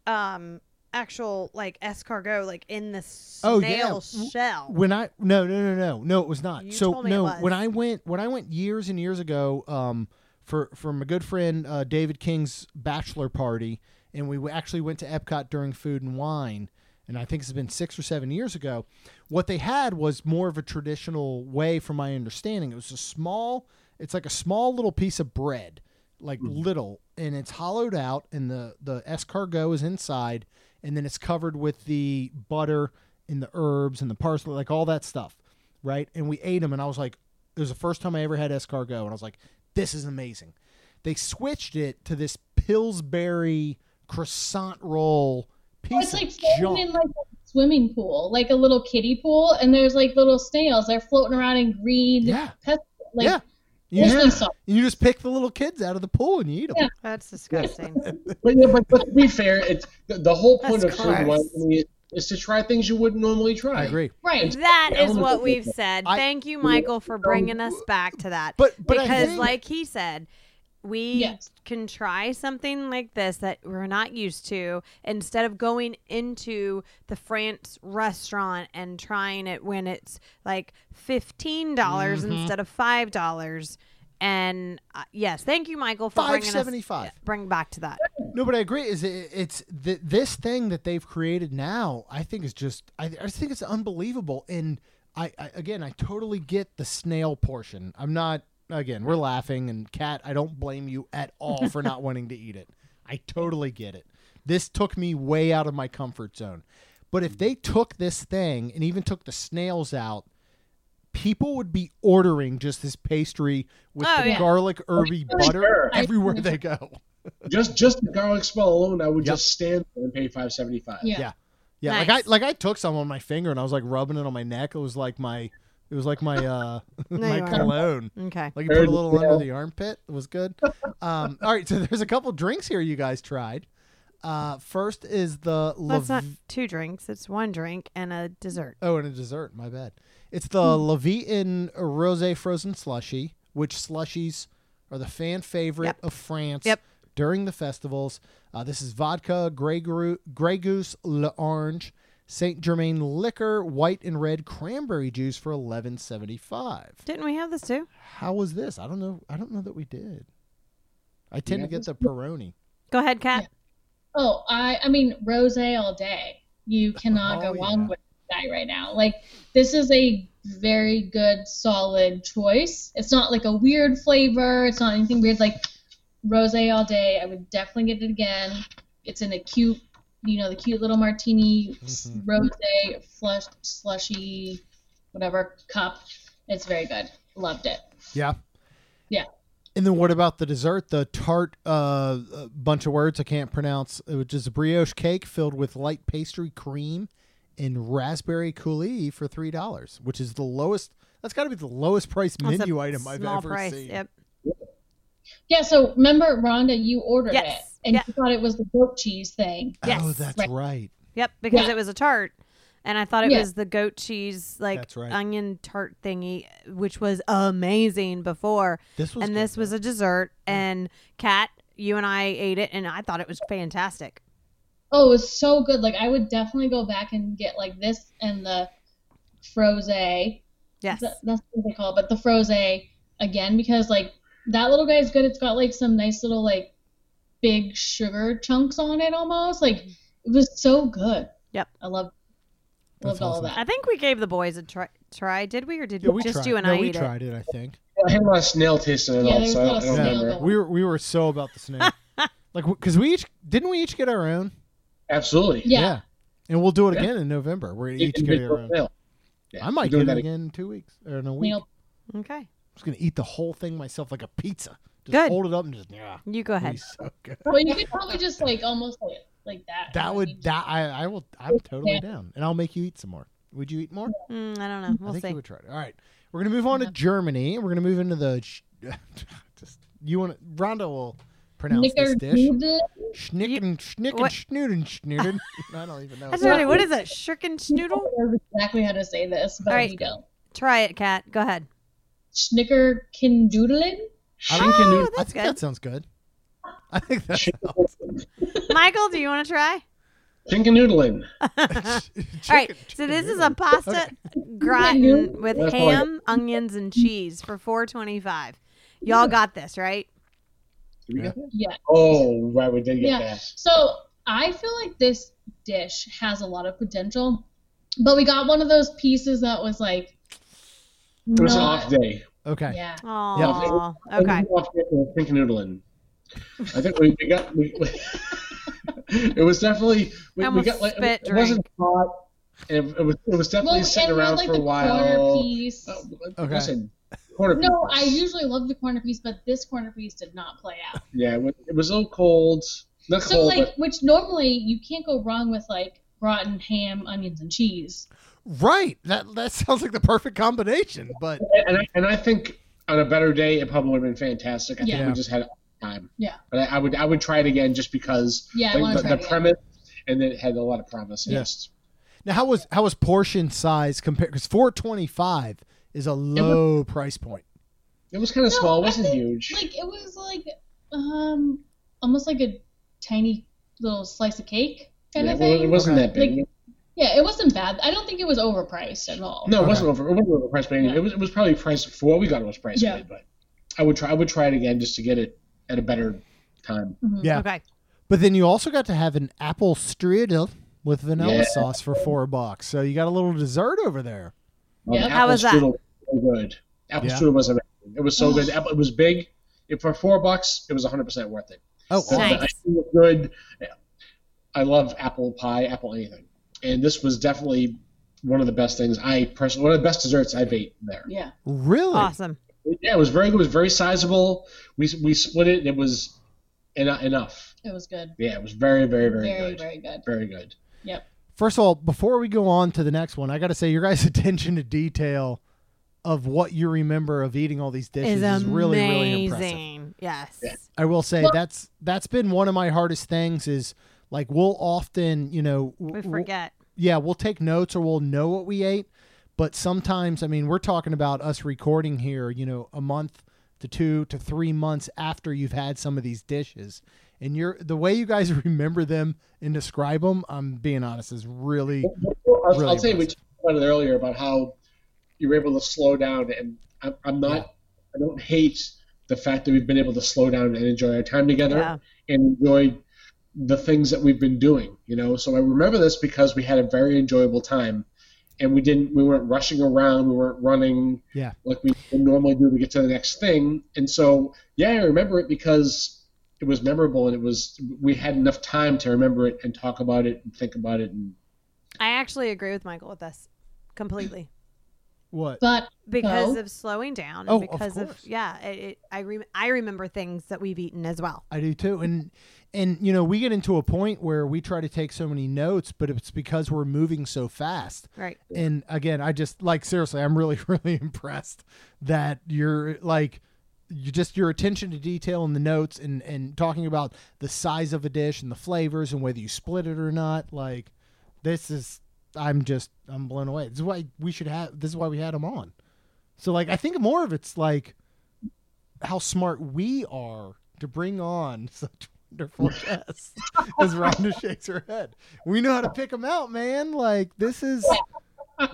[SPEAKER 2] um, actual like escargot, like in the
[SPEAKER 1] Oh,
[SPEAKER 2] snail
[SPEAKER 1] yeah.
[SPEAKER 2] shell.
[SPEAKER 1] when I no no no no no it was not.
[SPEAKER 2] You
[SPEAKER 1] so
[SPEAKER 2] told me it
[SPEAKER 1] no
[SPEAKER 2] was.
[SPEAKER 1] when I went when I went years and years ago um for from a good friend uh, David King's bachelor party and we actually went to Epcot during food and wine and I think it's been 6 or 7 years ago what they had was more of a traditional way from my understanding it was a small it's like a small little piece of bread like little and it's hollowed out and the the escargot is inside and then it's covered with the butter and the herbs and the parsley like all that stuff right and we ate them and i was like it was the first time i ever had escargot and i was like this is amazing they switched it to this pillsbury croissant roll piece
[SPEAKER 4] Oh, It's like
[SPEAKER 1] of
[SPEAKER 4] floating
[SPEAKER 1] junk
[SPEAKER 4] in like a swimming pool, like a little kiddie pool, and there's like little snails. They're floating around in green,
[SPEAKER 1] yeah
[SPEAKER 4] pes- like
[SPEAKER 1] yeah you
[SPEAKER 4] Disney
[SPEAKER 1] just,
[SPEAKER 4] song.
[SPEAKER 1] you just pick the little kids out of the pool and you eat them
[SPEAKER 4] Yeah.
[SPEAKER 2] That's disgusting.
[SPEAKER 3] But, yeah, but, but to be fair, it's, the, the whole point
[SPEAKER 2] That's
[SPEAKER 3] of food and wine
[SPEAKER 2] gross.
[SPEAKER 3] I mean, is to try things you wouldn't normally try.
[SPEAKER 1] i agree
[SPEAKER 4] right.
[SPEAKER 2] that
[SPEAKER 3] Yeah,
[SPEAKER 2] is
[SPEAKER 3] I'm
[SPEAKER 2] what
[SPEAKER 3] with
[SPEAKER 2] we've
[SPEAKER 3] you.
[SPEAKER 2] said.
[SPEAKER 1] I-
[SPEAKER 2] Thank you, Michael, for bringing us back to that.
[SPEAKER 1] but but I
[SPEAKER 2] because,
[SPEAKER 1] think-
[SPEAKER 2] like he said, we
[SPEAKER 4] Yes.
[SPEAKER 2] can try something like this that we're not used to instead of going into the France restaurant and trying it when it's like fifteen dollars
[SPEAKER 1] Mm-hmm.
[SPEAKER 2] instead of five dollars. And uh, yes, thank you, Michael, for bringing us
[SPEAKER 1] $5.75.
[SPEAKER 2] Bring back to that.
[SPEAKER 1] No, but I agree. Is it, it's th- this thing that they've created now? I think is just. I, I just think it's unbelievable. And I, I again, I totally get the snail portion. I'm not. Again, we're laughing and cat. I don't blame you at all for not wanting to eat it. I totally get it. This took me way out of my comfort zone. But if they took this thing and even took the snails out, people would be ordering just this pastry with
[SPEAKER 2] Oh,
[SPEAKER 1] the
[SPEAKER 2] yeah.
[SPEAKER 1] garlic, herby butter
[SPEAKER 3] sure.
[SPEAKER 1] everywhere they go.
[SPEAKER 3] Just just the garlic smell alone, I would
[SPEAKER 1] Yep.
[SPEAKER 3] just stand there and pay five seventy five.
[SPEAKER 4] Yeah.
[SPEAKER 1] Yeah. Yeah, like
[SPEAKER 2] Nice.
[SPEAKER 1] I like I took some on my finger and I was like rubbing it on my neck. It was like my it was like my uh my
[SPEAKER 2] you are.
[SPEAKER 1] cologne.
[SPEAKER 2] Okay.
[SPEAKER 1] Like you put a
[SPEAKER 3] Heard
[SPEAKER 1] little
[SPEAKER 3] you.
[SPEAKER 1] under the armpit. It was good. Um all right, so there's a couple drinks here you guys tried. Uh, first is the
[SPEAKER 2] That's
[SPEAKER 1] Lev-
[SPEAKER 2] not two drinks. It's one drink and a dessert.
[SPEAKER 1] Oh, and a dessert. My bad. It's the
[SPEAKER 2] Hmm.
[SPEAKER 1] Levitan Rosé Frozen Slushy, which slushies are the fan favorite
[SPEAKER 2] Yep.
[SPEAKER 1] of France
[SPEAKER 2] Yep.
[SPEAKER 1] during the festivals. Uh, this is vodka, Grey, Gru- Grey Goose, L'Orange, Saint Germain liquor, white and red cranberry juice for eleven seventy five.
[SPEAKER 2] Didn't we have this too?
[SPEAKER 1] How was this? I don't know. I don't know that we did. I tend
[SPEAKER 3] Yeah.
[SPEAKER 1] to get the Peroni.
[SPEAKER 2] Go ahead, Kat.
[SPEAKER 4] Oh, I I mean rose all day. You cannot
[SPEAKER 1] Oh,
[SPEAKER 4] go wrong
[SPEAKER 1] yeah.
[SPEAKER 4] with that right now. Like this is a very good solid choice. It's not like a weird flavor. It's not anything weird. Like rose all day. I would definitely get it again. It's in a cute, you know, the cute little martini s-
[SPEAKER 1] Mhm.
[SPEAKER 4] rose flush slushy, whatever cup. It's very good. Loved it.
[SPEAKER 1] Yeah.
[SPEAKER 4] Yeah.
[SPEAKER 1] And then what about the dessert? The tart, uh, a bunch of words I can't pronounce, which is a brioche cake filled with light pastry cream and raspberry coulis for three dollars, which is the lowest. That's got to be the lowest price
[SPEAKER 2] That's a
[SPEAKER 1] menu item I've
[SPEAKER 2] small
[SPEAKER 1] ever
[SPEAKER 2] price.
[SPEAKER 1] seen.
[SPEAKER 2] Yep.
[SPEAKER 4] Yeah. So remember, Rhonda, you ordered
[SPEAKER 2] Yes.
[SPEAKER 4] it, and
[SPEAKER 2] Yeah.
[SPEAKER 4] you thought it was the goat cheese thing.
[SPEAKER 1] Oh,
[SPEAKER 2] Yes.
[SPEAKER 1] that's right.
[SPEAKER 4] Right.
[SPEAKER 2] Yep. Because
[SPEAKER 4] Yeah.
[SPEAKER 2] it was a tart, and I thought it
[SPEAKER 4] Yeah.
[SPEAKER 2] was the goat cheese like
[SPEAKER 1] That's right.
[SPEAKER 2] onion tart thingy, which was amazing before.
[SPEAKER 1] This was
[SPEAKER 2] and this was a dessert. And Kat, you and I ate it, and I thought it was fantastic.
[SPEAKER 4] Oh, it was so good. Like I would definitely go back and get like this and the froze. That,
[SPEAKER 2] Yes.
[SPEAKER 4] that's what they call it, but the froze again because like that little guy is good. It's got like some nice little like big sugar chunks on it almost. Like it was so good.
[SPEAKER 2] Yep.
[SPEAKER 4] I love
[SPEAKER 1] That's
[SPEAKER 4] loved all of
[SPEAKER 1] awesome.
[SPEAKER 4] that.
[SPEAKER 2] I think we gave the boys a try. Try did we or did
[SPEAKER 1] Yeah, we
[SPEAKER 2] just
[SPEAKER 1] tried.
[SPEAKER 2] you and
[SPEAKER 1] no,
[SPEAKER 2] I
[SPEAKER 1] we
[SPEAKER 2] eat
[SPEAKER 1] tried it. I think.
[SPEAKER 3] I had a lot of snail taste in it
[SPEAKER 4] Yeah,
[SPEAKER 3] all,
[SPEAKER 4] there's
[SPEAKER 3] so I don't, I
[SPEAKER 4] a
[SPEAKER 3] don't
[SPEAKER 4] lot of
[SPEAKER 1] Yeah,
[SPEAKER 4] snail.
[SPEAKER 3] remember.
[SPEAKER 1] we were we were so about the snail, like because we each didn't we each get our own.
[SPEAKER 3] Absolutely.
[SPEAKER 4] Yeah.
[SPEAKER 1] And we'll do it
[SPEAKER 3] Yeah.
[SPEAKER 1] again in November. We're
[SPEAKER 3] You
[SPEAKER 1] each
[SPEAKER 3] can
[SPEAKER 1] getting
[SPEAKER 3] make
[SPEAKER 1] our own.
[SPEAKER 3] snail. Yeah,
[SPEAKER 1] I might
[SPEAKER 3] we're
[SPEAKER 1] get
[SPEAKER 3] doing
[SPEAKER 1] it
[SPEAKER 3] that
[SPEAKER 1] again in two weeks or in a week.
[SPEAKER 4] You know,
[SPEAKER 2] it? Okay.
[SPEAKER 1] I'm just gonna eat the whole thing myself like a pizza. Just
[SPEAKER 2] Good.
[SPEAKER 1] hold it up and just yeah.
[SPEAKER 2] You go ahead.
[SPEAKER 1] So good.
[SPEAKER 4] well, you could probably just like almost like, like that.
[SPEAKER 1] That
[SPEAKER 4] You
[SPEAKER 1] would
[SPEAKER 4] know,
[SPEAKER 1] that I, I will I'm totally down. And I'll make you eat some more. Would you eat more?
[SPEAKER 2] Mm, I don't know.
[SPEAKER 1] I
[SPEAKER 2] We'll
[SPEAKER 1] think
[SPEAKER 2] see.
[SPEAKER 1] you would try it. All right. We're gonna move on to Germany. We're gonna move into the sh- just you wanna Rhonda will pronounce this dish.
[SPEAKER 4] Knickerdoodle.
[SPEAKER 1] Schnicken schnicken
[SPEAKER 2] what-
[SPEAKER 1] schnuden schnuden. I don't even know.
[SPEAKER 2] I don't know, what is that? Shurkin schnoodle?
[SPEAKER 4] knows exactly how to say this, but
[SPEAKER 2] Alright.
[SPEAKER 4] we don't.
[SPEAKER 2] Try it, Kat. Go ahead.
[SPEAKER 4] Schnickerkindoodling?
[SPEAKER 2] Oh,
[SPEAKER 1] I
[SPEAKER 2] that's
[SPEAKER 1] think
[SPEAKER 2] good.
[SPEAKER 1] that sounds good. I think that's
[SPEAKER 2] Michael, do you want to try?
[SPEAKER 3] Chicken noodling.
[SPEAKER 2] All right. So this is a pasta gratin with
[SPEAKER 3] That's all I
[SPEAKER 2] ham, onions, and cheese for four twenty-five. Y'all got this, right?
[SPEAKER 3] Did we get that?
[SPEAKER 4] Yeah.
[SPEAKER 3] Oh, right, we did get
[SPEAKER 4] Yeah.
[SPEAKER 3] that.
[SPEAKER 4] So I feel like this dish has a lot of potential, but we got one of those pieces that was like,
[SPEAKER 3] It was an
[SPEAKER 4] not-
[SPEAKER 3] off day.
[SPEAKER 1] Okay.
[SPEAKER 4] yeah,
[SPEAKER 2] Oh,
[SPEAKER 3] It was
[SPEAKER 2] okay.
[SPEAKER 3] an off day for Chicken noodling. I think we, we got. We, we- it was definitely. We,
[SPEAKER 2] I
[SPEAKER 3] we
[SPEAKER 2] almost
[SPEAKER 3] got like.
[SPEAKER 2] spit
[SPEAKER 3] It, wasn't hot. And it, it was. It was definitely
[SPEAKER 4] Well,
[SPEAKER 3] sitting
[SPEAKER 4] and we had,
[SPEAKER 3] around
[SPEAKER 4] like,
[SPEAKER 3] for a
[SPEAKER 4] the
[SPEAKER 3] while.
[SPEAKER 4] corner piece.
[SPEAKER 3] Oh,
[SPEAKER 1] Okay.
[SPEAKER 3] Listen, quarter piece.
[SPEAKER 4] No, I usually love the corner piece, but this corner piece did not play out.
[SPEAKER 3] Yeah, it was, it was a little cold. Not
[SPEAKER 4] So
[SPEAKER 3] cold,
[SPEAKER 4] like, which normally you can't go wrong with like rotten ham, onions, and cheese.
[SPEAKER 1] Right. That that sounds like the perfect combination, but
[SPEAKER 3] but and I, and I think on a better day it probably would have been fantastic. I
[SPEAKER 4] Yeah.
[SPEAKER 3] think we just had time.
[SPEAKER 4] Yeah.
[SPEAKER 3] But I, I would I would try it again just because
[SPEAKER 4] Yeah, I
[SPEAKER 3] like,
[SPEAKER 4] wanna
[SPEAKER 3] the,
[SPEAKER 4] try
[SPEAKER 3] the
[SPEAKER 4] it again.
[SPEAKER 3] premise and it had a lot of promise.
[SPEAKER 1] Yeah.
[SPEAKER 3] Yes.
[SPEAKER 1] Now, how was how was portion size compared? Because four twenty five is a low price point.
[SPEAKER 3] It was kind of
[SPEAKER 4] No,
[SPEAKER 3] small. It
[SPEAKER 4] I
[SPEAKER 3] wasn't
[SPEAKER 4] think,
[SPEAKER 3] huge.
[SPEAKER 4] Like it was like um almost like a tiny little slice of cake kind
[SPEAKER 3] Yeah,
[SPEAKER 4] of
[SPEAKER 3] well,
[SPEAKER 4] thing.
[SPEAKER 3] it wasn't that big.
[SPEAKER 4] Like- Yeah, it wasn't bad. I don't think it was overpriced at all.
[SPEAKER 3] no, it
[SPEAKER 1] Okay.
[SPEAKER 3] wasn't over. It wasn't overpriced by any.
[SPEAKER 4] Yeah.
[SPEAKER 3] It was. It was probably priced for what we got. It was priced.
[SPEAKER 4] Yeah.
[SPEAKER 3] Yeah. But I would try. I would try it again just to get it at a better time.
[SPEAKER 4] Mhm.
[SPEAKER 1] Yeah.
[SPEAKER 2] Mm-hmm. Okay.
[SPEAKER 1] But then you also got to have an apple strudel with vanilla
[SPEAKER 3] Yeah.
[SPEAKER 1] sauce for four bucks. So you got a little dessert over there.
[SPEAKER 3] Um,
[SPEAKER 4] Yeah.
[SPEAKER 3] apple
[SPEAKER 2] How was that?
[SPEAKER 3] strudel was so good. Apple
[SPEAKER 1] Yeah.
[SPEAKER 3] strudel was amazing. It was so good. Apple, it was big. It, for four bucks, it was 100% worth it.
[SPEAKER 1] Oh,
[SPEAKER 3] The- the
[SPEAKER 2] Nice.
[SPEAKER 3] ice cream was good. I love apple pie, apple anything, and this was definitely one of the best things I personally, one of the best desserts I've ate there.
[SPEAKER 4] Yeah.
[SPEAKER 1] really?
[SPEAKER 2] Awesome.
[SPEAKER 3] Yeah, it was very good. It was very sizable. We we split it, and it was en- enough.
[SPEAKER 4] It was good.
[SPEAKER 3] Yeah, it was very very very,
[SPEAKER 4] Very, very
[SPEAKER 3] good.
[SPEAKER 4] good.
[SPEAKER 3] Very good.
[SPEAKER 4] Yep.
[SPEAKER 1] First of all, before we go on to the next one, I got to say your guys' attention to detail of what you remember of eating all these dishes
[SPEAKER 2] Is
[SPEAKER 1] is,
[SPEAKER 2] amazing.
[SPEAKER 1] really really impressive.
[SPEAKER 2] Yes.
[SPEAKER 3] Yeah.
[SPEAKER 1] I will say
[SPEAKER 4] Well-
[SPEAKER 1] that's that's been one of my hardest things is Like we'll often, you know, w-
[SPEAKER 2] We
[SPEAKER 1] w-
[SPEAKER 2] forget.
[SPEAKER 1] yeah, we'll take notes or we'll know what we ate. But sometimes, I mean, we're talking about us recording here, you know, a month to two to three months after you've had some of these dishes. And you're the way you guys remember them and describe them, I'm being honest, is really
[SPEAKER 3] Well, I'll,
[SPEAKER 1] Really
[SPEAKER 3] I'll tell you, we
[SPEAKER 1] impressive.
[SPEAKER 3] talked about it earlier about how you were able to slow down, and I'm, I'm not, I don't hate the fact that we've been able to slow down and enjoy our time together
[SPEAKER 2] Yeah.
[SPEAKER 3] and enjoy the things that we've been doing. You know, so I remember this because we had a very enjoyable time, and we didn't, we weren't rushing around, we weren't running
[SPEAKER 1] Yeah.
[SPEAKER 3] like we would normally do to get to the next thing, and so yeah, I remember it because. It was memorable, and it was we had enough time to remember it and talk about it and think about it and
[SPEAKER 2] I actually agree with Michael with this completely
[SPEAKER 1] what
[SPEAKER 4] But
[SPEAKER 2] because
[SPEAKER 4] No.
[SPEAKER 2] of slowing down. And
[SPEAKER 1] Oh, of
[SPEAKER 2] because of,
[SPEAKER 1] course.
[SPEAKER 2] yeah, it, it, I re- I remember things that we've eaten as well.
[SPEAKER 1] I do too. And and you know, we get into a point where we try to take so many notes, but it's because we're moving so fast.
[SPEAKER 2] Right.
[SPEAKER 1] And again, I just like seriously, I'm really really impressed that you're like you just your attention to detail in the notes and and talking about the size of a dish and the flavors and whether you split it or not. Like this is I'm just I'm blown away. This is why we should have this is why we had them on. So like I think more of it's like how smart we are to bring on such wonderful guests as Rhonda shakes her head. We know how to pick them out, man. Like this is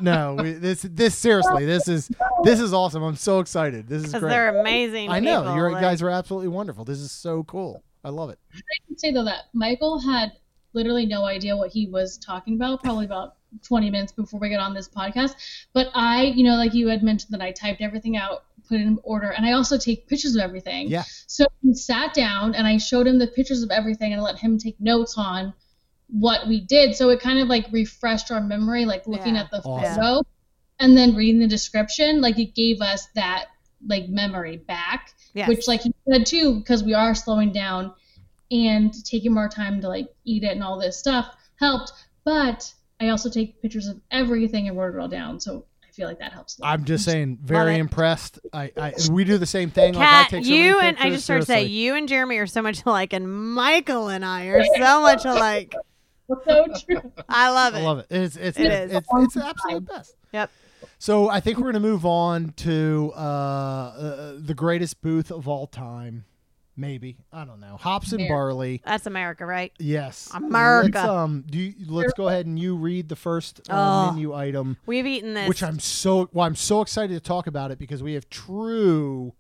[SPEAKER 1] no, we, this this seriously, this is this is awesome. I'm so excited. This is
[SPEAKER 2] Because
[SPEAKER 1] great.
[SPEAKER 2] they're amazing.
[SPEAKER 1] I know
[SPEAKER 2] people,
[SPEAKER 1] you
[SPEAKER 2] like-
[SPEAKER 1] guys are absolutely wonderful. This is so cool. I love it.
[SPEAKER 4] can say though that Michael had literally no idea what he was talking about, probably about 20 minutes before we got on this podcast. But I, you know, like you had mentioned that I typed everything out, put it in order, and I also take pictures of everything.
[SPEAKER 1] Yeah.
[SPEAKER 4] So we sat down and I showed him the pictures of everything and let him take notes on what we did. So it kind of like refreshed our memory, like looking
[SPEAKER 2] Yeah.
[SPEAKER 4] at the
[SPEAKER 1] Awesome.
[SPEAKER 4] photo and then reading the description, like it gave us that like memory back
[SPEAKER 2] Yes.
[SPEAKER 4] which like you said too because we are slowing down and taking more time to like eat it and all this stuff helped but i also take pictures of everything and wrote it all down so i feel like that helps a lot.
[SPEAKER 1] I'm just saying, very
[SPEAKER 2] it.
[SPEAKER 1] impressed. I, I we do the same thing. like I
[SPEAKER 2] Kat,
[SPEAKER 1] take so many
[SPEAKER 2] you and I
[SPEAKER 1] pictures,
[SPEAKER 2] just started to say
[SPEAKER 1] seriously.
[SPEAKER 2] you and Jeremy are so much alike, and Michael and I are so much alike.
[SPEAKER 4] so true
[SPEAKER 2] I love it.
[SPEAKER 1] I love it. It's it's
[SPEAKER 2] It
[SPEAKER 1] it
[SPEAKER 2] is.
[SPEAKER 1] it's, it's the absolute best.
[SPEAKER 2] Yep.
[SPEAKER 1] So I think we're gonna move on to uh, uh the greatest booth of all time, maybe I don't know hops and
[SPEAKER 4] America.
[SPEAKER 1] barley.
[SPEAKER 2] That's America, right?
[SPEAKER 1] Yes,
[SPEAKER 2] America.
[SPEAKER 1] Let's, um, do you, let's go ahead and you read the first uh,
[SPEAKER 2] Oh.
[SPEAKER 1] menu item,
[SPEAKER 2] We've eaten this.
[SPEAKER 1] which I'm so well. I'm so excited to talk about it because we have true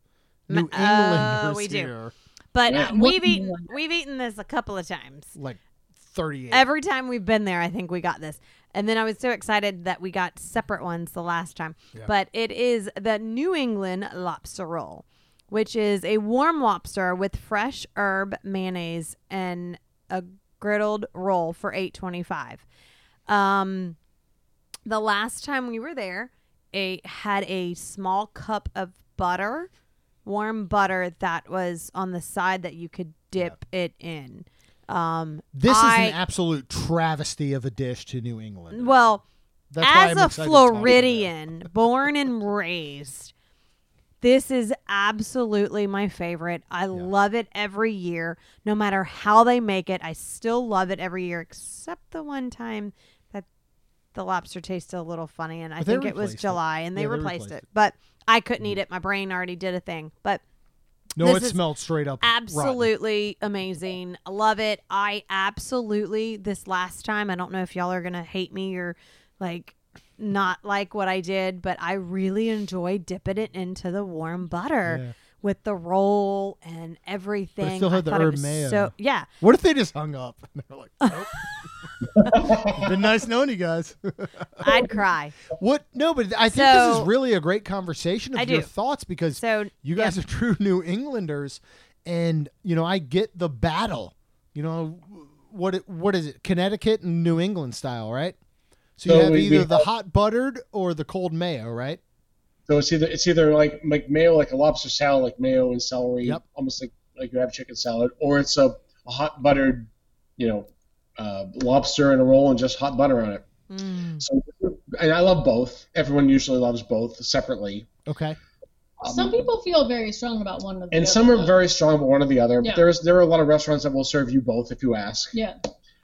[SPEAKER 2] Ma-
[SPEAKER 1] New Englanders
[SPEAKER 2] oh, we do.
[SPEAKER 1] here,
[SPEAKER 2] but
[SPEAKER 3] Yeah.
[SPEAKER 2] we've eaten we've eaten this a couple of times.
[SPEAKER 1] like 38.
[SPEAKER 2] Every time we've been there, I think we got this. And then I was so excited that we got separate ones the last time.
[SPEAKER 1] Yeah.
[SPEAKER 2] But it is the New England lobster roll, which is a warm lobster with fresh herb mayonnaise and a griddled roll for eight twenty five. Um, the last time we were there, it had a small cup of butter, warm butter that was on the side that you could dip it in. Um,
[SPEAKER 1] this
[SPEAKER 2] I-
[SPEAKER 1] is an absolute travesty of a dish to New England.
[SPEAKER 2] well,
[SPEAKER 1] That's why I'm
[SPEAKER 2] as a
[SPEAKER 1] excited to talk about it.
[SPEAKER 2] Floridian, born and raised, this is absolutely my favorite. I love it every year, no matter how they make it. I still love it every year, except the one time that the lobster tasted a little funny, and I
[SPEAKER 1] But they
[SPEAKER 2] think it was
[SPEAKER 1] replaced it.
[SPEAKER 2] July, and they,
[SPEAKER 1] Yeah, they
[SPEAKER 2] replaced,
[SPEAKER 1] replaced Mm.
[SPEAKER 2] it. But I couldn't eat it. My brain already did a thing, but
[SPEAKER 1] No,
[SPEAKER 2] This
[SPEAKER 1] it
[SPEAKER 2] is
[SPEAKER 1] smelled straight up. rotten.
[SPEAKER 2] absolutely amazing. I love it. I absolutely this last time. I don't know if y'all are gonna hate me or like not like what I did, but I really enjoy dipping it into the warm butter
[SPEAKER 1] Yeah.
[SPEAKER 2] with the roll and everything.
[SPEAKER 1] still had
[SPEAKER 2] I
[SPEAKER 1] the
[SPEAKER 2] thought it
[SPEAKER 1] herb
[SPEAKER 2] was
[SPEAKER 1] mayo.
[SPEAKER 2] So yeah,
[SPEAKER 1] What if they just hung up? And they're like, nope. been nice knowing you guys.
[SPEAKER 2] I'd cry.
[SPEAKER 1] what? No, but I think this
[SPEAKER 2] So-
[SPEAKER 1] is really a great conversation of
[SPEAKER 2] I
[SPEAKER 1] your
[SPEAKER 2] do.
[SPEAKER 1] thoughts because
[SPEAKER 2] So
[SPEAKER 1] you guys are true New Englanders, and you know I get the battle. You know what? It, what is it? Connecticut and New England style, right? So, you
[SPEAKER 3] So
[SPEAKER 1] have
[SPEAKER 3] we- we
[SPEAKER 1] either the
[SPEAKER 3] have-
[SPEAKER 1] hot buttered or the cold mayo, right?
[SPEAKER 3] So it's either it's either like like mayo, like a lobster salad, like mayo and celery,
[SPEAKER 1] Yep.
[SPEAKER 3] almost like like you have chicken salad, or it's a, a hot buttered, you know, uh, lobster in a roll and just hot butter on it.
[SPEAKER 4] Mm-hmm.
[SPEAKER 2] Mm.
[SPEAKER 3] So and I love both. Everyone usually loves both separately.
[SPEAKER 1] Okay.
[SPEAKER 3] Um,
[SPEAKER 4] some people feel very strong about one of them
[SPEAKER 3] and some are very strong, but one or the other.
[SPEAKER 4] Yeah.
[SPEAKER 3] But there's there are a lot of restaurants that will serve you both if you ask.
[SPEAKER 4] yeah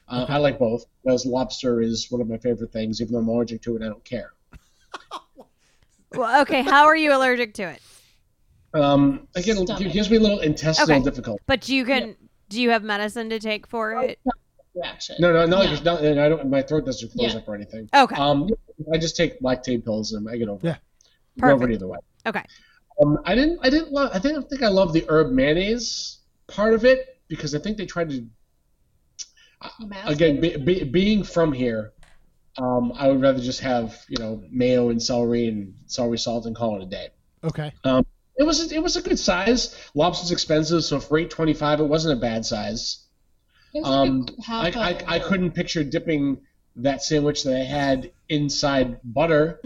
[SPEAKER 3] Uh, I like both because lobster is one of my favorite things. Even though I'm allergic to it, I don't care.
[SPEAKER 2] Well, okay. How are you allergic to it?
[SPEAKER 3] Um, again, it
[SPEAKER 4] Stomach.
[SPEAKER 3] gives me a little intestinal
[SPEAKER 2] Okay.
[SPEAKER 3] difficulty.
[SPEAKER 2] But you can. Do you have medicine to take for it?
[SPEAKER 4] reaction.
[SPEAKER 3] No, no, not like
[SPEAKER 4] Yeah.
[SPEAKER 3] it's not, and I don't. My throat doesn't close
[SPEAKER 4] Yeah.
[SPEAKER 3] up or anything.
[SPEAKER 2] Okay.
[SPEAKER 3] Um, I just take lactate pills and I get over.
[SPEAKER 1] Yeah.
[SPEAKER 3] it. Get over it
[SPEAKER 2] Perfect.
[SPEAKER 3] either way.
[SPEAKER 2] Okay.
[SPEAKER 3] Um, I didn't. I didn't. Love, I didn't think I loved the herb mayonnaise part of it because I think they tried to
[SPEAKER 4] Mask
[SPEAKER 3] again
[SPEAKER 4] it?
[SPEAKER 3] be, be, being from here. Um, I would rather just have you know mayo and celery and celery salt and call it a day.
[SPEAKER 1] Okay.
[SPEAKER 3] It was it was a good size. Lobster's expensive, so for eight twenty five, it wasn't a bad size.
[SPEAKER 4] It was
[SPEAKER 3] um,
[SPEAKER 4] like a half
[SPEAKER 3] I,
[SPEAKER 4] a-
[SPEAKER 3] I, I couldn't picture dipping that sandwich that I had inside butter.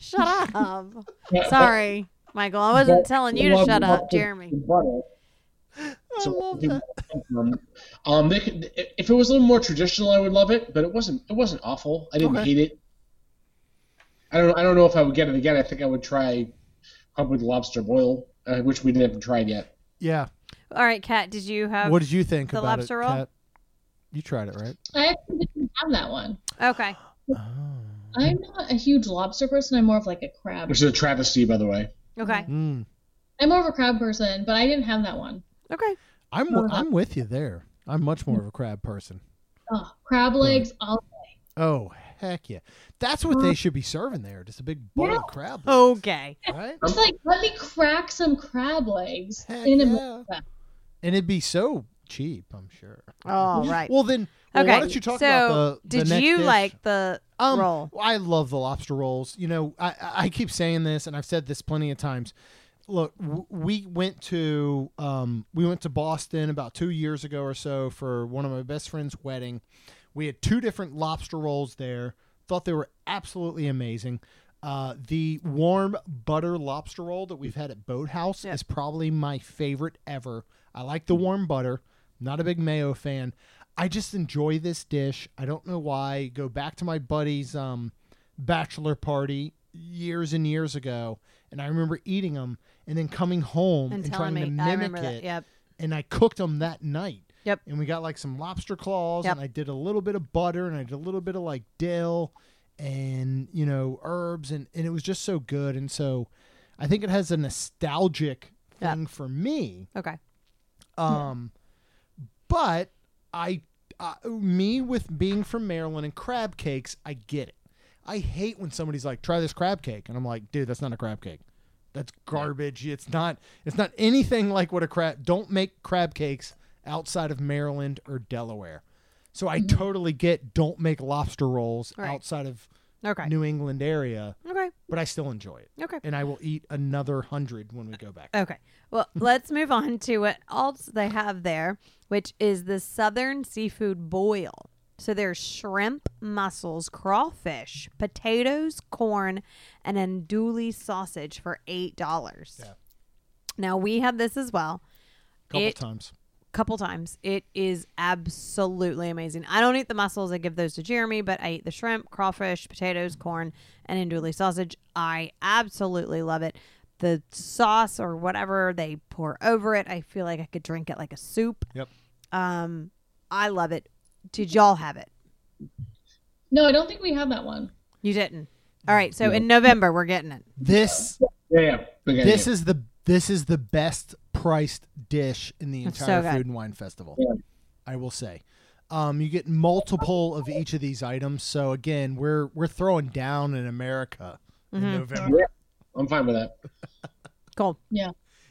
[SPEAKER 2] Shut up. Sorry, Michael. I wasn't telling you to shut up, Jeremy.
[SPEAKER 3] Butter.
[SPEAKER 1] I love that.
[SPEAKER 3] Um, um, they could, if it was a little more traditional, I would love it, but it wasn't. It wasn't awful. I didn't
[SPEAKER 1] Okay.
[SPEAKER 3] hate it. I don't. I don't know if I would get it again. I think I would try probably the lobster boil, uh, which we didn't have tried yet.
[SPEAKER 1] Yeah.
[SPEAKER 2] All right, Kat. Did you have?
[SPEAKER 1] What did you think
[SPEAKER 2] the
[SPEAKER 1] about
[SPEAKER 2] lobster
[SPEAKER 1] it,
[SPEAKER 2] roll?
[SPEAKER 1] Kat? You tried it, right?
[SPEAKER 4] I actually didn't have that one.
[SPEAKER 2] Okay.
[SPEAKER 1] Oh.
[SPEAKER 4] I'm not a huge lobster person. I'm more of like a crab.
[SPEAKER 3] Which is a travesty, by the way.
[SPEAKER 2] Okay.
[SPEAKER 1] Mm.
[SPEAKER 4] I'm more of a crab person, but I didn't have that one.
[SPEAKER 2] Okay.
[SPEAKER 1] I'm w- I'm with you there. I'm much more of a crab person.
[SPEAKER 4] Oh, crab legs. All
[SPEAKER 1] Oh heck yeah! That's what they should be serving there. Just a big bowl of crab.
[SPEAKER 3] Oh.
[SPEAKER 1] legs,
[SPEAKER 2] Okay.
[SPEAKER 1] Right?
[SPEAKER 4] it's like let me crack some crab legs
[SPEAKER 1] Heck
[SPEAKER 4] in
[SPEAKER 1] yeah.
[SPEAKER 4] America.
[SPEAKER 1] And it'd be so cheap, I'm sure.
[SPEAKER 2] All right.
[SPEAKER 1] Well then, well,
[SPEAKER 2] okay.
[SPEAKER 1] why don't you talk
[SPEAKER 2] so,
[SPEAKER 1] about the, the
[SPEAKER 2] did
[SPEAKER 1] next
[SPEAKER 2] you
[SPEAKER 1] dish?
[SPEAKER 2] like the
[SPEAKER 1] Um,
[SPEAKER 2] roll?
[SPEAKER 1] I love the lobster rolls. You know, I, I- I keep saying this, and I've said this plenty of times. Look, w- we went to um, we went to Boston about two years ago or so for one of my best friend's wedding. We had two different lobster rolls there. Thought they were absolutely amazing. Uh, the warm butter lobster roll that we've had at Boathouse
[SPEAKER 2] Yeah.
[SPEAKER 1] is probably my favorite ever. I like the warm butter. Not a big mayo fan. I just enjoy this dish. I don't know why. Go back to my buddy's um, bachelor party years and years ago, and I remember eating them and then coming home and,
[SPEAKER 2] And telling
[SPEAKER 1] trying
[SPEAKER 2] me,
[SPEAKER 1] to
[SPEAKER 2] I
[SPEAKER 1] mimic
[SPEAKER 2] remember
[SPEAKER 1] it.
[SPEAKER 2] that. Yep.
[SPEAKER 1] And I cooked them that night.
[SPEAKER 2] Yep.
[SPEAKER 1] And we got like some lobster claws,
[SPEAKER 2] Yep.
[SPEAKER 1] and I did a little bit of butter, and I did a little bit of like dill, and you know herbs, and and it was just so good. And so, I think it has a nostalgic
[SPEAKER 2] Yep.
[SPEAKER 1] thing for me.
[SPEAKER 2] Okay.
[SPEAKER 1] Um, but I, uh, me with being from Maryland and crab cakes, I get it. I hate when somebody's like, "Try this crab cake," and I'm like, "Dude, that's not a crab cake. That's garbage. It's not. It's not anything like what a crab. Don't make crab cakes outside of Maryland or Delaware." So I totally get don't make lobster rolls
[SPEAKER 2] Mm-hmm. Right.
[SPEAKER 1] outside of
[SPEAKER 2] Okay.
[SPEAKER 1] New England area,
[SPEAKER 2] Okay.
[SPEAKER 1] but I still enjoy it,
[SPEAKER 2] Okay.
[SPEAKER 1] and I will eat another hundred when we go back.
[SPEAKER 2] Okay. Well, let's move on to what else they have there, which is the Southern Seafood Boil. So there's shrimp, mussels, crawfish, potatoes, corn, and andouille sausage for eight dollars.
[SPEAKER 1] Yeah.
[SPEAKER 2] Now we had this as well
[SPEAKER 1] couple
[SPEAKER 2] It-
[SPEAKER 1] times.
[SPEAKER 2] couple times. It is absolutely amazing. I don't eat the mussels. I give those to Jeremy, but I eat the shrimp, crawfish, potatoes, corn, and andouille sausage. I absolutely love it. The sauce or whatever they pour over it, I feel like I could drink it like a soup.
[SPEAKER 1] Yep.
[SPEAKER 2] Um, I love it. Did y'all have it?
[SPEAKER 4] No, I don't think we have that one.
[SPEAKER 2] You didn't. All right. So in November, we're getting it.
[SPEAKER 1] This
[SPEAKER 3] Yeah, yeah. Okay,
[SPEAKER 1] This
[SPEAKER 3] yeah.
[SPEAKER 1] is the this is the best priced dish in the
[SPEAKER 2] It's
[SPEAKER 1] entire
[SPEAKER 2] so good.
[SPEAKER 1] food and wine festival.
[SPEAKER 3] Yeah.
[SPEAKER 1] I will say, um, you get multiple of each of these items. So again, we're we're throwing down in America in
[SPEAKER 2] Mhm.
[SPEAKER 1] November,
[SPEAKER 3] I'm fine with that.
[SPEAKER 2] Cool.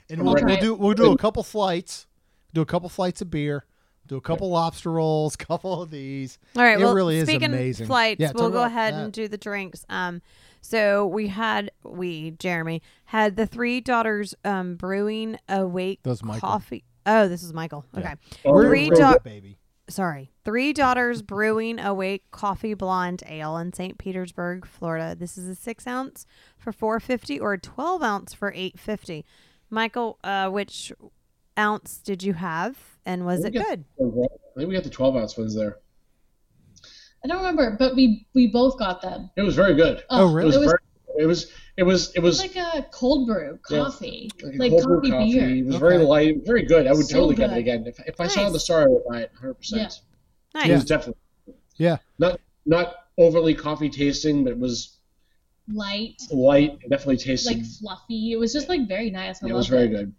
[SPEAKER 1] and we'll,
[SPEAKER 4] Right.
[SPEAKER 1] we'll do we'll do a couple flights, do a couple flights of beer, do a couple lobster rolls, couple of these.
[SPEAKER 2] All right.
[SPEAKER 1] It
[SPEAKER 2] well,
[SPEAKER 1] really is
[SPEAKER 2] speaking
[SPEAKER 1] amazing.
[SPEAKER 2] Of flights.
[SPEAKER 1] Yeah,
[SPEAKER 2] we'll
[SPEAKER 1] talk
[SPEAKER 2] go
[SPEAKER 1] about
[SPEAKER 2] ahead
[SPEAKER 1] that.
[SPEAKER 2] and do the drinks. Um, so we had we Jeremy had the three daughters um brewing awake
[SPEAKER 1] That was Michael.
[SPEAKER 2] coffee. Oh, this is Michael. Okay.
[SPEAKER 3] Oh,
[SPEAKER 1] We're
[SPEAKER 2] Three
[SPEAKER 1] broke,
[SPEAKER 2] dog-
[SPEAKER 1] baby.
[SPEAKER 2] Sorry. Three Daughters Brewing Awake Coffee Blonde Ale in St. Petersburg, Florida. This is a six ounce for four fifty or a twelve ounce for eight fifty. Michael, uh, which ounce did you have, and was it
[SPEAKER 3] Yeah.
[SPEAKER 2] good?
[SPEAKER 3] I think we got the 12 ounce ones there.
[SPEAKER 4] I don't remember, but we we both got them.
[SPEAKER 3] It was very good.
[SPEAKER 1] Oh, really?
[SPEAKER 3] It was,
[SPEAKER 4] It was
[SPEAKER 3] very, it was it was it was
[SPEAKER 4] like a cold brew
[SPEAKER 3] Yeah.
[SPEAKER 4] coffee,
[SPEAKER 3] like
[SPEAKER 4] like
[SPEAKER 3] cold brew
[SPEAKER 4] coffee, beer.
[SPEAKER 3] It was
[SPEAKER 1] Okay.
[SPEAKER 3] very light, very good. I would
[SPEAKER 4] So
[SPEAKER 3] totally get it
[SPEAKER 4] good.
[SPEAKER 3] again if, if I saw
[SPEAKER 2] Nice.
[SPEAKER 3] the star. I would buy it 100.
[SPEAKER 4] Yeah.
[SPEAKER 3] percent
[SPEAKER 2] Nice.
[SPEAKER 3] It was definitely
[SPEAKER 1] Yeah.
[SPEAKER 3] not not overly coffee tasting, but it was
[SPEAKER 4] Light,
[SPEAKER 3] light. It definitely tasted.
[SPEAKER 4] like fluffy. It was just like very nice. I
[SPEAKER 3] it was
[SPEAKER 4] loved
[SPEAKER 3] very good.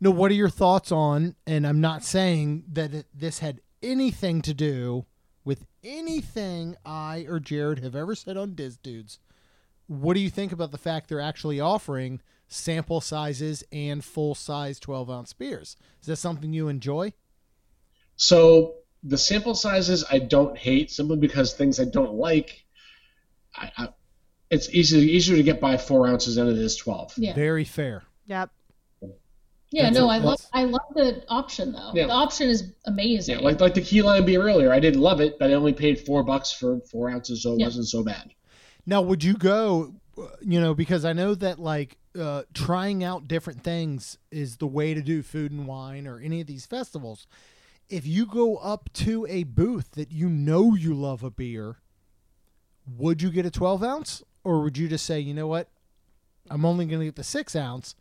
[SPEAKER 1] No, what are your thoughts on? And I'm not saying that it, this had anything to do with anything I or Jared have ever said on Diz Dudes. What do you think about the fact they're actually offering sample sizes and full size 12 ounce beers? Is that something you enjoy?
[SPEAKER 3] So the sample sizes I don't hate simply because things I don't like, I, I, it's easier easier to get by four ounces than it is twelve.
[SPEAKER 4] Yeah.
[SPEAKER 1] Very fair.
[SPEAKER 2] Yep.
[SPEAKER 4] Yeah,
[SPEAKER 1] That's
[SPEAKER 4] no,
[SPEAKER 1] it.
[SPEAKER 4] I love
[SPEAKER 1] That's-
[SPEAKER 4] I love the option though.
[SPEAKER 3] Yeah.
[SPEAKER 4] The option is amazing.
[SPEAKER 3] Yeah, like like the key lime beer earlier, I didn't love it, but I only paid four bucks for four ounces, so it
[SPEAKER 4] Yeah.
[SPEAKER 3] wasn't so bad.
[SPEAKER 1] Now, would you go, uh, you know, because I know that like uh, trying out different things is the way to do food and wine or any of these festivals. If you go up to a booth that you know you love a beer, would you get a 12 ounce or would you just say, you know what? I'm only going to get the six ounce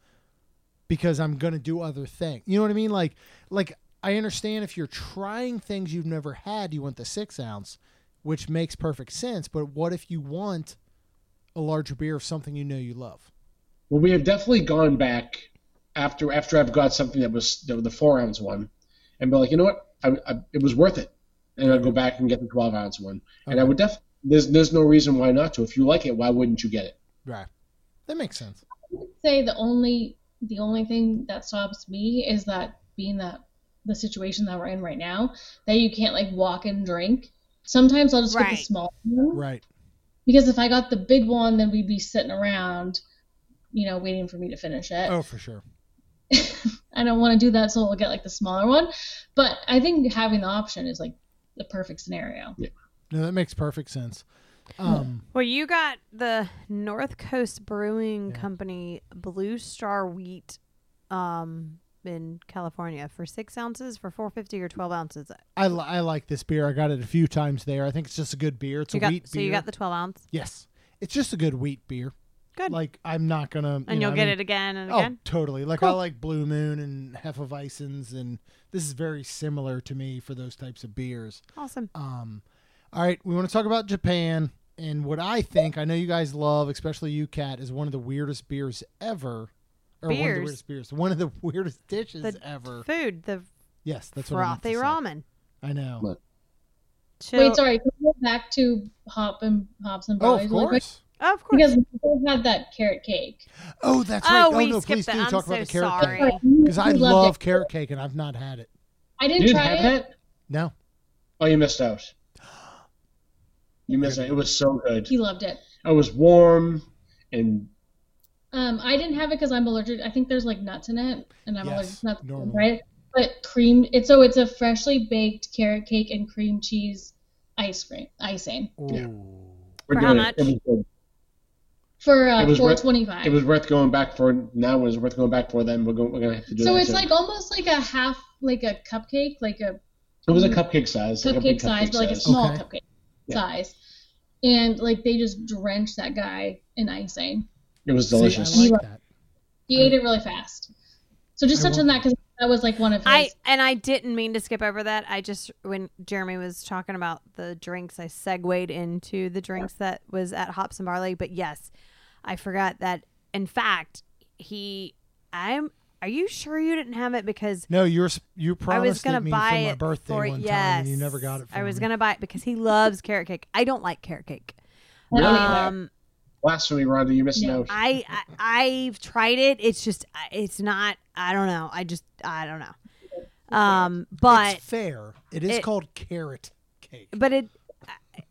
[SPEAKER 1] because I'm going to do other things. You know what I mean? Like, like I understand if you're trying things you've never had, you want the six ounce, which makes perfect sense. But what if you want a larger beer of something you know you love?
[SPEAKER 3] Well, we have definitely gone back after after I've got something that was the, the four ounce one, and be like, you know what, I, I, it was worth it, and I'll go back and get the twelve ounce one, and I
[SPEAKER 1] Okay.
[SPEAKER 3] would definitely. There's, there's no reason why not to. If you like it, why wouldn't you get it?
[SPEAKER 1] Right. That makes sense.
[SPEAKER 4] say the only the only thing that stops me is that being that the situation that we're in right now that you can't like walk and drink. Sometimes I'll just get the
[SPEAKER 2] Right.
[SPEAKER 4] small one
[SPEAKER 1] Right.
[SPEAKER 4] because if I got the big one, then we'd be sitting around, you know, waiting for me to finish it.
[SPEAKER 1] Oh, for sure.
[SPEAKER 4] I don't want to do that, so I'll get like the smaller one. But I think having the option is like the perfect scenario.
[SPEAKER 1] No, that makes perfect sense. Um,
[SPEAKER 2] Well, you got the North Coast Brewing
[SPEAKER 1] Yeah.
[SPEAKER 2] Company Blue Star Wheat um, in California for six ounces, for 450 or 12 ounces.
[SPEAKER 1] I, li- I like this beer. I got it a few times there. I think it's just a good beer. It's
[SPEAKER 2] you
[SPEAKER 1] a
[SPEAKER 2] got,
[SPEAKER 1] wheat
[SPEAKER 2] so
[SPEAKER 1] beer.
[SPEAKER 2] you got the 12 ounce.
[SPEAKER 1] yes. It's just a good wheat beer.
[SPEAKER 2] Good.
[SPEAKER 1] Like, I'm not going to.
[SPEAKER 2] and you'll get it again and
[SPEAKER 1] Oh,
[SPEAKER 2] again.
[SPEAKER 1] totally. Like I
[SPEAKER 2] Cool.
[SPEAKER 1] like Blue Moon and Hefeweizens, and this is very similar to me for those types of beers.
[SPEAKER 2] Awesome.
[SPEAKER 1] Um, all right, we want to talk about Japan and what I think. I know you guys love, especially you, Cat, is one of the weirdest beers ever, or one of the
[SPEAKER 2] Beers?
[SPEAKER 1] weirdest beers, one of the weirdest dishes
[SPEAKER 2] The
[SPEAKER 1] ever.
[SPEAKER 2] Food, the
[SPEAKER 1] yes, that's what I meant to
[SPEAKER 2] frothy
[SPEAKER 1] say.
[SPEAKER 2] ramen.
[SPEAKER 1] I know.
[SPEAKER 3] Look.
[SPEAKER 2] So,
[SPEAKER 4] Wait, sorry. Can we go back to hop and hops and
[SPEAKER 1] oh,
[SPEAKER 4] barley
[SPEAKER 1] of
[SPEAKER 4] really quick?
[SPEAKER 1] course.
[SPEAKER 2] Of course.
[SPEAKER 4] Because we had that carrot cake.
[SPEAKER 1] Oh, that's right.
[SPEAKER 2] oh,
[SPEAKER 1] Oh,
[SPEAKER 2] we
[SPEAKER 1] no, please
[SPEAKER 2] skipped that.
[SPEAKER 1] do
[SPEAKER 2] I'm
[SPEAKER 1] talk
[SPEAKER 2] so
[SPEAKER 1] about the carrot
[SPEAKER 2] sorry.
[SPEAKER 1] cake because I
[SPEAKER 4] We loved
[SPEAKER 1] love
[SPEAKER 4] it.
[SPEAKER 1] carrot cake and I've not had it.
[SPEAKER 4] I
[SPEAKER 3] You
[SPEAKER 4] didn't
[SPEAKER 3] didn't
[SPEAKER 4] try
[SPEAKER 3] have
[SPEAKER 4] it.
[SPEAKER 3] that?
[SPEAKER 1] No,
[SPEAKER 3] Oh, you missed out. You missed out. It was so good.
[SPEAKER 4] He loved it.
[SPEAKER 3] I was warm and
[SPEAKER 4] Um, I didn't have it because I'm allergic. I think there's like nuts in it, and I'm
[SPEAKER 1] Yes,
[SPEAKER 4] allergic to nuts,
[SPEAKER 1] normal.
[SPEAKER 4] right? But cream. It's so it's a freshly baked carrot cake and cream cheese ice cream icing
[SPEAKER 3] Yeah.
[SPEAKER 1] Ooh.
[SPEAKER 3] we're
[SPEAKER 2] For how
[SPEAKER 3] doing it. It
[SPEAKER 2] much?
[SPEAKER 3] was, good.
[SPEAKER 4] for
[SPEAKER 3] It
[SPEAKER 4] uh,
[SPEAKER 3] was worth-
[SPEAKER 4] 425.
[SPEAKER 3] it was worth going back for. Now it was worth going back for. Then we're going. We're gonna have to do.
[SPEAKER 4] so
[SPEAKER 3] that
[SPEAKER 4] it's
[SPEAKER 3] too.
[SPEAKER 4] like almost like a half, like a cupcake, like a
[SPEAKER 3] it was a cupcake size. like a
[SPEAKER 4] cupcake
[SPEAKER 3] big
[SPEAKER 4] size,
[SPEAKER 3] cupcake
[SPEAKER 4] but like a
[SPEAKER 3] size.
[SPEAKER 4] small
[SPEAKER 1] Okay.
[SPEAKER 4] cupcake
[SPEAKER 3] Yeah.
[SPEAKER 4] size. And like they just drenched that guy in icing.
[SPEAKER 3] It was
[SPEAKER 1] See,
[SPEAKER 3] delicious.
[SPEAKER 1] I like that.
[SPEAKER 4] He ate it really fast. So just
[SPEAKER 1] I
[SPEAKER 4] touch on
[SPEAKER 1] will-
[SPEAKER 4] that because that was like one of his.
[SPEAKER 2] I and I didn't mean to skip over that. I just when Jeremy was talking about the drinks, I segued into the drinks that was at Hops and Barley. But yes, I forgot that. In fact, he, I'm. Are you sure you didn't have it because
[SPEAKER 1] No, you were, s- you
[SPEAKER 2] I
[SPEAKER 1] promised
[SPEAKER 2] was gonna
[SPEAKER 1] it me
[SPEAKER 2] buy
[SPEAKER 1] for my
[SPEAKER 2] it
[SPEAKER 1] birthday
[SPEAKER 2] for
[SPEAKER 1] one time,
[SPEAKER 2] yes,
[SPEAKER 1] and you never got it. For
[SPEAKER 2] I was
[SPEAKER 1] me.
[SPEAKER 2] gonna buy it because he loves carrot cake. I don't like carrot cake.
[SPEAKER 4] I don't either.
[SPEAKER 2] Um,
[SPEAKER 3] Blasphemy, Rhonda, you're missing
[SPEAKER 4] No.
[SPEAKER 3] out.
[SPEAKER 2] I, I I've tried it. It's just it's not. I don't know. I just I don't know. Um, but
[SPEAKER 1] it's fair. It is
[SPEAKER 2] it-
[SPEAKER 1] called carrot cake.
[SPEAKER 2] but it I-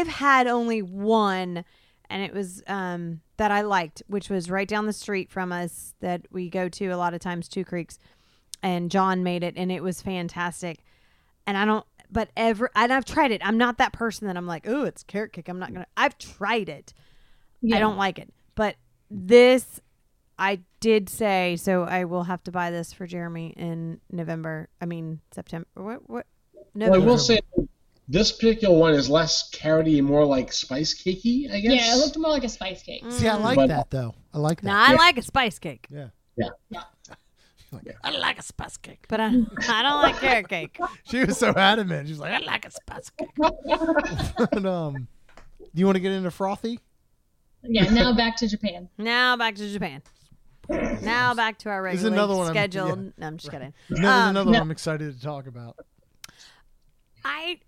[SPEAKER 2] i've had only one and it was um that i liked which was right down the street from us that we go to a lot of times two creeks and john made it and it was fantastic and i don't but ever and i've tried it i'm not that person that i'm like oh it's carrot cake i'm not gonna i've tried it
[SPEAKER 4] Yeah.
[SPEAKER 2] i don't like it but this i did say so i will have to buy this for jeremy in november i mean september what what
[SPEAKER 3] Well, I
[SPEAKER 2] november
[SPEAKER 3] will say this particular one is less carroty and more like spice cakey. I guess.
[SPEAKER 4] Yeah, it looked more like a spice cake.
[SPEAKER 1] See, I like
[SPEAKER 3] But-
[SPEAKER 1] that though. I like that.
[SPEAKER 2] No, I like a spice cake.
[SPEAKER 1] Yeah.
[SPEAKER 3] Yeah.
[SPEAKER 4] Yeah.
[SPEAKER 1] Like, I like a spice cake.
[SPEAKER 2] But I, I don't like carrot cake.
[SPEAKER 1] She was so adamant. She was like, I like a spice cake. but, um, do you want to get into frothy?
[SPEAKER 4] Yeah, now back to Japan.
[SPEAKER 2] Now back to Japan. Now um, back to our
[SPEAKER 1] This is
[SPEAKER 2] regularly
[SPEAKER 1] another one I'm- yeah.
[SPEAKER 2] scheduled. no, I'm just kidding.
[SPEAKER 1] No, there's another one I'm excited to talk about.
[SPEAKER 2] I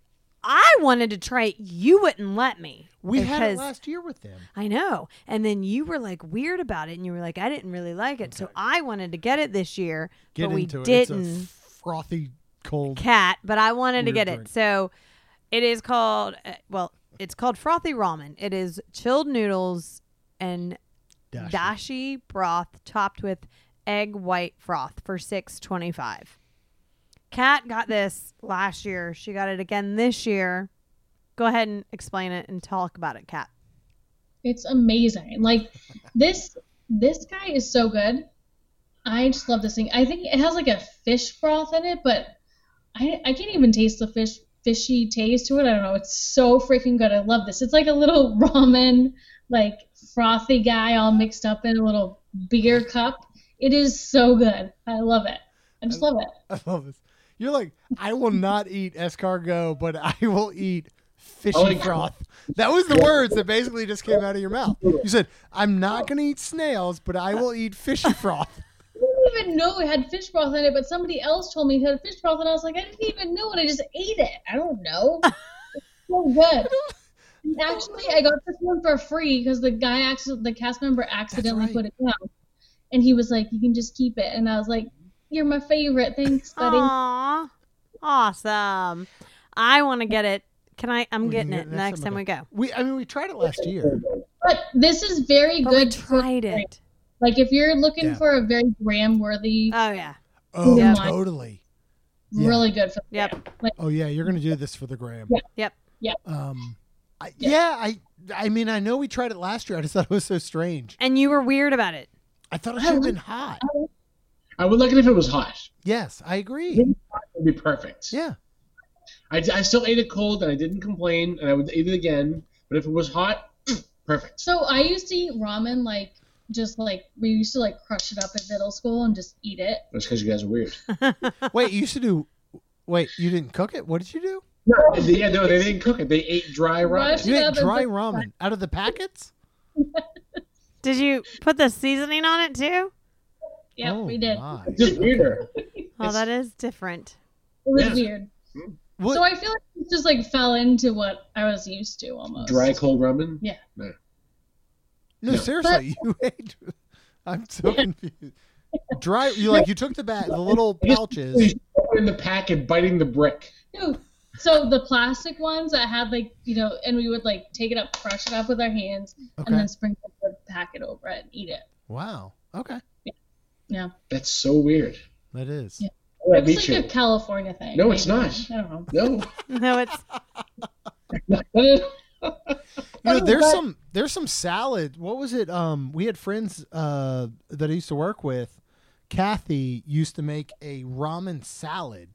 [SPEAKER 2] I wanted to try it. You wouldn't let me.
[SPEAKER 1] We had it
[SPEAKER 2] because-
[SPEAKER 1] last year with them.
[SPEAKER 2] I know. And then you were like weird about it, and you were like, I didn't really like it, so I wanted to get it this year,
[SPEAKER 1] Get
[SPEAKER 2] but we
[SPEAKER 1] into it. It's a
[SPEAKER 2] didn't.
[SPEAKER 1] frothy, cold.
[SPEAKER 2] Cat, but I wanted to
[SPEAKER 1] Weird
[SPEAKER 2] get
[SPEAKER 1] drink.
[SPEAKER 2] it. So it is called uh, well, it's called frothy ramen. It is chilled noodles and
[SPEAKER 1] Dashi.
[SPEAKER 2] dashi, broth topped with egg white froth for six twenty five. Kat got this last year. She got it again this year. Go ahead and explain it and talk about it, Kat.
[SPEAKER 4] It's amazing. Like this this guy is so good. I just love this thing. I think it has like a fish broth in it, but I I can't even taste the fish fishy taste to it. I don't know. It's so freaking good. I love this. It's like a little ramen like frothy guy all mixed up in a little beer cup. It is so good. I love it. I just love it.
[SPEAKER 1] I love this. You're like, I will not eat escargot, but I will eat fishy
[SPEAKER 3] I like-
[SPEAKER 1] froth. That was the words that basically just came out of your mouth. You said, I'm not going to eat snails, but I will eat fishy froth.
[SPEAKER 4] I didn't even know it had fish broth in it, but somebody else told me it had fish broth, and I was like, I didn't even know it. I just ate it. I don't know. It's so good. And Actually, I got this one for free because the guy, accident, the cast member, accidentally
[SPEAKER 1] right.
[SPEAKER 4] put it down, and he was like, "You can just keep it," and I was like, "You're my favorite. Thanks, buddy."
[SPEAKER 2] Aw, awesome. I want to get it. Can I? I'm
[SPEAKER 1] We can
[SPEAKER 2] getting
[SPEAKER 1] get
[SPEAKER 2] it next time we go.
[SPEAKER 1] We, I mean, we tried it last year.
[SPEAKER 4] But this is very
[SPEAKER 2] But we
[SPEAKER 4] good. for-
[SPEAKER 2] tried it.
[SPEAKER 4] Like if you're looking
[SPEAKER 1] Yeah.
[SPEAKER 4] for a very gram worthy,
[SPEAKER 2] Oh yeah.
[SPEAKER 1] Oh,
[SPEAKER 4] Yeah.
[SPEAKER 1] totally. yeah.
[SPEAKER 4] really good for the
[SPEAKER 2] Yep.
[SPEAKER 4] gram.
[SPEAKER 1] Oh, yeah. You're going to do this for the gram.
[SPEAKER 2] Yep.
[SPEAKER 1] Um, I, yeah, I. I mean, I know we tried it last year. I just thought it was so strange.
[SPEAKER 2] And you were weird about it.
[SPEAKER 1] I thought it should have been hot.
[SPEAKER 3] I would like it if it was hot.
[SPEAKER 1] Yes, I agree.
[SPEAKER 3] It would be perfect.
[SPEAKER 1] Yeah.
[SPEAKER 3] I, I still ate it cold and I didn't complain and I would eat it again. But if it was hot, perfect.
[SPEAKER 4] So I used to eat ramen like just like we used to like crush it up at middle school and just eat it.
[SPEAKER 3] That's because you guys are weird.
[SPEAKER 1] Wait, you should do. Wait, you didn't cook it? What did you do?
[SPEAKER 3] yeah, no, they didn't cook it. They ate dry
[SPEAKER 4] Right.
[SPEAKER 3] rice.
[SPEAKER 1] You ate
[SPEAKER 4] Oven
[SPEAKER 1] dry
[SPEAKER 4] for-
[SPEAKER 1] ramen out of the packets?
[SPEAKER 2] Did you put the seasoning on it too?
[SPEAKER 4] Yep,
[SPEAKER 1] Oh,
[SPEAKER 4] we did.
[SPEAKER 1] my.
[SPEAKER 3] It's just weirder.
[SPEAKER 2] Oh, that is different.
[SPEAKER 4] It was
[SPEAKER 3] Yeah.
[SPEAKER 4] weird.
[SPEAKER 1] What-
[SPEAKER 4] So I feel like it just like fell into what I was used to almost.
[SPEAKER 3] Dry cold ramen.
[SPEAKER 4] Yeah.
[SPEAKER 3] No.
[SPEAKER 1] no,
[SPEAKER 3] No.
[SPEAKER 1] seriously, you ate. I'm so confused. Dry, you like you took the bag, the little pouches.
[SPEAKER 3] In the pack and biting the brick.
[SPEAKER 4] Ew. So the plastic ones that had like you know, and we would like take it up, crush it up with our hands,
[SPEAKER 1] Okay.
[SPEAKER 4] and then sprinkle the packet over it and eat it.
[SPEAKER 1] Wow. Okay.
[SPEAKER 4] Yeah,
[SPEAKER 3] That's so weird.
[SPEAKER 1] That is.
[SPEAKER 4] Yeah.
[SPEAKER 3] Oh, I beat
[SPEAKER 4] it's like
[SPEAKER 3] you.
[SPEAKER 4] a California thing.
[SPEAKER 3] No, it's
[SPEAKER 4] maybe.
[SPEAKER 3] not.
[SPEAKER 4] I don't know.
[SPEAKER 3] No.
[SPEAKER 2] No, it's
[SPEAKER 1] You know,
[SPEAKER 4] Oh,
[SPEAKER 1] there's
[SPEAKER 4] but-
[SPEAKER 1] some there's some salad. What was it? Um, we had friends uh that I used to work with. Kathy used to make a ramen salad,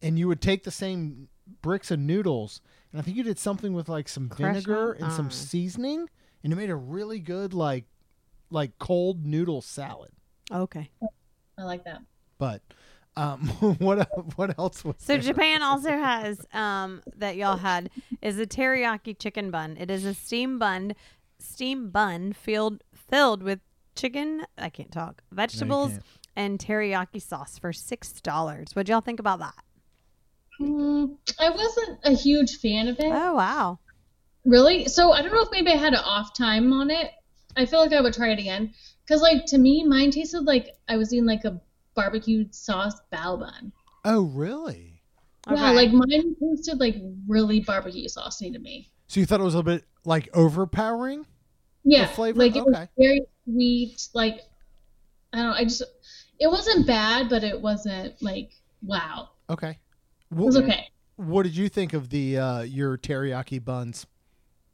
[SPEAKER 1] and you would take the same bricks of noodles, and I think you did something with like some
[SPEAKER 2] Crush
[SPEAKER 1] vinegar
[SPEAKER 2] them?
[SPEAKER 1] and some
[SPEAKER 2] Ah.
[SPEAKER 1] seasoning, and it made a really good like like cold noodle salad.
[SPEAKER 2] okay.
[SPEAKER 4] I like that.
[SPEAKER 1] But um, what what else was
[SPEAKER 2] So
[SPEAKER 1] there?
[SPEAKER 2] Japan also has um, that y'all had is a teriyaki chicken bun. It is a steam bun, steam bun filled filled with chicken. I can't talk vegetables
[SPEAKER 1] can't.
[SPEAKER 2] and teriyaki sauce for six dollars. What'd y'all think about that?
[SPEAKER 4] Mm, I wasn't a huge fan of it.
[SPEAKER 2] Oh wow,
[SPEAKER 4] Really? So I don't know if maybe I had an off time on it. I feel like I would try it again. Because, like, to me, mine tasted like I was eating, like, a barbecued sauce bao bun.
[SPEAKER 1] Oh, really?
[SPEAKER 4] Yeah,
[SPEAKER 2] Okay.
[SPEAKER 4] like, mine tasted, like, really barbecue saucey to me.
[SPEAKER 1] So you thought it was a little bit like overpowering?
[SPEAKER 4] Yeah.
[SPEAKER 1] flavor?
[SPEAKER 4] Like, it was
[SPEAKER 1] Okay.
[SPEAKER 4] very sweet. Like, I don't know. I just, it wasn't bad, but it wasn't, like, wow.
[SPEAKER 1] Okay.
[SPEAKER 4] It
[SPEAKER 1] Wha-
[SPEAKER 4] was okay.
[SPEAKER 1] What did you think of the uh, your teriyaki buns,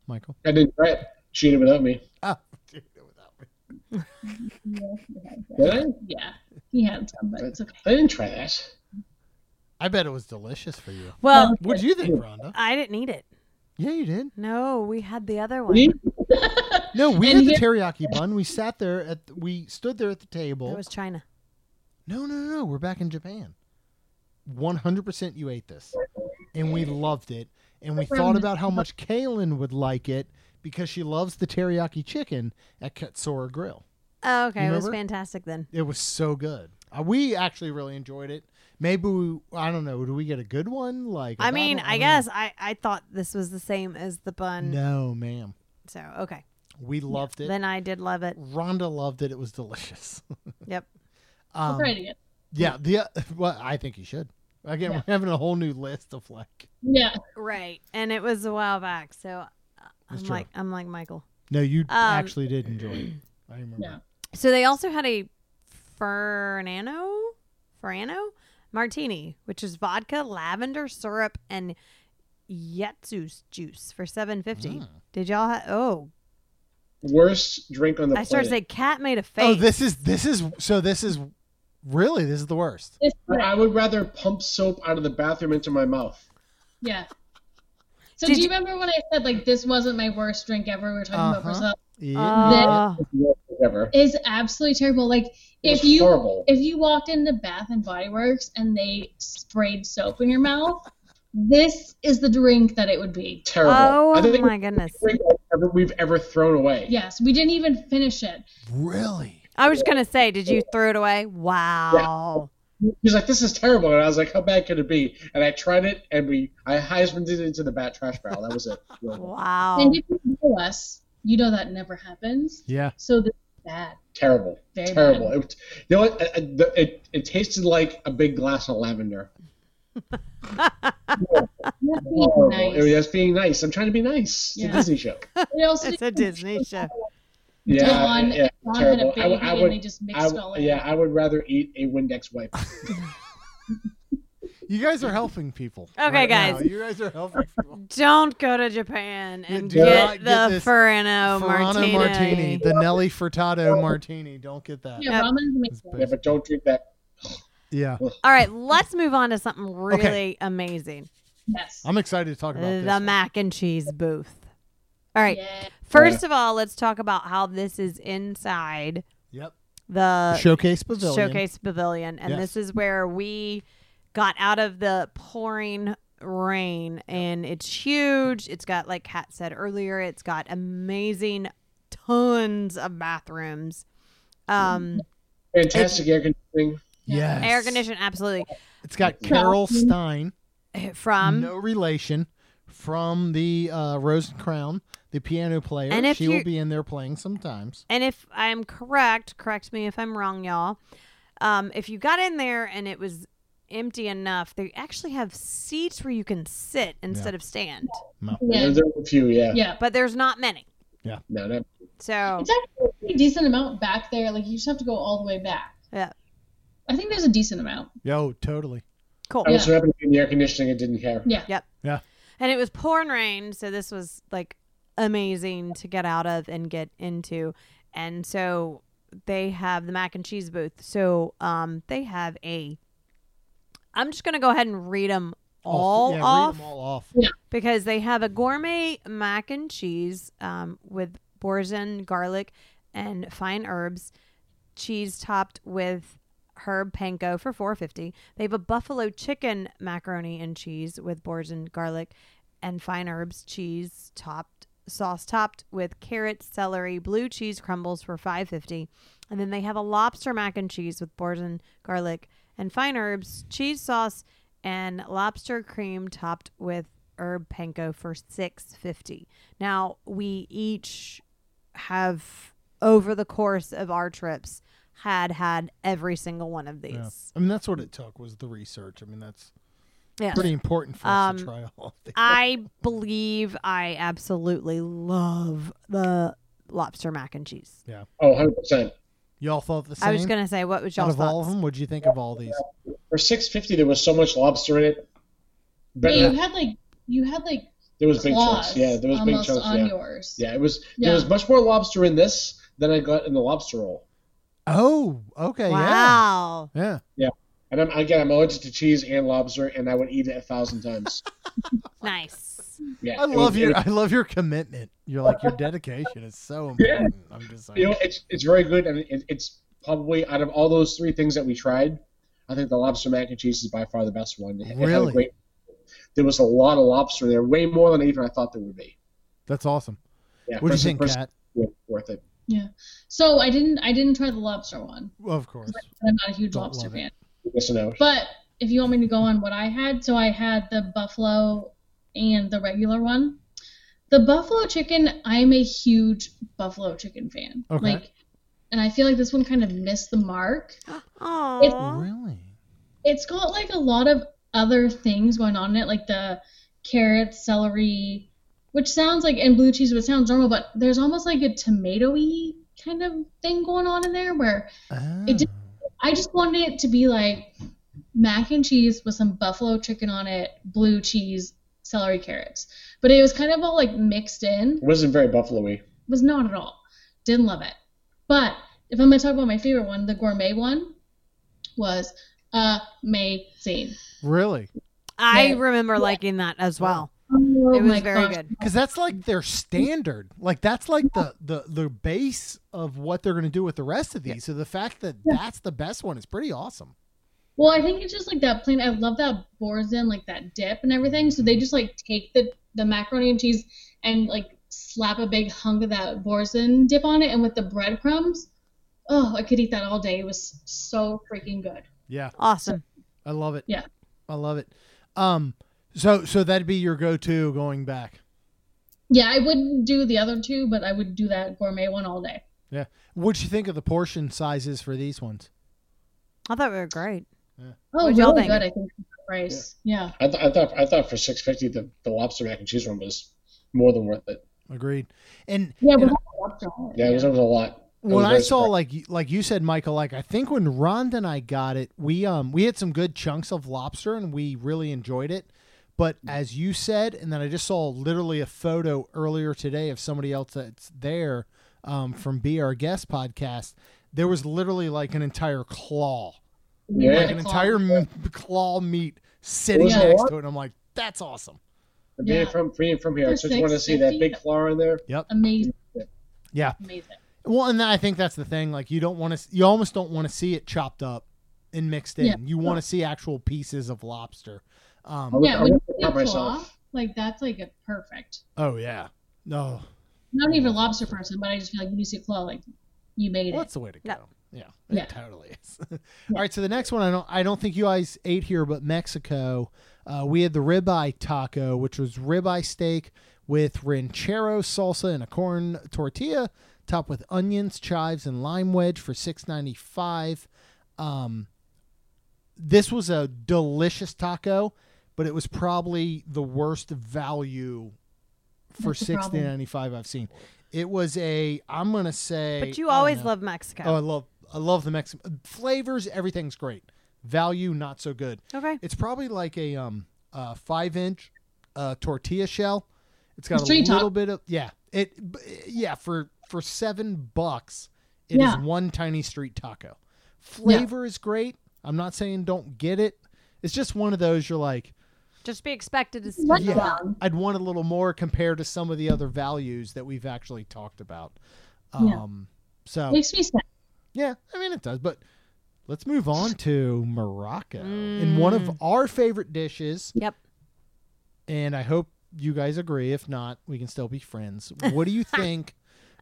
[SPEAKER 1] Michael?
[SPEAKER 3] I didn't try it. She ate it without me.
[SPEAKER 1] Oh, dude, without me.
[SPEAKER 3] Did I?
[SPEAKER 4] Yeah. He had some, but it's okay.
[SPEAKER 3] I didn't try that.
[SPEAKER 1] I bet it was delicious for you.
[SPEAKER 2] well,
[SPEAKER 1] What did you think, Rhonda?
[SPEAKER 2] I didn't eat it.
[SPEAKER 1] Yeah, you did.
[SPEAKER 2] No, we had the other one.
[SPEAKER 3] Me?
[SPEAKER 1] No, we
[SPEAKER 4] And
[SPEAKER 1] had the
[SPEAKER 4] here-
[SPEAKER 1] teriyaki bun. We sat there at the, we stood there at the table.
[SPEAKER 2] That was China.
[SPEAKER 1] No, no, no, no. We're back in Japan. 100% you ate this. And we loved it. And we thought about how much Kaylin would like it because she loves the teriyaki chicken at Katsura Grill.
[SPEAKER 2] Oh, okay, it was
[SPEAKER 1] Remember?
[SPEAKER 2] fantastic then.
[SPEAKER 1] It was so good. Uh, we actually really enjoyed it. Maybe we, I don't know. Do we get a good one? Like
[SPEAKER 2] I
[SPEAKER 1] don't-
[SPEAKER 2] mean, I
[SPEAKER 1] don't
[SPEAKER 2] guess I, I thought this was the same as the bun.
[SPEAKER 1] know. No, ma'am.
[SPEAKER 2] So okay,
[SPEAKER 1] We loved it.
[SPEAKER 2] then I did love it.
[SPEAKER 1] Rhonda loved it. It was delicious.
[SPEAKER 2] Yep.
[SPEAKER 1] Um,
[SPEAKER 4] Try it again.
[SPEAKER 1] Yeah. The well, I think you should. Again, we're having a whole new list of like.
[SPEAKER 4] Yeah.
[SPEAKER 2] Right, and it was a while back, so uh, I'm
[SPEAKER 1] That's true.
[SPEAKER 2] like I'm like Michael.
[SPEAKER 1] No, you
[SPEAKER 2] Um,
[SPEAKER 1] actually did enjoy it. I remember.
[SPEAKER 4] Yeah.
[SPEAKER 2] So they also had a Fernano, Ferrano martini, which is vodka, lavender syrup, and Yetsu's juice for seven fifty.
[SPEAKER 1] Mm.
[SPEAKER 2] Did y'all? Ha- oh,
[SPEAKER 3] Worst drink on the
[SPEAKER 2] I started
[SPEAKER 3] planet.
[SPEAKER 2] to say cat made a face.
[SPEAKER 1] Oh, this is this is so this is really this is the worst.
[SPEAKER 4] It's
[SPEAKER 3] I would rather pump soap out of the bathroom into my mouth.
[SPEAKER 4] yeah. So
[SPEAKER 2] Did
[SPEAKER 4] do you
[SPEAKER 2] you-
[SPEAKER 4] remember when I said like this wasn't my worst drink ever? We were talking about
[SPEAKER 1] Uh-huh.
[SPEAKER 4] Brazil.
[SPEAKER 1] Yeah.
[SPEAKER 2] Oh.
[SPEAKER 3] Whatever.
[SPEAKER 4] Is absolutely terrible. Like
[SPEAKER 3] It
[SPEAKER 4] if
[SPEAKER 3] was
[SPEAKER 4] you
[SPEAKER 3] horrible.
[SPEAKER 4] if you walked into Bath and Body Works and they sprayed soap in your mouth, this is the drink that it would be.
[SPEAKER 3] Terrible.
[SPEAKER 2] Oh,
[SPEAKER 3] I think
[SPEAKER 2] my goodness.
[SPEAKER 3] it's the drink I've ever, we've ever thrown away.
[SPEAKER 4] Yes, we didn't even finish it.
[SPEAKER 1] really?
[SPEAKER 2] I was gonna say, did you throw it away? Wow.
[SPEAKER 3] He's like, this is terrible. And I was like, how bad could it be? And I tried it, and we I Heismaned it into the bat trash barrel. That was it.
[SPEAKER 2] Wow.
[SPEAKER 4] And if you know us, you know that never happens.
[SPEAKER 1] Yeah.
[SPEAKER 4] So this is bad.
[SPEAKER 3] terrible.
[SPEAKER 4] Very bad.
[SPEAKER 3] terrible. It, was- you know what? I- I- the- It, it tasted like a big glass of lavender.
[SPEAKER 4] That's
[SPEAKER 3] Horrible.
[SPEAKER 4] nice.
[SPEAKER 3] It was just being nice. I'm trying to be nice. It's
[SPEAKER 4] Yeah.
[SPEAKER 3] a Disney show.
[SPEAKER 4] It also
[SPEAKER 2] It's a Disney show.
[SPEAKER 3] Yeah.
[SPEAKER 4] Dawn,
[SPEAKER 3] yeah,
[SPEAKER 4] Dawn had a
[SPEAKER 3] terrible.
[SPEAKER 4] baby
[SPEAKER 3] I would- I would-
[SPEAKER 4] and they just mixed
[SPEAKER 3] I
[SPEAKER 4] it all
[SPEAKER 3] w-
[SPEAKER 4] in.
[SPEAKER 3] yeah, I would rather eat a Windex wipe.
[SPEAKER 1] You guys are helping people.
[SPEAKER 2] Okay,
[SPEAKER 1] right now.
[SPEAKER 2] guys.
[SPEAKER 1] You guys are helping people.
[SPEAKER 2] Don't go to Japan
[SPEAKER 1] Yeah,
[SPEAKER 2] and
[SPEAKER 1] do not get
[SPEAKER 2] get, the
[SPEAKER 1] this Ferrano
[SPEAKER 2] Ferrano Oh, martini.
[SPEAKER 1] martini, the Nelly Furtado martini. Don't get that.
[SPEAKER 4] Yeah, ramen's
[SPEAKER 1] It's
[SPEAKER 4] amazing.
[SPEAKER 3] yeah,
[SPEAKER 1] basic.
[SPEAKER 3] but don't drink that.
[SPEAKER 1] Yeah.
[SPEAKER 2] All right, let's move on to something really
[SPEAKER 1] Okay.
[SPEAKER 2] amazing.
[SPEAKER 4] Yes.
[SPEAKER 1] I'm excited to talk about
[SPEAKER 2] The
[SPEAKER 1] this. one.
[SPEAKER 2] mac and cheese booth. All right.
[SPEAKER 4] Yeah.
[SPEAKER 2] First of all, let's talk about how this is inside
[SPEAKER 1] Yep.
[SPEAKER 2] the
[SPEAKER 1] Showcase Pavilion.
[SPEAKER 2] uh, showcase pavilion and
[SPEAKER 1] Yes.
[SPEAKER 2] this is where we got out of the pouring rain and it's huge it's got like kat said earlier it's got amazing tons of bathrooms um
[SPEAKER 3] Fantastic air conditioning.
[SPEAKER 1] Yes.
[SPEAKER 2] air condition absolutely Eh,
[SPEAKER 1] It's got Carol Stein,
[SPEAKER 2] from
[SPEAKER 1] no relation, from the uh, Rose and Crown, the piano player.
[SPEAKER 2] And if
[SPEAKER 1] she
[SPEAKER 2] you-
[SPEAKER 1] will be in there playing sometimes.
[SPEAKER 2] and if i'm correct correct me if i'm wrong y'all um if you got in there and it was empty enough they actually have seats where you can sit instead of stand
[SPEAKER 4] Yeah.
[SPEAKER 3] There were a few, yeah.
[SPEAKER 4] Yeah.
[SPEAKER 2] but there's not many
[SPEAKER 3] No, no.
[SPEAKER 2] so
[SPEAKER 4] It's actually a pretty decent amount back there. Like you just have to go all the way back.
[SPEAKER 2] Yeah.
[SPEAKER 4] I think there's a decent amount.
[SPEAKER 1] Yo, totally.
[SPEAKER 2] cool
[SPEAKER 3] I was so happy to be in the air conditioning and didn't care.
[SPEAKER 4] Yeah.
[SPEAKER 2] Yep.
[SPEAKER 1] Yeah.
[SPEAKER 2] And it was pouring rain, so this was like amazing to get out of and get into. And so they have the mac and cheese booth. So um they have a I'm just going to go ahead and read them all
[SPEAKER 1] Oh, yeah, read 'em
[SPEAKER 2] off
[SPEAKER 1] all off.
[SPEAKER 2] because they have a gourmet mac and cheese um, with boursin garlic and fine herbs cheese topped with herb panko for 450 they have a buffalo chicken macaroni and cheese with boursin garlic and fine herbs cheese topped sauce topped with carrot celery blue cheese crumbles for 550 and then they have a lobster mac and cheese with boursin garlic and fine herbs cheese sauce and lobster cream topped with herb panko for 650 now we each have over the course of our trips had had every single one of
[SPEAKER 1] Yeah.
[SPEAKER 2] these
[SPEAKER 1] I mean, that's what it took was the research. I mean, that's
[SPEAKER 2] yeah.
[SPEAKER 1] pretty important for us to
[SPEAKER 2] Um,
[SPEAKER 1] try all of these.
[SPEAKER 2] i believe i absolutely love the lobster mac and cheese
[SPEAKER 3] Oh, 100%.
[SPEAKER 1] Y'all thought the same?
[SPEAKER 2] i was gonna say what was
[SPEAKER 1] Out
[SPEAKER 2] y'all's
[SPEAKER 1] of all of
[SPEAKER 2] thoughts
[SPEAKER 1] them, what'd you think of all these?
[SPEAKER 3] For 650 there was so much lobster in it.
[SPEAKER 4] But
[SPEAKER 3] Better
[SPEAKER 4] you had like you had like
[SPEAKER 3] There was big
[SPEAKER 4] claws
[SPEAKER 3] chunks. Yeah, there was big
[SPEAKER 4] almost
[SPEAKER 3] chunks.
[SPEAKER 4] on
[SPEAKER 3] Yeah.
[SPEAKER 4] yours.
[SPEAKER 3] yeah, it was.
[SPEAKER 4] Yeah.
[SPEAKER 3] There was much more lobster in this than I got in the lobster roll.
[SPEAKER 1] Oh, okay.
[SPEAKER 2] wow
[SPEAKER 1] Yeah. Yeah.
[SPEAKER 3] And I'm, again, I'm allergic to cheese and lobster, and I would eat it a thousand times.
[SPEAKER 2] nice
[SPEAKER 3] Yeah,
[SPEAKER 1] I
[SPEAKER 3] it was-
[SPEAKER 1] love
[SPEAKER 3] it
[SPEAKER 1] your
[SPEAKER 3] was-
[SPEAKER 1] I love your commitment. You're like your dedication is so important. I'm just like
[SPEAKER 3] you know, it's it's very good, and it, it's probably out of all those three things that we tried, I think the lobster mac and cheese is by far the best one. It had a
[SPEAKER 1] Really?
[SPEAKER 3] great- there was a lot of lobster there, way more than even I thought there would be.
[SPEAKER 1] That's awesome.
[SPEAKER 3] Yeah,
[SPEAKER 1] What do you
[SPEAKER 3] first-
[SPEAKER 1] think,
[SPEAKER 3] first-
[SPEAKER 1] Kat?
[SPEAKER 3] yeah, worth it.
[SPEAKER 4] So I didn't I didn't try the lobster one.
[SPEAKER 1] Well, of course.
[SPEAKER 4] I'm not a huge
[SPEAKER 1] Don't
[SPEAKER 4] lobster
[SPEAKER 1] love it.
[SPEAKER 4] fan.
[SPEAKER 3] You're missing out.
[SPEAKER 4] But if you want me to go on what I had, so I had the buffalo and the regular one. The buffalo chicken, I'm a huge buffalo chicken fan.
[SPEAKER 1] Okay.
[SPEAKER 4] Like and I feel like this one kind of missed the mark.
[SPEAKER 2] Oh,
[SPEAKER 1] Really?
[SPEAKER 4] It's got like a lot of other things going on in it, like the carrots, celery, which sounds like and blue cheese, but it sounds normal, but there's almost like a tomatoey kind of thing going on in there where
[SPEAKER 1] Hmm.
[SPEAKER 4] It did-
[SPEAKER 1] Ah.
[SPEAKER 4] I just wanted it to be like mac and cheese with some buffalo chicken on it, blue cheese, celery carrots. But it was kind of all like mixed in.
[SPEAKER 3] It wasn't very buffalo-y.
[SPEAKER 4] Was not at all. Didn't love it. But if I'm gonna talk about my favorite one, the gourmet one was amazing.
[SPEAKER 1] Really?
[SPEAKER 2] I
[SPEAKER 4] Yeah.
[SPEAKER 2] remember liking that as well.
[SPEAKER 4] Oh
[SPEAKER 2] It
[SPEAKER 4] my
[SPEAKER 2] was very
[SPEAKER 4] gosh.
[SPEAKER 2] good.
[SPEAKER 1] Because that's like their standard. Like that's like the the the base of what they're going to do with the rest of these. So the fact that that's the best one is pretty awesome.
[SPEAKER 4] Well, I think it's just like that plain. I love that boursin, like that dip and everything. So they just like take the the macaroni and cheese and like slap a big hunk of that boursin dip on it, and with the breadcrumbs, oh, I could eat that all day. It was so freaking good.
[SPEAKER 1] Yeah,
[SPEAKER 2] Awesome.
[SPEAKER 1] I love it.
[SPEAKER 4] Yeah.
[SPEAKER 1] I love it. Um, so so that'd be your go-to going back.
[SPEAKER 4] Yeah, I wouldn't do the other two, but I would do that gourmet one all day.
[SPEAKER 1] Yeah. What'd you think of the portion sizes for these ones?
[SPEAKER 2] I thought we were great.
[SPEAKER 4] Oh,
[SPEAKER 2] What'd y'all
[SPEAKER 4] really
[SPEAKER 2] think?
[SPEAKER 4] good. I think for the price. Yeah.
[SPEAKER 3] I, th- I thought I thought for six fifty the, the lobster mac and cheese one was more than worth it.
[SPEAKER 1] Agreed. And
[SPEAKER 4] Yeah,
[SPEAKER 1] And
[SPEAKER 4] but that's all.
[SPEAKER 3] Yeah, it was, it was a lot.
[SPEAKER 1] when
[SPEAKER 3] was
[SPEAKER 1] I
[SPEAKER 3] very
[SPEAKER 1] saw
[SPEAKER 3] surprised.
[SPEAKER 1] like like you said, Michael, like I think when Rhonda and I got it, we um we had some good chunks of lobster and we really enjoyed it. But
[SPEAKER 3] Mm.
[SPEAKER 1] as you said, and then I just saw literally a photo earlier today of somebody else that's there um, from Be Our Guest podcast. There was literally like an entire claw,
[SPEAKER 3] Yeah.
[SPEAKER 1] like an entire m- claw meat sitting
[SPEAKER 3] Yeah.
[SPEAKER 1] next to it. And I'm like, that's awesome.
[SPEAKER 3] being
[SPEAKER 4] Yeah.
[SPEAKER 3] from being from here, I
[SPEAKER 4] For
[SPEAKER 3] just want to see that
[SPEAKER 4] 6.50?
[SPEAKER 3] big claw in there.
[SPEAKER 4] Amazing.
[SPEAKER 1] Yeah.
[SPEAKER 4] Amazing.
[SPEAKER 1] Well, and I think that's the thing. Like, you don't want to, you almost don't want to see it chopped up and mixed in.
[SPEAKER 4] Yeah.
[SPEAKER 1] You want to see actual pieces of lobster. Um,
[SPEAKER 3] I would-
[SPEAKER 4] Oh, Yeah,
[SPEAKER 3] I
[SPEAKER 4] when you
[SPEAKER 3] would
[SPEAKER 4] see a
[SPEAKER 3] prepare
[SPEAKER 4] claw,
[SPEAKER 3] myself.
[SPEAKER 4] like that's like a perfect.
[SPEAKER 1] Oh yeah. No,
[SPEAKER 4] Not even a lobster person, but I just feel like when you see a claw, like you made
[SPEAKER 1] well,
[SPEAKER 4] it.
[SPEAKER 1] that's the way to go.
[SPEAKER 2] Yeah.
[SPEAKER 1] Yeah,
[SPEAKER 4] Yeah.
[SPEAKER 1] it totally is. All right, so the next one, I don't, I don't think you guys ate here, but Mexico, uh, we had the ribeye taco, which was ribeye steak with ranchero salsa and a corn tortilla, topped with onions, chives, and lime wedge for six ninety five. Um, this was a delicious taco, but it was probably the worst value for
[SPEAKER 4] That's the problem.
[SPEAKER 1] sixteen ninety five I've seen. It was a I'm gonna say,
[SPEAKER 2] But you
[SPEAKER 1] I don't
[SPEAKER 2] always
[SPEAKER 1] know.
[SPEAKER 2] love Mexico.
[SPEAKER 1] Oh, I love I love the Mexican uh, flavors. Everything's great. Value not so good.
[SPEAKER 2] okay.
[SPEAKER 1] It's probably like a um uh five inch uh tortilla shell. It's got
[SPEAKER 4] It's
[SPEAKER 1] a
[SPEAKER 4] tree
[SPEAKER 1] little
[SPEAKER 4] top.
[SPEAKER 1] bit of yeah it b- yeah for for seven bucks it is
[SPEAKER 4] Yeah.
[SPEAKER 1] one tiny street taco. Flavor is great. I'm not saying don't get it. It's just one of those you're like
[SPEAKER 2] Just be expected to
[SPEAKER 4] What
[SPEAKER 1] Yeah.
[SPEAKER 4] down.
[SPEAKER 1] I'd want a little more compared to some of the other values that we've actually talked about.
[SPEAKER 4] Yeah.
[SPEAKER 1] Um so
[SPEAKER 4] Makes me sad.
[SPEAKER 1] Yeah, I mean it does, but let's move on to Morocco and one of our favorite dishes.
[SPEAKER 2] Yep.
[SPEAKER 1] And I hope you guys agree. If not, we can still be friends. What do you think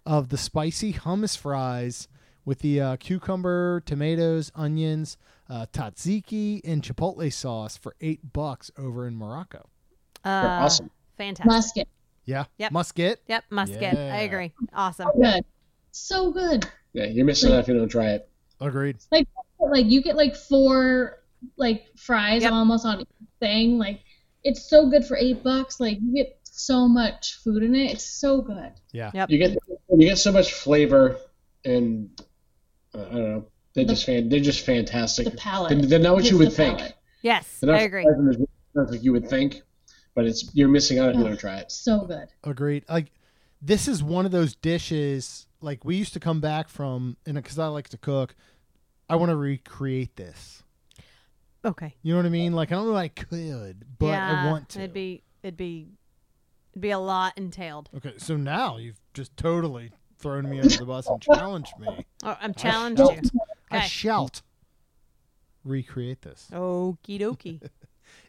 [SPEAKER 1] of the spicy hummus fries with the uh, cucumber, tomatoes, onions, uh, tzatziki, and chipotle sauce for eight bucks over in Morocco?
[SPEAKER 2] Uh,
[SPEAKER 3] They're awesome.
[SPEAKER 2] Fantastic.
[SPEAKER 4] Musket.
[SPEAKER 1] Yeah.
[SPEAKER 2] Yep.
[SPEAKER 1] Musket.
[SPEAKER 2] Yep, musket.
[SPEAKER 1] Yeah.
[SPEAKER 2] I agree. Awesome.
[SPEAKER 4] Good. So good.
[SPEAKER 3] Yeah, you're missing out if you don't try it.
[SPEAKER 1] Agreed.
[SPEAKER 4] Like you get like four like fries
[SPEAKER 2] Yep.
[SPEAKER 4] almost on each thing. Like it's so good for eight bucks. Like you get so much food in it. It's so good.
[SPEAKER 3] You get you get so much flavor and uh, I don't know. They're
[SPEAKER 4] The-
[SPEAKER 3] just fan, they're just fantastic.
[SPEAKER 4] The palate.
[SPEAKER 3] They're, they're not what
[SPEAKER 4] It's
[SPEAKER 3] you would
[SPEAKER 4] the
[SPEAKER 3] think.
[SPEAKER 4] palate.
[SPEAKER 2] Yes,
[SPEAKER 3] They're not
[SPEAKER 2] I agree.
[SPEAKER 3] surprising as much as you would think, but it's you're missing out if you don't try it.
[SPEAKER 4] So good.
[SPEAKER 1] Agreed. Like this is one of those dishes. Like we used to come back from, and because I like to cook, I want to recreate this.
[SPEAKER 2] Okay.
[SPEAKER 1] You know what I mean? Like I don't know if I could, but
[SPEAKER 2] yeah,
[SPEAKER 1] I want to.
[SPEAKER 2] It'd be it'd be it'd be a lot entailed.
[SPEAKER 1] okay, so now you've just totally thrown me under the bus and challenged me.
[SPEAKER 2] Oh, I'm
[SPEAKER 3] I
[SPEAKER 2] challenged
[SPEAKER 3] felt-
[SPEAKER 2] you.
[SPEAKER 1] I
[SPEAKER 2] Okay. Oh,
[SPEAKER 1] shalt recreate this.
[SPEAKER 2] Okie dokie.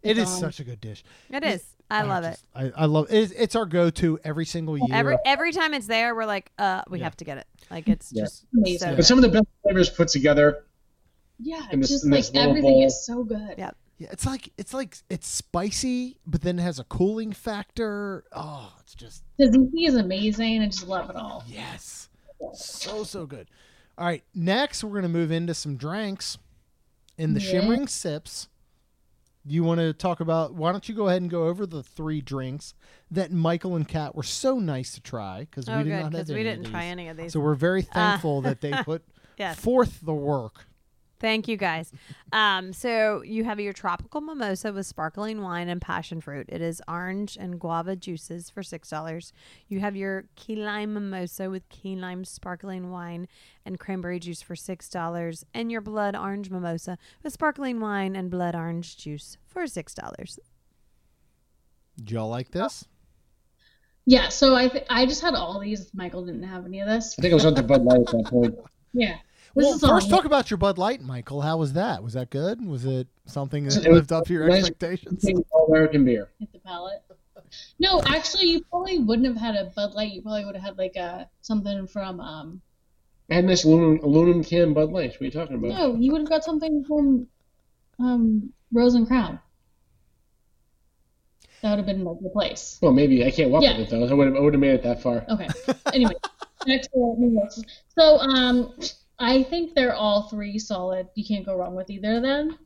[SPEAKER 1] It is
[SPEAKER 4] Um,
[SPEAKER 1] such a good dish.
[SPEAKER 2] It is. I love it.
[SPEAKER 1] just- I, I love it. It's, it's our go-to every single year.
[SPEAKER 2] Every every time it's there, we're like, uh, we
[SPEAKER 1] Yeah.
[SPEAKER 2] have to get it. Like it's
[SPEAKER 3] Yeah.
[SPEAKER 2] just
[SPEAKER 4] Amazing.
[SPEAKER 2] so
[SPEAKER 3] But some of the best flavors put together.
[SPEAKER 4] Yeah,
[SPEAKER 3] And this-
[SPEAKER 4] just
[SPEAKER 3] and
[SPEAKER 4] like
[SPEAKER 3] this little
[SPEAKER 4] everything
[SPEAKER 3] bowl.
[SPEAKER 4] is so good.
[SPEAKER 2] Yeah.
[SPEAKER 1] Yeah, it's like it's like it's spicy, but then it has a cooling factor. Oh, it's just
[SPEAKER 4] The zuki is amazing. I just love it all.
[SPEAKER 1] yes, so so good. All right, next we're gonna move into some drinks, in the
[SPEAKER 4] Yeah.
[SPEAKER 1] shimmering sips. You want to talk about? Why don't you go ahead and go over the three drinks that Michael and Kat were so nice to try because
[SPEAKER 2] Oh,
[SPEAKER 1] we did
[SPEAKER 2] good
[SPEAKER 1] not have
[SPEAKER 2] because
[SPEAKER 1] any
[SPEAKER 2] we
[SPEAKER 1] of
[SPEAKER 2] didn't try
[SPEAKER 1] these.
[SPEAKER 2] any of these. Uh.
[SPEAKER 1] So we're very thankful that they put
[SPEAKER 2] yes,
[SPEAKER 1] forth the work.
[SPEAKER 2] thank you guys. Um, so you have your tropical mimosa with sparkling wine and passion fruit. It is orange and guava juices for six dollars. You have your key lime mimosa with key lime sparkling wine and cranberry juice for six dollars, and your blood orange mimosa with sparkling wine and blood orange juice for six dollars.
[SPEAKER 1] Did y'all like
[SPEAKER 2] Oh,
[SPEAKER 1] this?
[SPEAKER 4] Yeah, so I th- I just had all these. Michael didn't have any of this.
[SPEAKER 3] I think I was on to Bud Light at that point.
[SPEAKER 4] Yeah. This
[SPEAKER 1] Well,
[SPEAKER 4] is all-
[SPEAKER 1] first, talk about your Bud Light, Michael. How was that? Was that good? Was it something that
[SPEAKER 3] It was
[SPEAKER 1] lived up to your
[SPEAKER 3] nice.
[SPEAKER 1] expectations?
[SPEAKER 3] All American beer.
[SPEAKER 4] hit the palate. No, actually, you probably wouldn't have had a Bud Light. You probably would have had like a something from um.
[SPEAKER 3] And this aluminum, aluminum can Bud Light. What are you talking about?
[SPEAKER 4] No, you would have got something from um Rose and Crown. That would have been like the place.
[SPEAKER 3] Well, maybe I can't walk
[SPEAKER 4] Yeah.
[SPEAKER 3] with it though. I would have, I would have made it that far.
[SPEAKER 4] Okay. Anyway, back to what we were- so um, I think they're all three solid. You can't go wrong with either of them.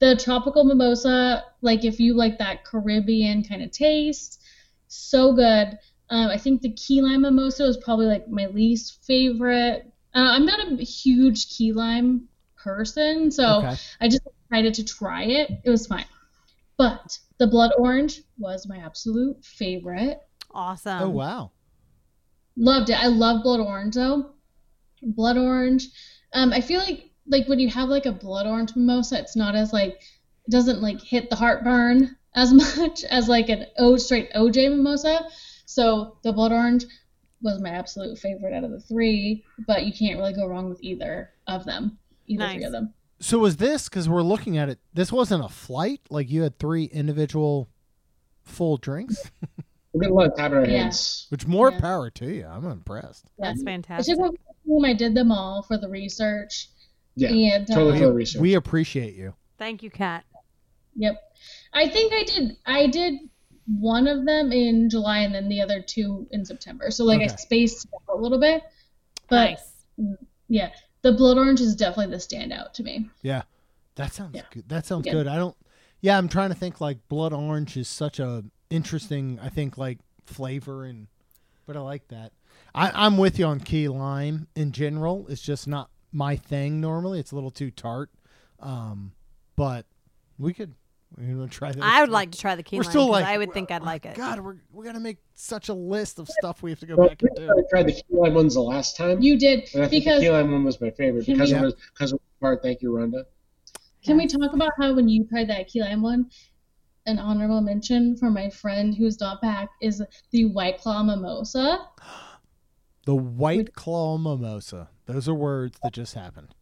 [SPEAKER 4] The tropical mimosa, like if you like that Caribbean kind of taste, so good. Um, I think the key lime mimosa is probably like my least favorite. Uh, I'm not a huge key lime person, so
[SPEAKER 1] Okay.
[SPEAKER 4] I just decided to try it. It was fine, but the blood orange was my absolute favorite.
[SPEAKER 2] Awesome.
[SPEAKER 1] Oh wow.
[SPEAKER 4] Loved it. I love blood orange though. Blood orange. Um, I feel like like when you have like a blood orange mimosa, it's not as like it doesn't like hit the heartburn as much as like an O straight OJ mimosa. So the blood orange was my absolute favorite out of the three, but you can't really go wrong with either of them. Either three
[SPEAKER 2] Nice.
[SPEAKER 4] of them.
[SPEAKER 1] So was this because we're looking at it? This wasn't a flight. Like you had three individual full drinks,
[SPEAKER 3] We're getting a lot of time in our
[SPEAKER 4] Yeah.
[SPEAKER 3] hands.
[SPEAKER 1] which more
[SPEAKER 4] Yeah.
[SPEAKER 1] power to you. I'm impressed.
[SPEAKER 2] That's
[SPEAKER 4] I took
[SPEAKER 2] fantastic.
[SPEAKER 4] over time. I did them all for the research.
[SPEAKER 3] Yeah,
[SPEAKER 4] and
[SPEAKER 3] totally
[SPEAKER 4] um,
[SPEAKER 3] for the research.
[SPEAKER 1] We appreciate you.
[SPEAKER 2] Thank you, Kat.
[SPEAKER 4] Yep. I think I did I did one of them in July and then the other two in September. So like I
[SPEAKER 1] Okay.
[SPEAKER 4] spaced it out a little bit. But
[SPEAKER 2] nice.
[SPEAKER 4] yeah, the blood orange is definitely the standout to me.
[SPEAKER 1] Yeah, that sounds
[SPEAKER 4] Yeah.
[SPEAKER 1] good. That sounds
[SPEAKER 4] Yeah.
[SPEAKER 1] good. I don't. Yeah, I'm trying to think. Like blood orange is such a interesting. I think like flavor and, but I like that. I, I'm with you on key lime in general. It's just not my thing normally. It's a little too tart. Um, but we could. We're gonna try that.
[SPEAKER 2] I would like to try the key
[SPEAKER 1] We're
[SPEAKER 2] lime,
[SPEAKER 1] still
[SPEAKER 2] 'cause
[SPEAKER 1] like. Oh
[SPEAKER 2] I would think I'd like it.
[SPEAKER 1] God, we're we gotta make such a list of stuff we have to go
[SPEAKER 3] Well,
[SPEAKER 1] back and
[SPEAKER 3] I
[SPEAKER 1] do.
[SPEAKER 3] tried the key lime ones the last time.
[SPEAKER 4] You did
[SPEAKER 3] and I think
[SPEAKER 4] because
[SPEAKER 3] the key lime one was my favorite
[SPEAKER 4] Can
[SPEAKER 3] because
[SPEAKER 1] we-
[SPEAKER 3] it was because of the part. Thank you, Rhonda.
[SPEAKER 4] can we talk about how when you tried that key lime one, an honorable mention for my friend who's not back is the White Claw Mimosa.
[SPEAKER 1] The white claw mimosa. Those are words that just happened.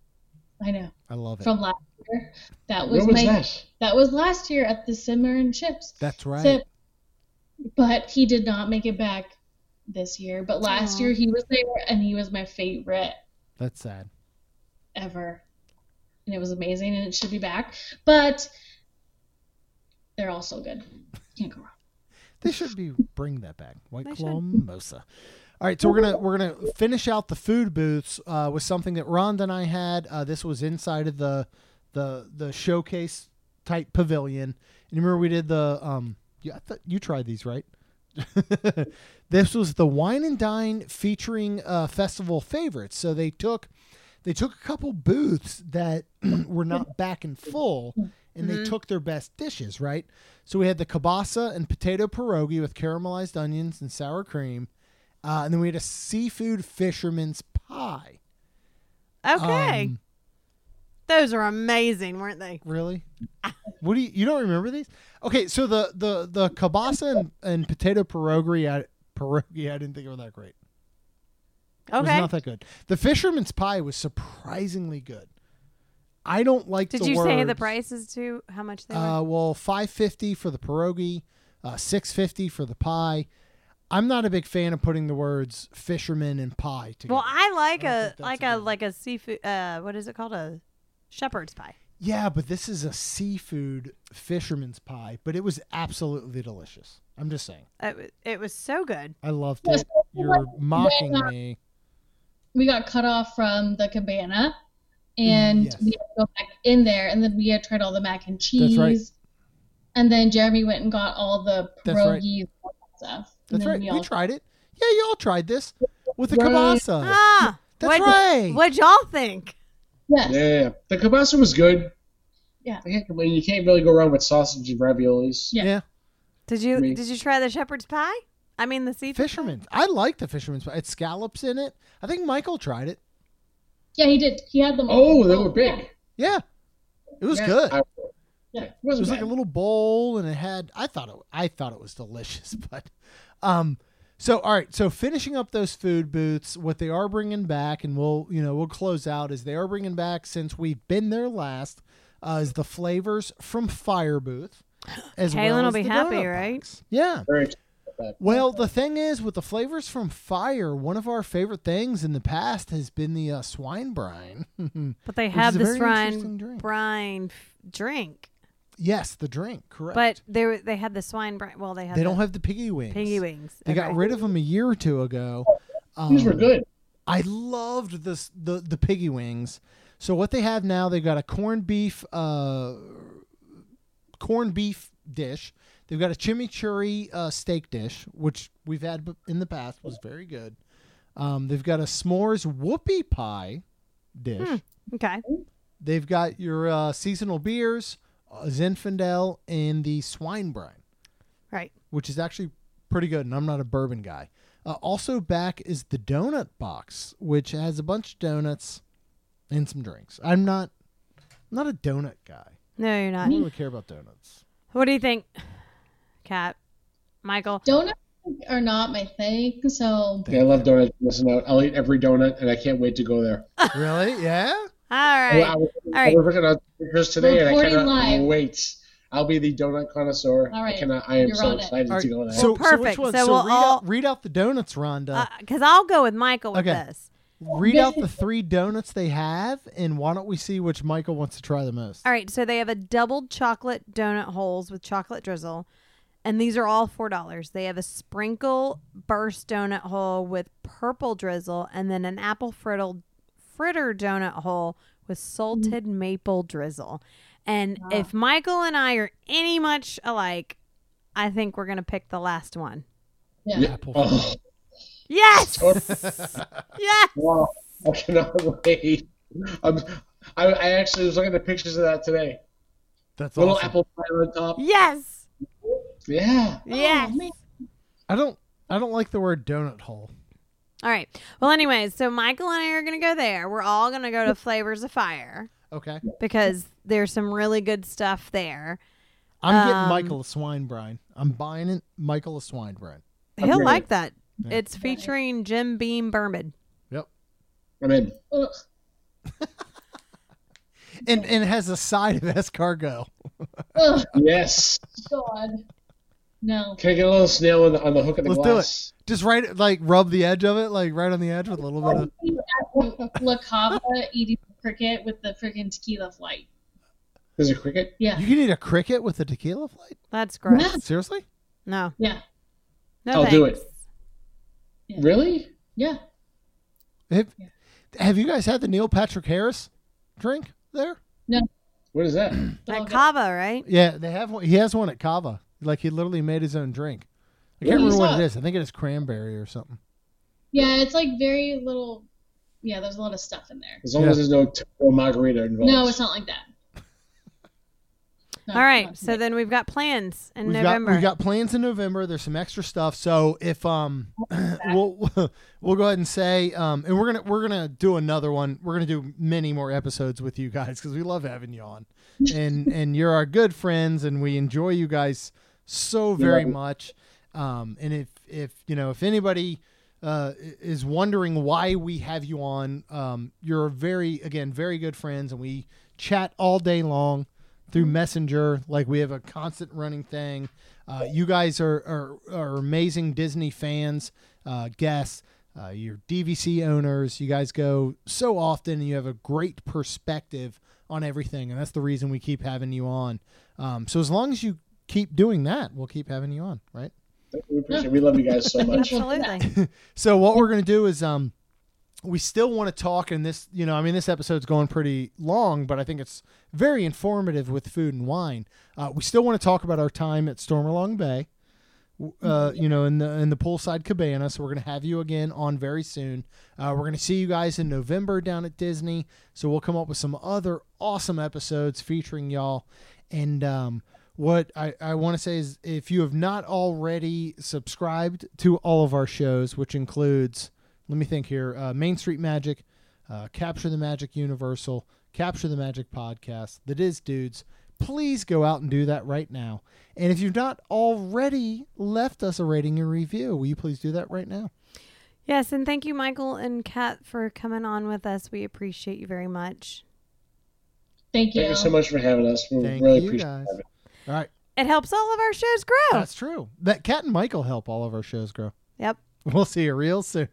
[SPEAKER 4] I know.
[SPEAKER 1] I love it.
[SPEAKER 4] From last year. That was,
[SPEAKER 3] Where was
[SPEAKER 4] my
[SPEAKER 3] that?
[SPEAKER 4] that was last year at the Simmer and Chips.
[SPEAKER 1] That's right.
[SPEAKER 4] So- but he did not make it back this year. But last
[SPEAKER 2] Aw.
[SPEAKER 4] year he was there, and he was my favorite
[SPEAKER 1] That's sad.
[SPEAKER 4] ever, and it was amazing, and it should be back. But they're all so good. Can't go wrong.
[SPEAKER 1] They should be bring that back. White
[SPEAKER 2] They
[SPEAKER 1] Claw
[SPEAKER 2] should.
[SPEAKER 1] mimosa. All right, so we're gonna we're gonna finish out the food booths uh, with something that Rhonda and I had. Uh, this was inside of the the the showcase type pavilion. And remember we did the um yeah, I thought you tried these right. this was the wine and dine featuring uh, festival favorites. So they took they took a couple booths that were not back in full and they
[SPEAKER 2] Mhm.
[SPEAKER 1] took their best dishes, right? So we had the kielbasa and potato pierogi with caramelized onions and sour cream. Uh, and then we had a seafood fisherman's pie.
[SPEAKER 2] Okay.
[SPEAKER 1] Um,
[SPEAKER 2] Those are amazing, weren't they?
[SPEAKER 1] Really? What do you you don't remember these? Okay, so the the the kielbasa and, and potato pierogi I pierogi I didn't think were that great. It was
[SPEAKER 2] Okay.
[SPEAKER 1] not that good. The fisherman's pie was surprisingly good. I don't like.
[SPEAKER 2] Did
[SPEAKER 1] the
[SPEAKER 2] you say the
[SPEAKER 1] words.
[SPEAKER 2] price is too? How much they were?
[SPEAKER 1] Uh, well, five fifty for the pierogi, uh, six fifty for the pie. I'm not a big fan of putting the words fisherman and pie together.
[SPEAKER 2] Well, I like
[SPEAKER 1] I don't
[SPEAKER 2] a
[SPEAKER 1] think that's
[SPEAKER 2] like
[SPEAKER 1] a
[SPEAKER 2] a
[SPEAKER 1] good-
[SPEAKER 2] like a seafood. Uh, what is it called? A shepherd's pie.
[SPEAKER 1] yeah, but this is a seafood fisherman's pie, but it was absolutely delicious. I'm just saying,
[SPEAKER 2] It, wa- it was so good.
[SPEAKER 1] I loved
[SPEAKER 4] Yeah,
[SPEAKER 1] it.
[SPEAKER 4] so
[SPEAKER 1] You're mocking
[SPEAKER 4] when, uh,
[SPEAKER 1] me.
[SPEAKER 4] we got cut off from the cabana and
[SPEAKER 1] Mm, Yes.
[SPEAKER 4] we had to go back in there and then we had tried all the mac and cheese
[SPEAKER 1] right.
[SPEAKER 4] and then jeremy went and got all the
[SPEAKER 1] That's right.
[SPEAKER 4] pierogies and all that stuff and
[SPEAKER 1] That's
[SPEAKER 4] then
[SPEAKER 1] right.
[SPEAKER 4] we
[SPEAKER 1] We,
[SPEAKER 4] all
[SPEAKER 1] tried it. Yeah, you all tried this with the
[SPEAKER 4] Right.
[SPEAKER 1] kielbasa.
[SPEAKER 2] Ah,
[SPEAKER 1] Uh, That's
[SPEAKER 2] what,
[SPEAKER 1] right.
[SPEAKER 2] What y'all think?
[SPEAKER 4] yes
[SPEAKER 3] Yeah, the kielbasa was good.
[SPEAKER 4] Yeah.
[SPEAKER 3] I can't complain. You can't really go wrong with sausage and raviolis.
[SPEAKER 4] Yeah.
[SPEAKER 1] Yeah,
[SPEAKER 2] Did you
[SPEAKER 3] Me.
[SPEAKER 2] did you try the shepherd's pie? I mean the seafood pie?
[SPEAKER 1] fisherman. I like the fisherman's pie. It's scallops in it. I think Michael tried it.
[SPEAKER 4] yeah he did he had them
[SPEAKER 3] Oh,
[SPEAKER 4] all.
[SPEAKER 3] they were big.
[SPEAKER 1] Yeah, it was
[SPEAKER 3] Yeah,
[SPEAKER 1] good.
[SPEAKER 3] I-
[SPEAKER 4] Yeah.
[SPEAKER 3] yeah, it
[SPEAKER 1] It
[SPEAKER 3] wasn't
[SPEAKER 1] was like a
[SPEAKER 3] bad.
[SPEAKER 1] little bowl, and it had. I thought it. I thought it was delicious, but, um, so all right. So finishing up those food booths, what they are bringing back, and we'll you know we'll close out is they are bringing back since we've been there last, uh, is the flavors from Fire Booth. As
[SPEAKER 2] Kaylin
[SPEAKER 1] well
[SPEAKER 2] will
[SPEAKER 1] as
[SPEAKER 2] be
[SPEAKER 1] the
[SPEAKER 2] happy,
[SPEAKER 1] donut
[SPEAKER 2] right?
[SPEAKER 1] box. Yeah.
[SPEAKER 3] Very excited about that.
[SPEAKER 1] Well, the thing is, with the flavors from fire, one of our favorite things in the past has been the uh, swine brine.
[SPEAKER 2] But they
[SPEAKER 1] is
[SPEAKER 2] have
[SPEAKER 1] a
[SPEAKER 2] this
[SPEAKER 1] very
[SPEAKER 2] swine
[SPEAKER 1] interesting drink.
[SPEAKER 2] brine f- drink.
[SPEAKER 1] yes, the drink, correct.
[SPEAKER 2] But they were- they had the swine brine. Well, they had
[SPEAKER 1] they
[SPEAKER 2] the
[SPEAKER 1] don't have the piggy wings.
[SPEAKER 2] piggy wings.
[SPEAKER 1] They got
[SPEAKER 2] Okay.
[SPEAKER 1] rid of them a year or two ago. Um,
[SPEAKER 3] Oh, These were good.
[SPEAKER 1] I loved this the the piggy wings. So what they have now, they've got a corned beef uh corned beef dish. They've got a chimichurri uh, steak dish, which we've had b- in the past was very good. Um, they've got a s'mores whoopie pie dish.
[SPEAKER 3] Hmm.
[SPEAKER 2] Okay.
[SPEAKER 1] They've got your uh, seasonal beers, uh, Zinfandel, and the swine brine
[SPEAKER 2] Right.
[SPEAKER 1] which is actually pretty good, and I'm not a bourbon guy. Uh, also back is the donut box, which has a bunch of donuts and some drinks. I'm not I'm not a donut guy.
[SPEAKER 2] No, you're
[SPEAKER 1] I
[SPEAKER 2] not.
[SPEAKER 1] don't really care about donuts.
[SPEAKER 2] What do you think, Kat? Michael?
[SPEAKER 4] donuts are not my thing so
[SPEAKER 3] Yeah, I love donuts. Listen out. I'll eat every donut, and I can't wait to go there.
[SPEAKER 1] really? Yeah.
[SPEAKER 2] All
[SPEAKER 3] Well,
[SPEAKER 2] right.
[SPEAKER 3] I was,
[SPEAKER 2] All right.
[SPEAKER 3] I was looking at pictures today, and I
[SPEAKER 4] Reporting
[SPEAKER 3] cannot
[SPEAKER 4] live.
[SPEAKER 3] wait. I'll be the donut connoisseur.
[SPEAKER 4] All
[SPEAKER 3] I
[SPEAKER 4] right.
[SPEAKER 3] cannot. I am
[SPEAKER 4] You're
[SPEAKER 3] so
[SPEAKER 4] on it.
[SPEAKER 3] excited
[SPEAKER 1] All right.
[SPEAKER 3] to go there.
[SPEAKER 1] So, so which
[SPEAKER 2] perfect.
[SPEAKER 1] one?
[SPEAKER 2] So we'll
[SPEAKER 1] read,
[SPEAKER 2] all-
[SPEAKER 1] out, read out the donuts, Rhonda.
[SPEAKER 2] Because Uh, I'll go with Michael with
[SPEAKER 1] uh, Okay.
[SPEAKER 2] this.
[SPEAKER 1] read out the three donuts they have, and why don't we see which Michael wants to try the most?
[SPEAKER 2] All right, so they have a doubled chocolate donut holes with chocolate drizzle, and these are all four dollars. They have a sprinkle burst donut hole with purple drizzle, and then an apple fritter fritter donut hole with salted maple drizzle. And if Michael and I are any much alike, I think we're gonna pick the last one.
[SPEAKER 4] yeah.
[SPEAKER 3] Yeah.
[SPEAKER 1] Apple.
[SPEAKER 3] Oh,
[SPEAKER 2] Yes, yes.
[SPEAKER 3] wow. I cannot wait. I'm, I, I actually was looking at pictures of that today.
[SPEAKER 1] That's
[SPEAKER 3] Little
[SPEAKER 1] awesome.
[SPEAKER 3] apple pie on top.
[SPEAKER 2] Yes.
[SPEAKER 3] Yeah.
[SPEAKER 2] Yes.
[SPEAKER 4] Oh, man.
[SPEAKER 1] I don't I don't like the word donut hole.
[SPEAKER 2] All right. Well, anyways, so Michael and I are going to go there. We're all going to go to Flavors of Fire
[SPEAKER 1] Okay.
[SPEAKER 2] because there's some really good stuff there.
[SPEAKER 1] I'm
[SPEAKER 2] Um,
[SPEAKER 1] getting Michael a swine brine. I'm buying it Michael a swine brine.
[SPEAKER 2] He'll
[SPEAKER 3] Agreed.
[SPEAKER 2] like that.
[SPEAKER 1] Yeah.
[SPEAKER 2] It's featuring Jim Beam Berman.
[SPEAKER 3] I'm in.
[SPEAKER 4] Ugh.
[SPEAKER 1] and and it has a side of escargot.
[SPEAKER 4] Ugh,
[SPEAKER 3] Yes.
[SPEAKER 4] God. No.
[SPEAKER 3] Can I get a little snail on the, on the hook of the
[SPEAKER 1] Let's do
[SPEAKER 3] glass?
[SPEAKER 1] Just right, like rub the edge of it, like right on the edge with a little bit of.
[SPEAKER 4] La Cava eating cricket with the freaking tequila flight.
[SPEAKER 3] There's a cricket.
[SPEAKER 4] Yeah.
[SPEAKER 1] You can eat a cricket with a tequila flight.
[SPEAKER 2] That's gross.
[SPEAKER 4] Yeah.
[SPEAKER 1] Seriously?
[SPEAKER 2] No.
[SPEAKER 4] Yeah.
[SPEAKER 2] No
[SPEAKER 3] I'll do
[SPEAKER 2] thanks.
[SPEAKER 3] it. Really?
[SPEAKER 4] Yeah.
[SPEAKER 1] Have, have you guys had the Neil Patrick Harris drink there?
[SPEAKER 3] What is that?
[SPEAKER 2] At
[SPEAKER 4] Okay.
[SPEAKER 2] Cava, right?
[SPEAKER 1] Yeah, they have one. He has one at Cava. Like he literally made his own drink. I can't
[SPEAKER 3] Really?
[SPEAKER 1] remember what
[SPEAKER 3] What's
[SPEAKER 1] it is. I think it is cranberry or something.
[SPEAKER 4] Yeah, it's like very little. Yeah, there's a lot of stuff in there.
[SPEAKER 3] As long
[SPEAKER 1] Yeah.
[SPEAKER 3] as there's no typical margarita involved.
[SPEAKER 4] No, it's not like that. No,
[SPEAKER 2] All right.
[SPEAKER 4] it's
[SPEAKER 2] So
[SPEAKER 4] not.
[SPEAKER 2] then we've got plans in
[SPEAKER 1] We've
[SPEAKER 2] November.
[SPEAKER 1] got we've got plans in November. There's some extra stuff. So if um we'll we'll go ahead and say um and we're gonna we're gonna do another one. We're gonna do many more episodes with you guys because we love having you on, and and you're our good friends and we enjoy you guys so very
[SPEAKER 3] love it.
[SPEAKER 1] much. Um and if if you know if anybody uh, i- is wondering why we have you on. Um, you're very, again, very good friends, and we chat all day long through Messenger. Like we have a constant running thing. Uh, you guys are, are are amazing Disney fans, uh, guests. Uh, you're DVC owners. You guys go so often, and you have a great perspective on everything, and that's the reason we keep having you on. Um, so as long as you keep doing that, we'll keep having you on, right?
[SPEAKER 3] We appreciate it. We love you guys so much.
[SPEAKER 2] Absolutely.
[SPEAKER 1] So what we're gonna do is um we still want to talk and this you know, I mean this episode's going pretty long, but I think it's very informative with food and wine. Uh, we still want to talk about our time at Stormalong Bay. w- Uh, you know, in the in the poolside cabana. So we're gonna have you again on very soon. Uh, we're gonna see you guys in November down at Disney. So we'll come up with some other awesome episodes featuring y'all. And um, what I, I want to say is if you have not already subscribed to all of our shows, which includes, let me think here, uh, Main Street Magic, uh, Capture the Magic Universal, Capture the Magic Podcast, The Diz Dudes, please go out and do that right now. And if you've not already left us a rating and review, will you please do that right now?
[SPEAKER 2] yes, and thank you, Michael and Kat, for coming on with us. We appreciate you very much.
[SPEAKER 4] Thank you.
[SPEAKER 3] Thank you so much for having us. We
[SPEAKER 1] Thank
[SPEAKER 3] really
[SPEAKER 1] you,
[SPEAKER 3] appreciate
[SPEAKER 1] guys.
[SPEAKER 3] having
[SPEAKER 1] All right.
[SPEAKER 2] It helps all of our shows grow.
[SPEAKER 1] That's true. That Cat and Michael help all of our shows grow.
[SPEAKER 2] Yep.
[SPEAKER 1] We'll see you real soon.